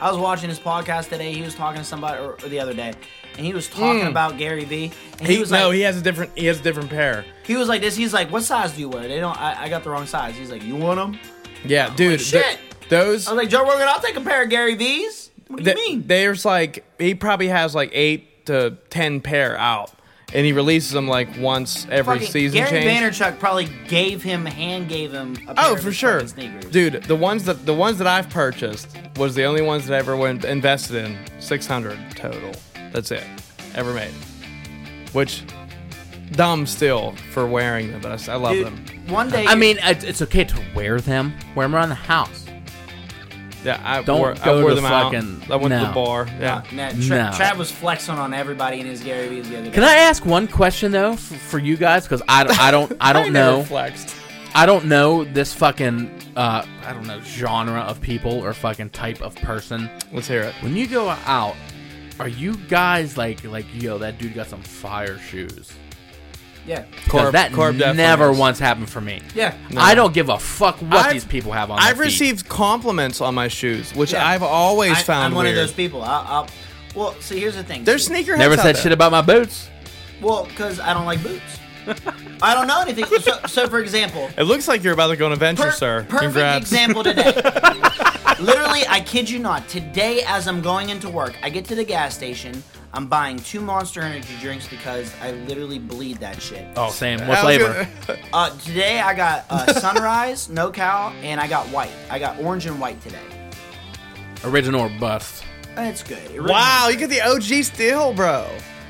Speaker 3: I was watching his podcast today. He was talking to somebody or, or the other day, and he was talking about Gary Vee. And he,
Speaker 1: Hmm. He,
Speaker 3: was like,
Speaker 1: no, he has a different he has a different pair.
Speaker 3: he was like this. He's like, "What size do you wear?" They don't. I, I got the wrong size. He's like, "You want them?"
Speaker 1: Yeah, dude. th-
Speaker 3: Oh, shit.
Speaker 1: those
Speaker 3: I was like, "Joe Rogan, I'll take a pair of Gary V's." What do
Speaker 1: th-
Speaker 3: you mean?
Speaker 1: there's like he probably has like 8 to 10 pair out and he releases them like once every
Speaker 3: Fucking
Speaker 1: season
Speaker 3: Gary
Speaker 1: change.
Speaker 3: Vaynerchuk probably gave him, hand gave him. A pair
Speaker 1: Oh,
Speaker 3: of
Speaker 1: for
Speaker 3: his
Speaker 1: sure,
Speaker 3: fucking sneakers.
Speaker 1: dude. The ones that the ones that I've purchased was the only ones that I ever went invested in. Six hundred total. That's it, ever made. Which, dumb still for wearing them, but I s- I, love
Speaker 3: Dude,
Speaker 1: them.
Speaker 3: one day.
Speaker 2: I mean, it's it's okay to wear them. Wear them around the house.
Speaker 1: Yeah, I
Speaker 2: don't
Speaker 1: wore,
Speaker 2: go
Speaker 1: I wore
Speaker 2: to
Speaker 1: them out.
Speaker 2: fucking-
Speaker 1: I went to the
Speaker 2: no.
Speaker 1: bar. Yeah,
Speaker 3: Nah, Tra-
Speaker 2: No.
Speaker 3: Trav was flexing on everybody in his Gary V's the other day.
Speaker 2: Can I ask one question though for, for you guys? Because I, don't- I don't I don't
Speaker 1: never
Speaker 2: know
Speaker 1: flexed.
Speaker 2: I don't know this fucking uh, I don't know genre of people or fucking type of person.
Speaker 1: Let's hear it.
Speaker 2: When you go out, are you guys like like yo that dude got some fire shoes?
Speaker 3: Yeah.
Speaker 2: 'Cause
Speaker 1: Corb-
Speaker 2: that
Speaker 1: Corb definitely
Speaker 2: never
Speaker 1: is.
Speaker 2: once happened for me.
Speaker 3: Yeah.
Speaker 2: I don't give a fuck what
Speaker 1: I've-
Speaker 2: these people have on. their
Speaker 1: I've
Speaker 2: feet.
Speaker 1: received compliments on my shoes, which
Speaker 3: Yeah.
Speaker 1: I've always
Speaker 3: I,
Speaker 1: found
Speaker 3: I'm one
Speaker 1: weird.
Speaker 3: of those people. I'll, I'll. Well, see, here's the thing.
Speaker 1: There's sneakerheads.
Speaker 2: Never
Speaker 1: out
Speaker 2: said
Speaker 1: there.
Speaker 2: shit about my boots.
Speaker 3: Well, because I don't like boots. I don't know anything. So, so for example,
Speaker 1: It looks like you're about to go on an adventure,
Speaker 3: per-
Speaker 1: sir.
Speaker 3: perfect
Speaker 1: Congrats.
Speaker 3: example today. Literally, I kid you not. Today, as I'm going into work, I get to the gas station. I'm buying two Monster Energy drinks because I literally bleed that shit.
Speaker 2: Oh, same. What
Speaker 1: I was
Speaker 2: flavor?
Speaker 1: gonna-
Speaker 3: Uh, today I got uh, Sunrise, No Cow, and I got white. I got orange and white today.
Speaker 2: Original or bust.
Speaker 3: That's good. It really-
Speaker 1: Wow, you got the OG still, bro.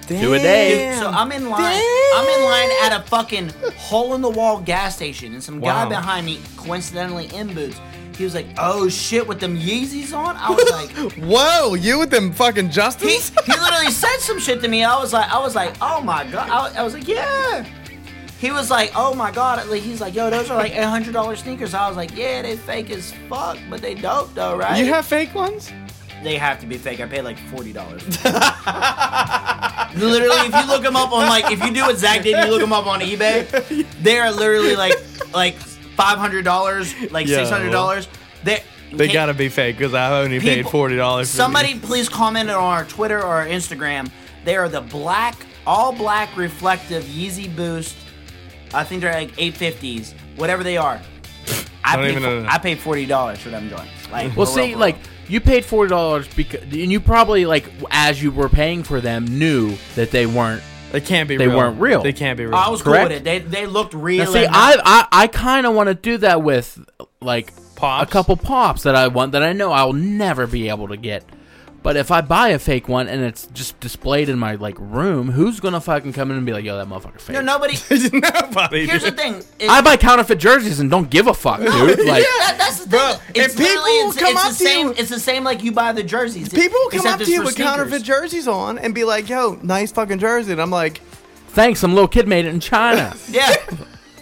Speaker 2: Do a day.
Speaker 3: So I'm in line. I'm in line at a fucking hole in the wall gas station, and some guy
Speaker 1: Wow.
Speaker 3: behind me, coincidentally in boots, he was like, "Oh shit, with them Yeezys on." I was like,
Speaker 1: Whoa, you with them fucking
Speaker 3: he,
Speaker 1: Justins?
Speaker 3: he literally said some shit to me. I was like, I was like, "Oh my god!" I, was- I was like, "Yeah." He was like, "Oh my god!" Like, He's like, "Yo, those are like hundred dollars sneakers." I was like, "Yeah, they fake as fuck, but they dope though, right?"
Speaker 1: you have fake ones?
Speaker 3: They have to be fake. I paid like forty dollars. literally, if you look them up on like, if you do what Zach did, you look them up on eBay. They are literally like like five hundred dollars, like
Speaker 1: Yo.
Speaker 3: six hundred dollars. They
Speaker 1: They
Speaker 3: can't-
Speaker 1: gotta be fake because I only paid
Speaker 3: people-
Speaker 1: forty dollars.
Speaker 3: Somebody please comment on our Twitter or our Instagram. They are the black, all black reflective Yeezy Boost. I think they're like eight fifties, whatever they are. I
Speaker 1: Don't
Speaker 3: paid,
Speaker 1: even know.
Speaker 3: fo- I paid forty dollars for them joints. Like,
Speaker 2: Well,
Speaker 3: for real,
Speaker 2: see,
Speaker 3: for
Speaker 2: like
Speaker 3: real.
Speaker 2: you paid forty dollars because, and you probably like as you were paying for them knew that they weren't.
Speaker 1: They can't be.
Speaker 2: They
Speaker 1: real.
Speaker 2: weren't real.
Speaker 1: They can't be real.
Speaker 3: Oh, I was
Speaker 2: correct?
Speaker 3: cool with it. They they looked real.
Speaker 2: Now, see,
Speaker 3: and-
Speaker 2: I I, I kind of want to do that with like
Speaker 1: Pops?
Speaker 2: a couple pops that I want that I know I'll never be able to get. But if I buy a fake one and it's just displayed in my like room, who's gonna fucking come in and be like, "Yo, that motherfucker fake"?
Speaker 3: No, nobody.
Speaker 1: Nobody.
Speaker 3: Here's the
Speaker 1: did.
Speaker 3: thing. It-
Speaker 2: I buy counterfeit jerseys and don't give a fuck, dude. Like,
Speaker 3: that, that's the thing.
Speaker 1: Bro,
Speaker 3: it's
Speaker 1: if people
Speaker 3: literally- it's,
Speaker 1: come
Speaker 3: it's
Speaker 1: up
Speaker 3: the
Speaker 1: to you-
Speaker 3: same. It's the same like you buy the jerseys.
Speaker 1: People come
Speaker 3: except
Speaker 1: up to
Speaker 3: it's
Speaker 1: you
Speaker 3: for
Speaker 1: with
Speaker 3: sneakers.
Speaker 1: counterfeit jerseys on and be like, "Yo, nice fucking jersey," and I'm like,
Speaker 2: thanks, some little kid made it in China.
Speaker 3: Yeah.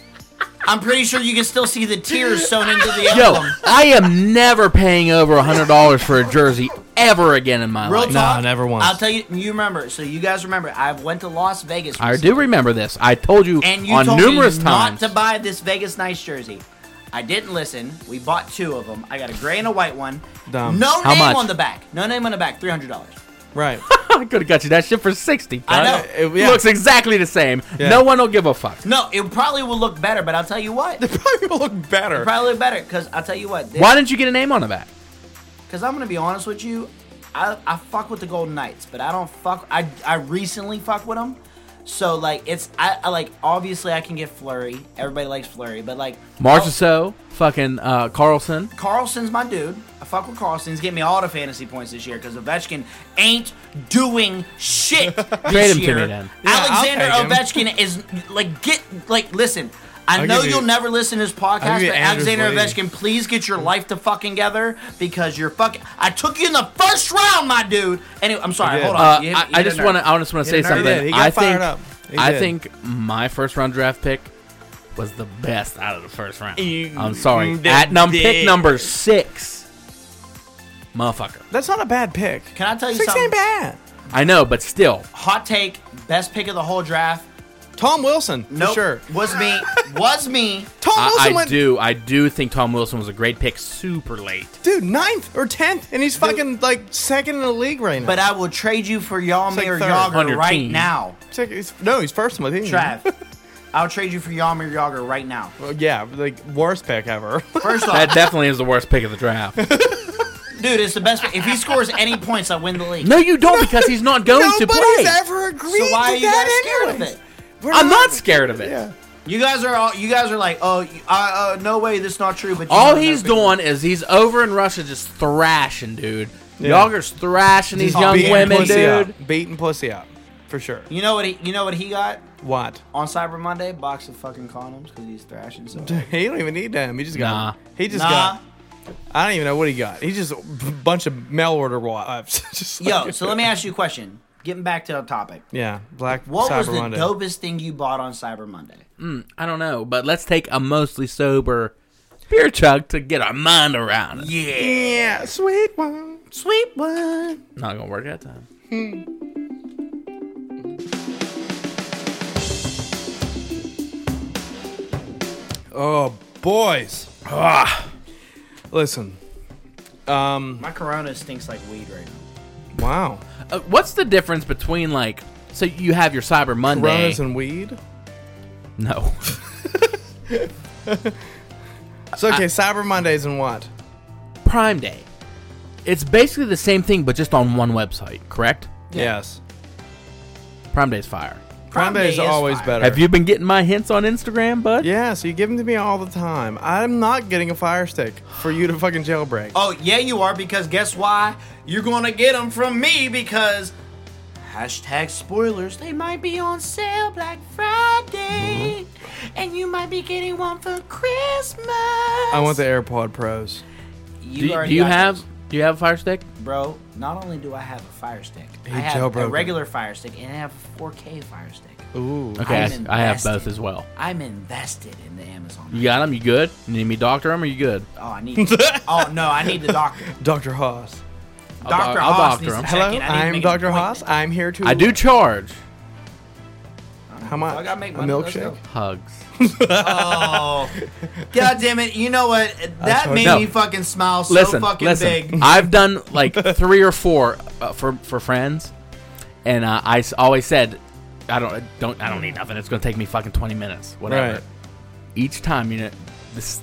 Speaker 3: I'm pretty sure you can still see the tears sewn into the
Speaker 2: Yo,
Speaker 3: emblem.
Speaker 2: I am never paying over hundred dollars for a jersey ever again in my
Speaker 3: Real
Speaker 2: life.
Speaker 3: talk.
Speaker 1: Nah, never once.
Speaker 3: I'll tell you. You remember? So you guys remember? I went to Las Vegas.
Speaker 2: I
Speaker 3: recently,
Speaker 2: do remember this. I told you,
Speaker 3: And you
Speaker 2: on
Speaker 3: told
Speaker 2: numerous
Speaker 3: me
Speaker 2: times.
Speaker 3: not to buy this Vegas Nights jersey. I didn't listen. We bought two of them. I got a gray and a white one.
Speaker 1: Dumb.
Speaker 3: No
Speaker 2: How
Speaker 3: name
Speaker 2: much?
Speaker 3: on the back. No name on the back. Three hundred dollars.
Speaker 1: "Right."
Speaker 2: I could have got you that shit for sixty.
Speaker 3: I
Speaker 2: cunt.
Speaker 3: know.
Speaker 1: It- yeah.
Speaker 2: Looks exactly the same.
Speaker 1: Yeah.
Speaker 2: No one will give a fuck.
Speaker 3: No, it probably will look better, but I'll tell you what.
Speaker 1: Probably will look better.
Speaker 3: Probably better because I'll tell you what.
Speaker 2: Why didn't you get a name on the back?
Speaker 3: Because I'm gonna be honest with you, I, I fuck with the Golden Knights, but I don't fuck. I I recently fuck with them, so like it's I, I like obviously I can get Flurry. Everybody likes Flurry, but like oh,
Speaker 2: Marchessault, fucking uh, Carlson.
Speaker 3: Carlson's my dude. I fuck with Carlson. He's getting me all the fantasy points this year because Ovechkin ain't doing shit this
Speaker 2: Trade him to
Speaker 3: year.
Speaker 2: me, then.
Speaker 1: Yeah, I'll
Speaker 3: Alexander
Speaker 1: take
Speaker 3: Ovechkin is like get like listen. I
Speaker 1: I'll
Speaker 3: know
Speaker 1: give you-
Speaker 3: you'll never listen to this
Speaker 1: I'll
Speaker 3: podcast,
Speaker 1: give you
Speaker 3: but
Speaker 1: Anders
Speaker 3: Alexander
Speaker 1: Lee.
Speaker 3: Ovechkin, please get your life to fucking together because you're fucking. I took you in the first round, my dude. Anyway, I'm sorry.
Speaker 1: You did.
Speaker 3: Hold on.
Speaker 2: Uh,
Speaker 3: You hit-
Speaker 2: I,
Speaker 3: you
Speaker 2: I
Speaker 3: hit a
Speaker 2: just
Speaker 3: nerve.
Speaker 2: want to. I just want to say
Speaker 3: Hit a nerve.
Speaker 2: something.
Speaker 1: He did. He got
Speaker 2: I
Speaker 1: fired
Speaker 2: think.
Speaker 1: up. He
Speaker 2: I
Speaker 1: did.
Speaker 2: think my first round draft pick was the best out of the first round.
Speaker 1: You-
Speaker 2: I'm sorry.
Speaker 1: you
Speaker 2: At num pick
Speaker 1: did.
Speaker 2: number six, motherfucker.
Speaker 1: That's not a bad pick.
Speaker 3: Can I tell you
Speaker 1: Six
Speaker 3: something?
Speaker 1: ain't bad.
Speaker 2: I know, but still,
Speaker 3: Hot take. Best pick of the whole draft.
Speaker 1: Tom Wilson, for
Speaker 3: Nope.
Speaker 1: sure.
Speaker 3: Was me. Was me.
Speaker 1: Tom
Speaker 2: I,
Speaker 1: Wilson
Speaker 2: I
Speaker 1: went,
Speaker 2: do. I do think Tom Wilson was a great pick. Super late.
Speaker 1: dude, ninth or tenth, and he's fucking like second in the league right now.
Speaker 3: But I will trade you for Yalmir like
Speaker 1: like third
Speaker 2: on
Speaker 3: Yager
Speaker 2: your
Speaker 3: right
Speaker 2: team.
Speaker 3: now.
Speaker 1: Check- he's- no, he's first on my team.
Speaker 3: Trav, I'll trade you for Yalmir Yager right now.
Speaker 1: Well, Uh, yeah, like worst pick ever.
Speaker 3: First off,
Speaker 1: Uh,
Speaker 2: That definitely is the worst pick of the draft.
Speaker 3: dude, it's the best. If he scores any points, I win the league.
Speaker 2: No, you don't because he's not going to
Speaker 1: Nobody's
Speaker 2: play.
Speaker 1: ever agreed
Speaker 3: so why
Speaker 1: to
Speaker 3: are you guys
Speaker 1: that
Speaker 3: scared
Speaker 1: anyways.
Speaker 3: of it?
Speaker 1: We're
Speaker 2: I'm not scared of it.
Speaker 1: Yeah.
Speaker 3: You guys are all. You guys are like, oh, you- uh, uh, no way, that's not true. But you
Speaker 2: All
Speaker 3: know
Speaker 2: he's
Speaker 3: that people-
Speaker 2: doing is he's over in Russia just thrashing, dude.
Speaker 1: Yeah.
Speaker 2: Yager's thrashing these
Speaker 3: Just
Speaker 2: young
Speaker 3: beating
Speaker 2: women,
Speaker 1: pussy
Speaker 2: dude.
Speaker 1: Up. Beating pussy up. For sure.
Speaker 3: You know what? He, you know what he got
Speaker 1: What?
Speaker 3: on Cyber Monday? Box of fucking condoms because he's thrashing. So hard.
Speaker 1: He don't even need them. He just
Speaker 2: Nah.
Speaker 1: got. He just
Speaker 3: Nah.
Speaker 1: got. I don't even know what he got. He just a b- bunch of mail order wives. just like,
Speaker 3: yo, so let me ask you a question. Getting back to the topic,
Speaker 1: Yeah, Black
Speaker 3: what
Speaker 1: Cyber
Speaker 3: was the
Speaker 1: Monday.
Speaker 3: dopest thing you bought on Cyber Monday?
Speaker 2: I don't know, but let's take a mostly sober beer chug to get our mind around it.
Speaker 1: Yeah, sweet one, sweet one.
Speaker 2: Not gonna work that time.
Speaker 1: Oh, boys. Ah. Listen. Um.
Speaker 3: My Corona stinks like weed right now.
Speaker 1: Wow.
Speaker 2: Uh, what's the difference between like so you have your Cyber Monday?
Speaker 1: Coronas and weed.
Speaker 2: no.
Speaker 1: So okay, Cyber Mondays and what?
Speaker 2: Prime Day. It's basically the same thing, but just on one website, correct?
Speaker 1: Yes.
Speaker 2: Prime Day's fire.
Speaker 1: Prime, Day is always better.
Speaker 2: Have you been getting my hints on Instagram, bud?
Speaker 1: Yeah, so you give them to me all the time. I'm not getting a fire stick for you to fucking jailbreak.
Speaker 3: Oh, yeah, you are, because guess why? You're going to get them from me because hashtag spoilers. They might be on sale Black Friday, and you might be getting one for Christmas.
Speaker 1: I want the AirPod Pros.
Speaker 2: Do,
Speaker 3: You
Speaker 2: do
Speaker 3: already
Speaker 2: you
Speaker 3: got
Speaker 2: have
Speaker 3: those.
Speaker 2: do you have a fire stick?
Speaker 3: Bro, not only do I have a fire stick, I
Speaker 1: He
Speaker 3: have a
Speaker 1: jailbroken.
Speaker 3: regular fire stick, and I have a 4K fire stick.
Speaker 1: Ooh.
Speaker 2: Okay,
Speaker 3: I'm
Speaker 2: I, I have
Speaker 3: invested.
Speaker 2: both as well.
Speaker 3: I'm invested in the Amazon.
Speaker 2: You got them? You good? You need me to doctor them? Are you good?
Speaker 3: Oh, I need. oh no, I need the doctor.
Speaker 1: Dr. Haas.
Speaker 3: Doctor
Speaker 2: I'll
Speaker 3: Haas
Speaker 2: doctor
Speaker 3: needs to
Speaker 2: him.
Speaker 3: check
Speaker 1: Hello,
Speaker 3: in. I need to
Speaker 1: I'm
Speaker 3: make an
Speaker 1: Dr. Haas.
Speaker 3: appointment.
Speaker 1: I'm here to.
Speaker 2: I do charge
Speaker 1: How much?
Speaker 3: I gotta make
Speaker 1: a
Speaker 3: money. Let's
Speaker 1: milkshake?
Speaker 3: go.
Speaker 2: hugs.
Speaker 3: Oh, god damn it! You know what? That
Speaker 1: what-
Speaker 3: made
Speaker 2: No.
Speaker 3: me fucking smile so
Speaker 2: listen,
Speaker 3: fucking
Speaker 2: listen.
Speaker 3: big.
Speaker 2: I've done like three or four uh, for for friends, and uh, I s- always said, I don't don't I don't need nothing. It's gonna take me fucking twenty minutes, whatever.
Speaker 1: Right.
Speaker 2: Each time, you know, this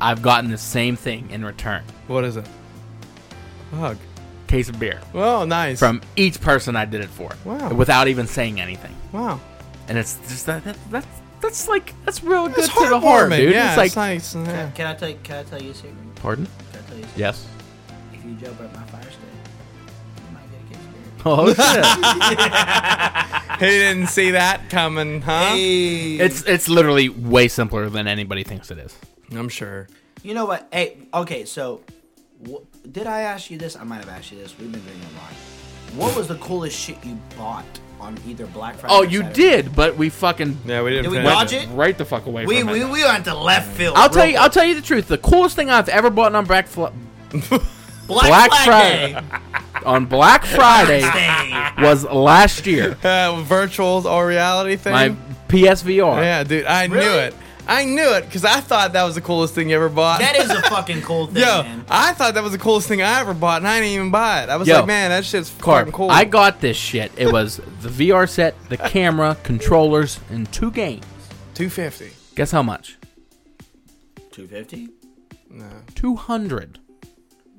Speaker 2: I've gotten the same thing in return:
Speaker 1: What is it? A hug.
Speaker 2: case of beer
Speaker 1: Well, nice.
Speaker 2: from each person I did it for,
Speaker 1: Wow.
Speaker 2: without even saying anything.
Speaker 1: wow.
Speaker 2: And it's just that, that that's that's like that's real good
Speaker 1: It's
Speaker 2: to the heart,
Speaker 1: heartwarming.
Speaker 2: dude.
Speaker 1: Yeah,
Speaker 2: it's like
Speaker 1: nice. Yeah.
Speaker 3: Can I tell? you- Can I tell you a secret?
Speaker 2: pardon?
Speaker 3: Can I tell you a secret?
Speaker 2: Yes.
Speaker 3: If you jailbreak my fire stick, you might get a case of beer.
Speaker 2: Oh shit!
Speaker 1: Who didn't see that coming, huh?
Speaker 2: it's it's literally way simpler than anybody thinks it is.
Speaker 1: I'm sure.
Speaker 3: You know what? Hey, okay, so wh- did I ask you this? I might have asked you this. We've been drinking a lot. What was the coolest shit you bought on either Black Friday?
Speaker 2: Oh,
Speaker 3: or
Speaker 2: you
Speaker 3: Saturday?
Speaker 2: did, but we fucking
Speaker 1: Yeah, we didn't.
Speaker 3: Did we
Speaker 1: finish
Speaker 3: dodge it?
Speaker 2: right the fuck away.
Speaker 3: We
Speaker 2: from it.
Speaker 3: we we went to left field.
Speaker 2: I'll tell
Speaker 3: real
Speaker 2: you. I'll tell you the truth. The coolest thing I've ever bought on Black Fl-
Speaker 3: quick. Black,
Speaker 2: Black
Speaker 3: Friday.
Speaker 2: on Black Friday
Speaker 3: Dang.
Speaker 2: was last year.
Speaker 1: Uh, virtual or reality thing.
Speaker 2: My PSVR.
Speaker 1: yeah, dude, I knew
Speaker 3: Really?
Speaker 1: it. I knew it because I thought that was the coolest thing you ever bought.
Speaker 3: that is a fucking cool thing,
Speaker 1: Yo,
Speaker 3: man.
Speaker 1: I thought that was the coolest thing I ever bought, and I didn't even buy it. I was
Speaker 2: Yo,
Speaker 1: like, man, that shit's
Speaker 2: Carp,
Speaker 1: fucking cool.
Speaker 2: I got this shit. It was the VR set, the camera, controllers, and two games.
Speaker 1: two fifty.
Speaker 2: Guess how much?
Speaker 3: Two fifty.
Speaker 1: No,
Speaker 2: Two hundred.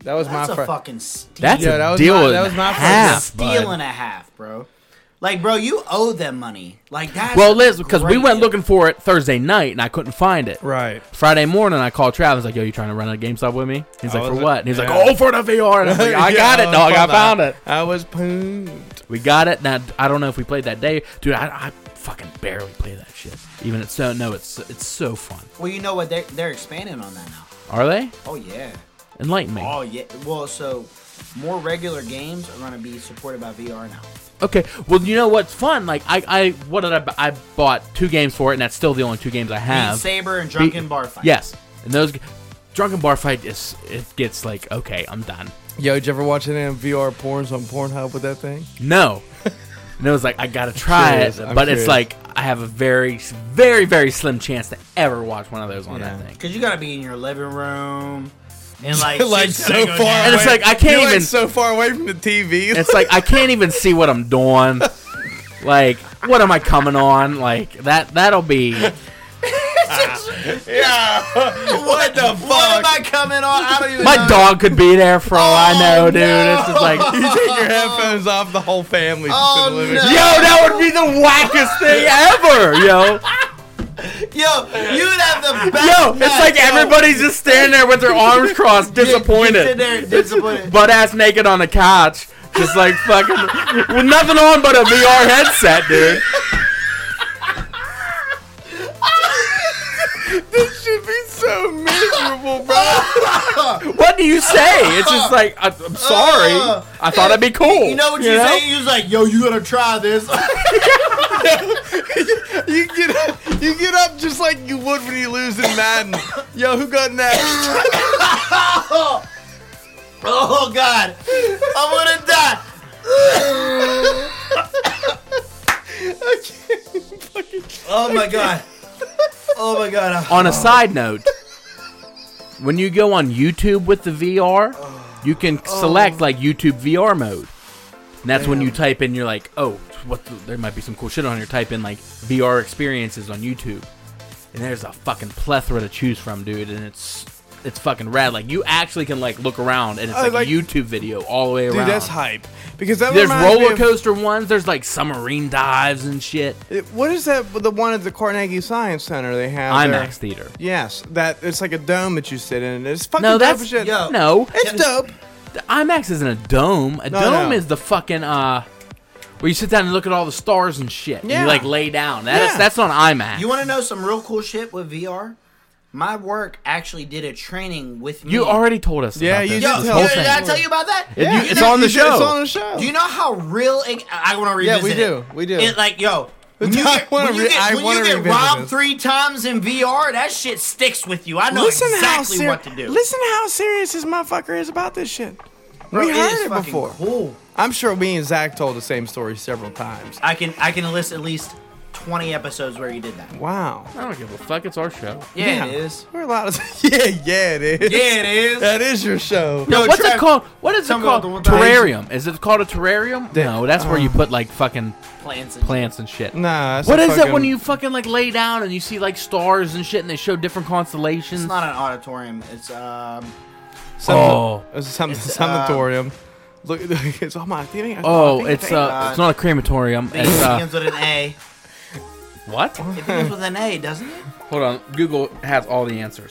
Speaker 1: that was
Speaker 3: That's
Speaker 1: my
Speaker 3: a
Speaker 1: fir-
Speaker 3: fucking steal.
Speaker 2: That's
Speaker 1: Yeah,
Speaker 2: a
Speaker 1: that was
Speaker 2: deal.
Speaker 1: my-
Speaker 2: and
Speaker 1: that was my
Speaker 2: a
Speaker 1: first-
Speaker 2: half,
Speaker 3: steal
Speaker 2: bud.
Speaker 3: and a half, bro. Like, bro, you owe them money. Like that.
Speaker 2: Well, Liz, because we went looking for it Thursday night and I couldn't find it.
Speaker 1: Right.
Speaker 2: Friday morning, I called Travis like, "Yo, you trying to run a GameStop with me?" He's
Speaker 1: Oh,
Speaker 2: like,
Speaker 1: is
Speaker 2: "For
Speaker 1: it?
Speaker 2: what?" And he's
Speaker 1: Yeah.
Speaker 2: like, "Oh, for the VR." And I'm like, I
Speaker 1: Yeah,
Speaker 2: got it,
Speaker 1: was
Speaker 2: dog. I
Speaker 1: fun,
Speaker 2: found
Speaker 1: though.
Speaker 2: it.
Speaker 1: I was pooned.
Speaker 2: We got it. Now I don't know if we played that day, dude. I, I fucking barely play that shit. Even it's so no, it's it's so fun.
Speaker 3: Well, you know what? They're they're expanding on that now.
Speaker 2: Are they?
Speaker 3: Oh yeah.
Speaker 2: Enlighten me.
Speaker 3: Oh yeah. Well, so more regular games are going to be supported by VR now.
Speaker 2: Okay. Well, you know what's fun? Like I, I what did I? bu- I bought two games for it, and that's still the only two games I
Speaker 3: Beat
Speaker 2: have.
Speaker 3: Saber and Drunken
Speaker 2: Beat-
Speaker 3: Bar Fight.
Speaker 2: Yes, and those drunken bar fight is it gets like okay, I'm done.
Speaker 1: Yo, did you ever watch any of VR porns on Pornhub with that thing?
Speaker 2: No. And it was like, I gotta try
Speaker 1: curious,
Speaker 2: it,
Speaker 1: I'm
Speaker 2: but
Speaker 1: curious.
Speaker 2: it's like I have a very, very, very slim chance to ever watch one of those on
Speaker 1: Yeah.
Speaker 2: that thing.
Speaker 3: Because you got to be in your living room and like
Speaker 1: Like
Speaker 3: shit's
Speaker 1: so
Speaker 3: gotta go
Speaker 1: far
Speaker 3: down.
Speaker 2: And it's like I can't
Speaker 1: You're like
Speaker 2: even.
Speaker 1: so far away from the TV.
Speaker 2: it's like I can't even see what I'm doing. like, what am I coming on? Like that. That'll be.
Speaker 1: what the fuck?
Speaker 3: What am I coming on? I don't even
Speaker 2: My
Speaker 3: know.
Speaker 2: dog could be there for all
Speaker 3: Oh,
Speaker 2: I know, dude. It's just like.
Speaker 1: you take your headphones off, the whole family.
Speaker 3: Oh,
Speaker 1: just in the living
Speaker 3: no.
Speaker 2: Yo, that would be the wackest thing ever, yo.
Speaker 3: Yo, you'd have the best.
Speaker 2: Yo, it's
Speaker 3: night,
Speaker 2: like
Speaker 3: yo.
Speaker 2: everybody's just standing there with their arms crossed,
Speaker 3: You sit
Speaker 2: disappointed.
Speaker 3: there disappointed.
Speaker 2: butt ass naked on a couch, just like fucking with nothing on but a VR headset, dude.
Speaker 1: This should be so miserable, bro.
Speaker 2: What do you say? It's just like I, I'm sorry. I thought it'd be cool.
Speaker 3: you know what you, say? You was like, yo, you gotta try this.
Speaker 1: you get up, you get up just like you would when you lose in Madden. Yo, who got next?
Speaker 3: oh god, I'm gonna die. oh my god.
Speaker 6: Oh my god.
Speaker 2: On a side note, when you go on YouTube with the VR, you can select like YouTube VR mode. And that's when you type in, you're like, oh, what? The, there might be some cool shit on here. Type in like VR experiences on YouTube, and there's a fucking plethora to choose from, dude. And it's it's fucking rad. Like you actually can like look around, and it's
Speaker 1: I
Speaker 2: like,
Speaker 1: Oh, like-
Speaker 2: a YouTube video all the way
Speaker 1: Dude,
Speaker 2: around.
Speaker 1: that's hype. Because that
Speaker 2: There's
Speaker 1: reminds me
Speaker 2: roller
Speaker 1: of-
Speaker 2: coaster ones. There's like submarine dives and shit.
Speaker 1: It- What is that? The one at the Carnegie Science Center they have there?
Speaker 2: IMAX theater.
Speaker 1: Yes, that it's like a dome that you sit in. It's fucking
Speaker 2: No,
Speaker 1: dope
Speaker 2: that's
Speaker 1: as shit.
Speaker 6: Yo.
Speaker 2: no.
Speaker 1: It's dope.
Speaker 2: The IMAX isn't a dome. A
Speaker 1: No,
Speaker 2: dome
Speaker 1: no.
Speaker 2: is the fucking uh, where you sit down and look at all the stars and shit. And
Speaker 1: Yeah.
Speaker 2: you like lay down. That's
Speaker 1: Yeah.
Speaker 2: that's on IMAX.
Speaker 3: You want to know some real cool shit with VR? My work actually did a training with me.
Speaker 2: You already told us.
Speaker 1: Yeah,
Speaker 2: about
Speaker 1: you
Speaker 2: this,
Speaker 1: did
Speaker 2: this
Speaker 1: tell
Speaker 2: whole
Speaker 1: us.
Speaker 3: Did
Speaker 2: thing.
Speaker 3: I tell you about that?
Speaker 2: It- you-
Speaker 1: Yeah,
Speaker 2: it's
Speaker 1: you-
Speaker 2: on the
Speaker 1: you should- It's
Speaker 2: show.
Speaker 1: on the show.
Speaker 3: Do you know how real? It, I want to revisit.
Speaker 1: we
Speaker 3: it.
Speaker 1: do. We do.
Speaker 3: It, like yo. When you
Speaker 1: I
Speaker 3: get,
Speaker 1: wanna
Speaker 3: when you
Speaker 1: re-
Speaker 3: get,
Speaker 1: I
Speaker 3: when
Speaker 1: wanna
Speaker 3: you get
Speaker 1: revisit
Speaker 3: robbed
Speaker 1: this.
Speaker 3: three times in VR, that shit sticks with you. I know exactly
Speaker 1: ser-
Speaker 3: what to do.
Speaker 1: Listen how serious this motherfucker is about this shit.
Speaker 3: Bro,
Speaker 1: we
Speaker 3: it is
Speaker 1: heard it,
Speaker 3: fucking
Speaker 1: before.
Speaker 3: Cool.
Speaker 1: I'm sure me and Zach told the same story several times.
Speaker 3: I can I can list at least twenty episodes where you did that.
Speaker 1: Wow.
Speaker 2: I don't give a fuck. It's our show.
Speaker 3: Yeah, it is.
Speaker 1: We're a lot of yeah, yeah, it is.
Speaker 3: Yeah, it is.
Speaker 1: That is your show.
Speaker 2: No,
Speaker 3: Yo,
Speaker 2: what's
Speaker 3: Trev,
Speaker 2: it called? What is it
Speaker 3: tell me about
Speaker 2: called?
Speaker 3: the one-
Speaker 2: Terrarium. Is it called a terrarium?
Speaker 1: Yeah.
Speaker 2: No, that's where you put like fucking
Speaker 3: Plants. and-
Speaker 2: plants and shit.
Speaker 1: Nah. that's
Speaker 2: What
Speaker 1: a
Speaker 2: is
Speaker 1: fucking-
Speaker 2: it when you fucking like lay down and you see like stars and shit and they show different constellations?
Speaker 3: It's not an auditorium. It's um.
Speaker 1: Something,
Speaker 2: Oh.
Speaker 1: it's something,
Speaker 3: It's,
Speaker 1: something
Speaker 3: uh,
Speaker 1: thorium. Look, it's on my. I think I- I
Speaker 2: oh,
Speaker 1: think I
Speaker 2: it's
Speaker 1: think-
Speaker 2: uh, it's not a crematorium.
Speaker 3: It
Speaker 2: It's uh,
Speaker 3: begins with an A.
Speaker 2: what?
Speaker 3: It begins with an A, doesn't it?
Speaker 2: Hold on, Google has all the answers.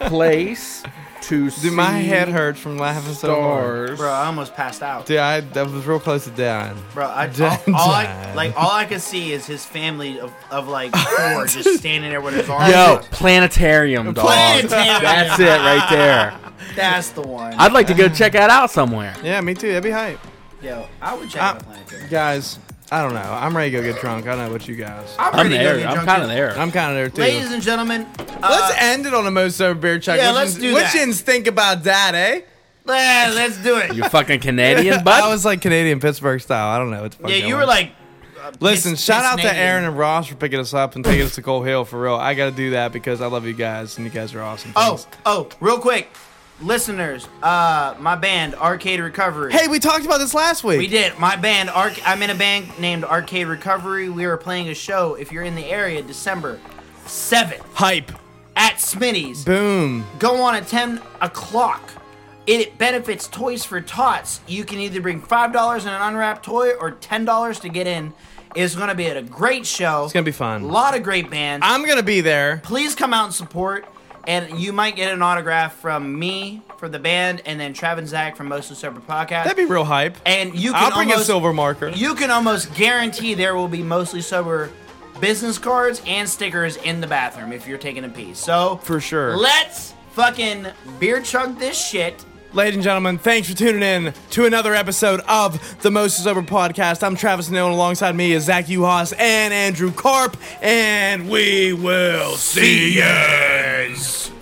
Speaker 2: Place to see
Speaker 1: Dude, my head hurts from laughing so hard.
Speaker 2: stars.
Speaker 3: Bro, I almost passed out.
Speaker 1: Dude, I that was real close to dying.
Speaker 3: Bro, I,
Speaker 1: Dun,
Speaker 3: all, all I
Speaker 1: dun.
Speaker 3: like all I could see is his family of, of like four just standing there with his arms.
Speaker 2: Yo,
Speaker 3: out.
Speaker 2: planetarium, dog.
Speaker 3: Planetarium.
Speaker 2: That's it right there.
Speaker 3: that's the one.
Speaker 2: I'd like to go check that out somewhere.
Speaker 1: Yeah, me too. That'd be hype,
Speaker 3: Yo, I would check
Speaker 1: I-
Speaker 3: out planetarium.
Speaker 1: guys. I don't know. I'm ready to go get drunk. I don't know what you guys.
Speaker 2: I'm
Speaker 3: ready to go
Speaker 2: there.
Speaker 3: get
Speaker 2: I'm
Speaker 3: drunk,
Speaker 2: kind of
Speaker 3: too.
Speaker 2: there.
Speaker 1: I'm kind of there too.
Speaker 3: Ladies and gentlemen, uh,
Speaker 1: let's end it on a most sober beer check.
Speaker 3: Yeah,
Speaker 1: What
Speaker 3: let's
Speaker 1: yins-
Speaker 3: do
Speaker 1: What
Speaker 3: that.
Speaker 1: yins think about that, eh?
Speaker 3: eh, let's do it.
Speaker 2: you fucking Canadian,
Speaker 1: I
Speaker 2: bud.
Speaker 1: was like Canadian Pittsburgh style. I don't know. What the fuck
Speaker 3: Yeah,
Speaker 1: that
Speaker 3: you
Speaker 1: was.
Speaker 3: were like.
Speaker 1: Listen,
Speaker 3: Piss-
Speaker 1: shout out to
Speaker 3: Pissenadian.
Speaker 1: Aaron and Ross for picking us up and taking us to Coal Hill for real. I got to do that because I love you guys and you guys are awesome.
Speaker 3: Oh,
Speaker 1: Thanks.
Speaker 3: oh, real quick, listeners, uh, my band Arcade Recovery.
Speaker 1: hey, we talked about this last week.
Speaker 3: We did. My band, Arc. I'm in a band named Arcade Recovery. We are playing a show. If you're in the area, December seventh
Speaker 1: Hype,
Speaker 3: at Smitty's.
Speaker 1: boom.
Speaker 3: Go on at ten o'clock. It benefits Toys for Tots. You can either bring five dollars in an unwrapped toy or ten dollars to get in. It's gonna be at a great show. It's
Speaker 1: gonna be fun.
Speaker 3: A lot of great bands.
Speaker 1: I'm gonna be there.
Speaker 3: Please come out and support. And you might get an autograph from me for the band, and then Trav and Zach from Mostly Sober Podcast.
Speaker 1: That'd be real hype.
Speaker 3: and you can
Speaker 1: I'll bring
Speaker 3: almost,
Speaker 1: a silver marker.
Speaker 3: you can almost guarantee there will be mostly sober business cards and stickers in the bathroom if you're taking a pee. So
Speaker 1: For sure.
Speaker 3: let's fucking beer chug this shit.
Speaker 1: Ladies and gentlemen, thanks for tuning in to another episode of the Most Sober Podcast. I'm Travis Neal, and alongside me is Zach Uhas and Andrew Karp, and we will see you.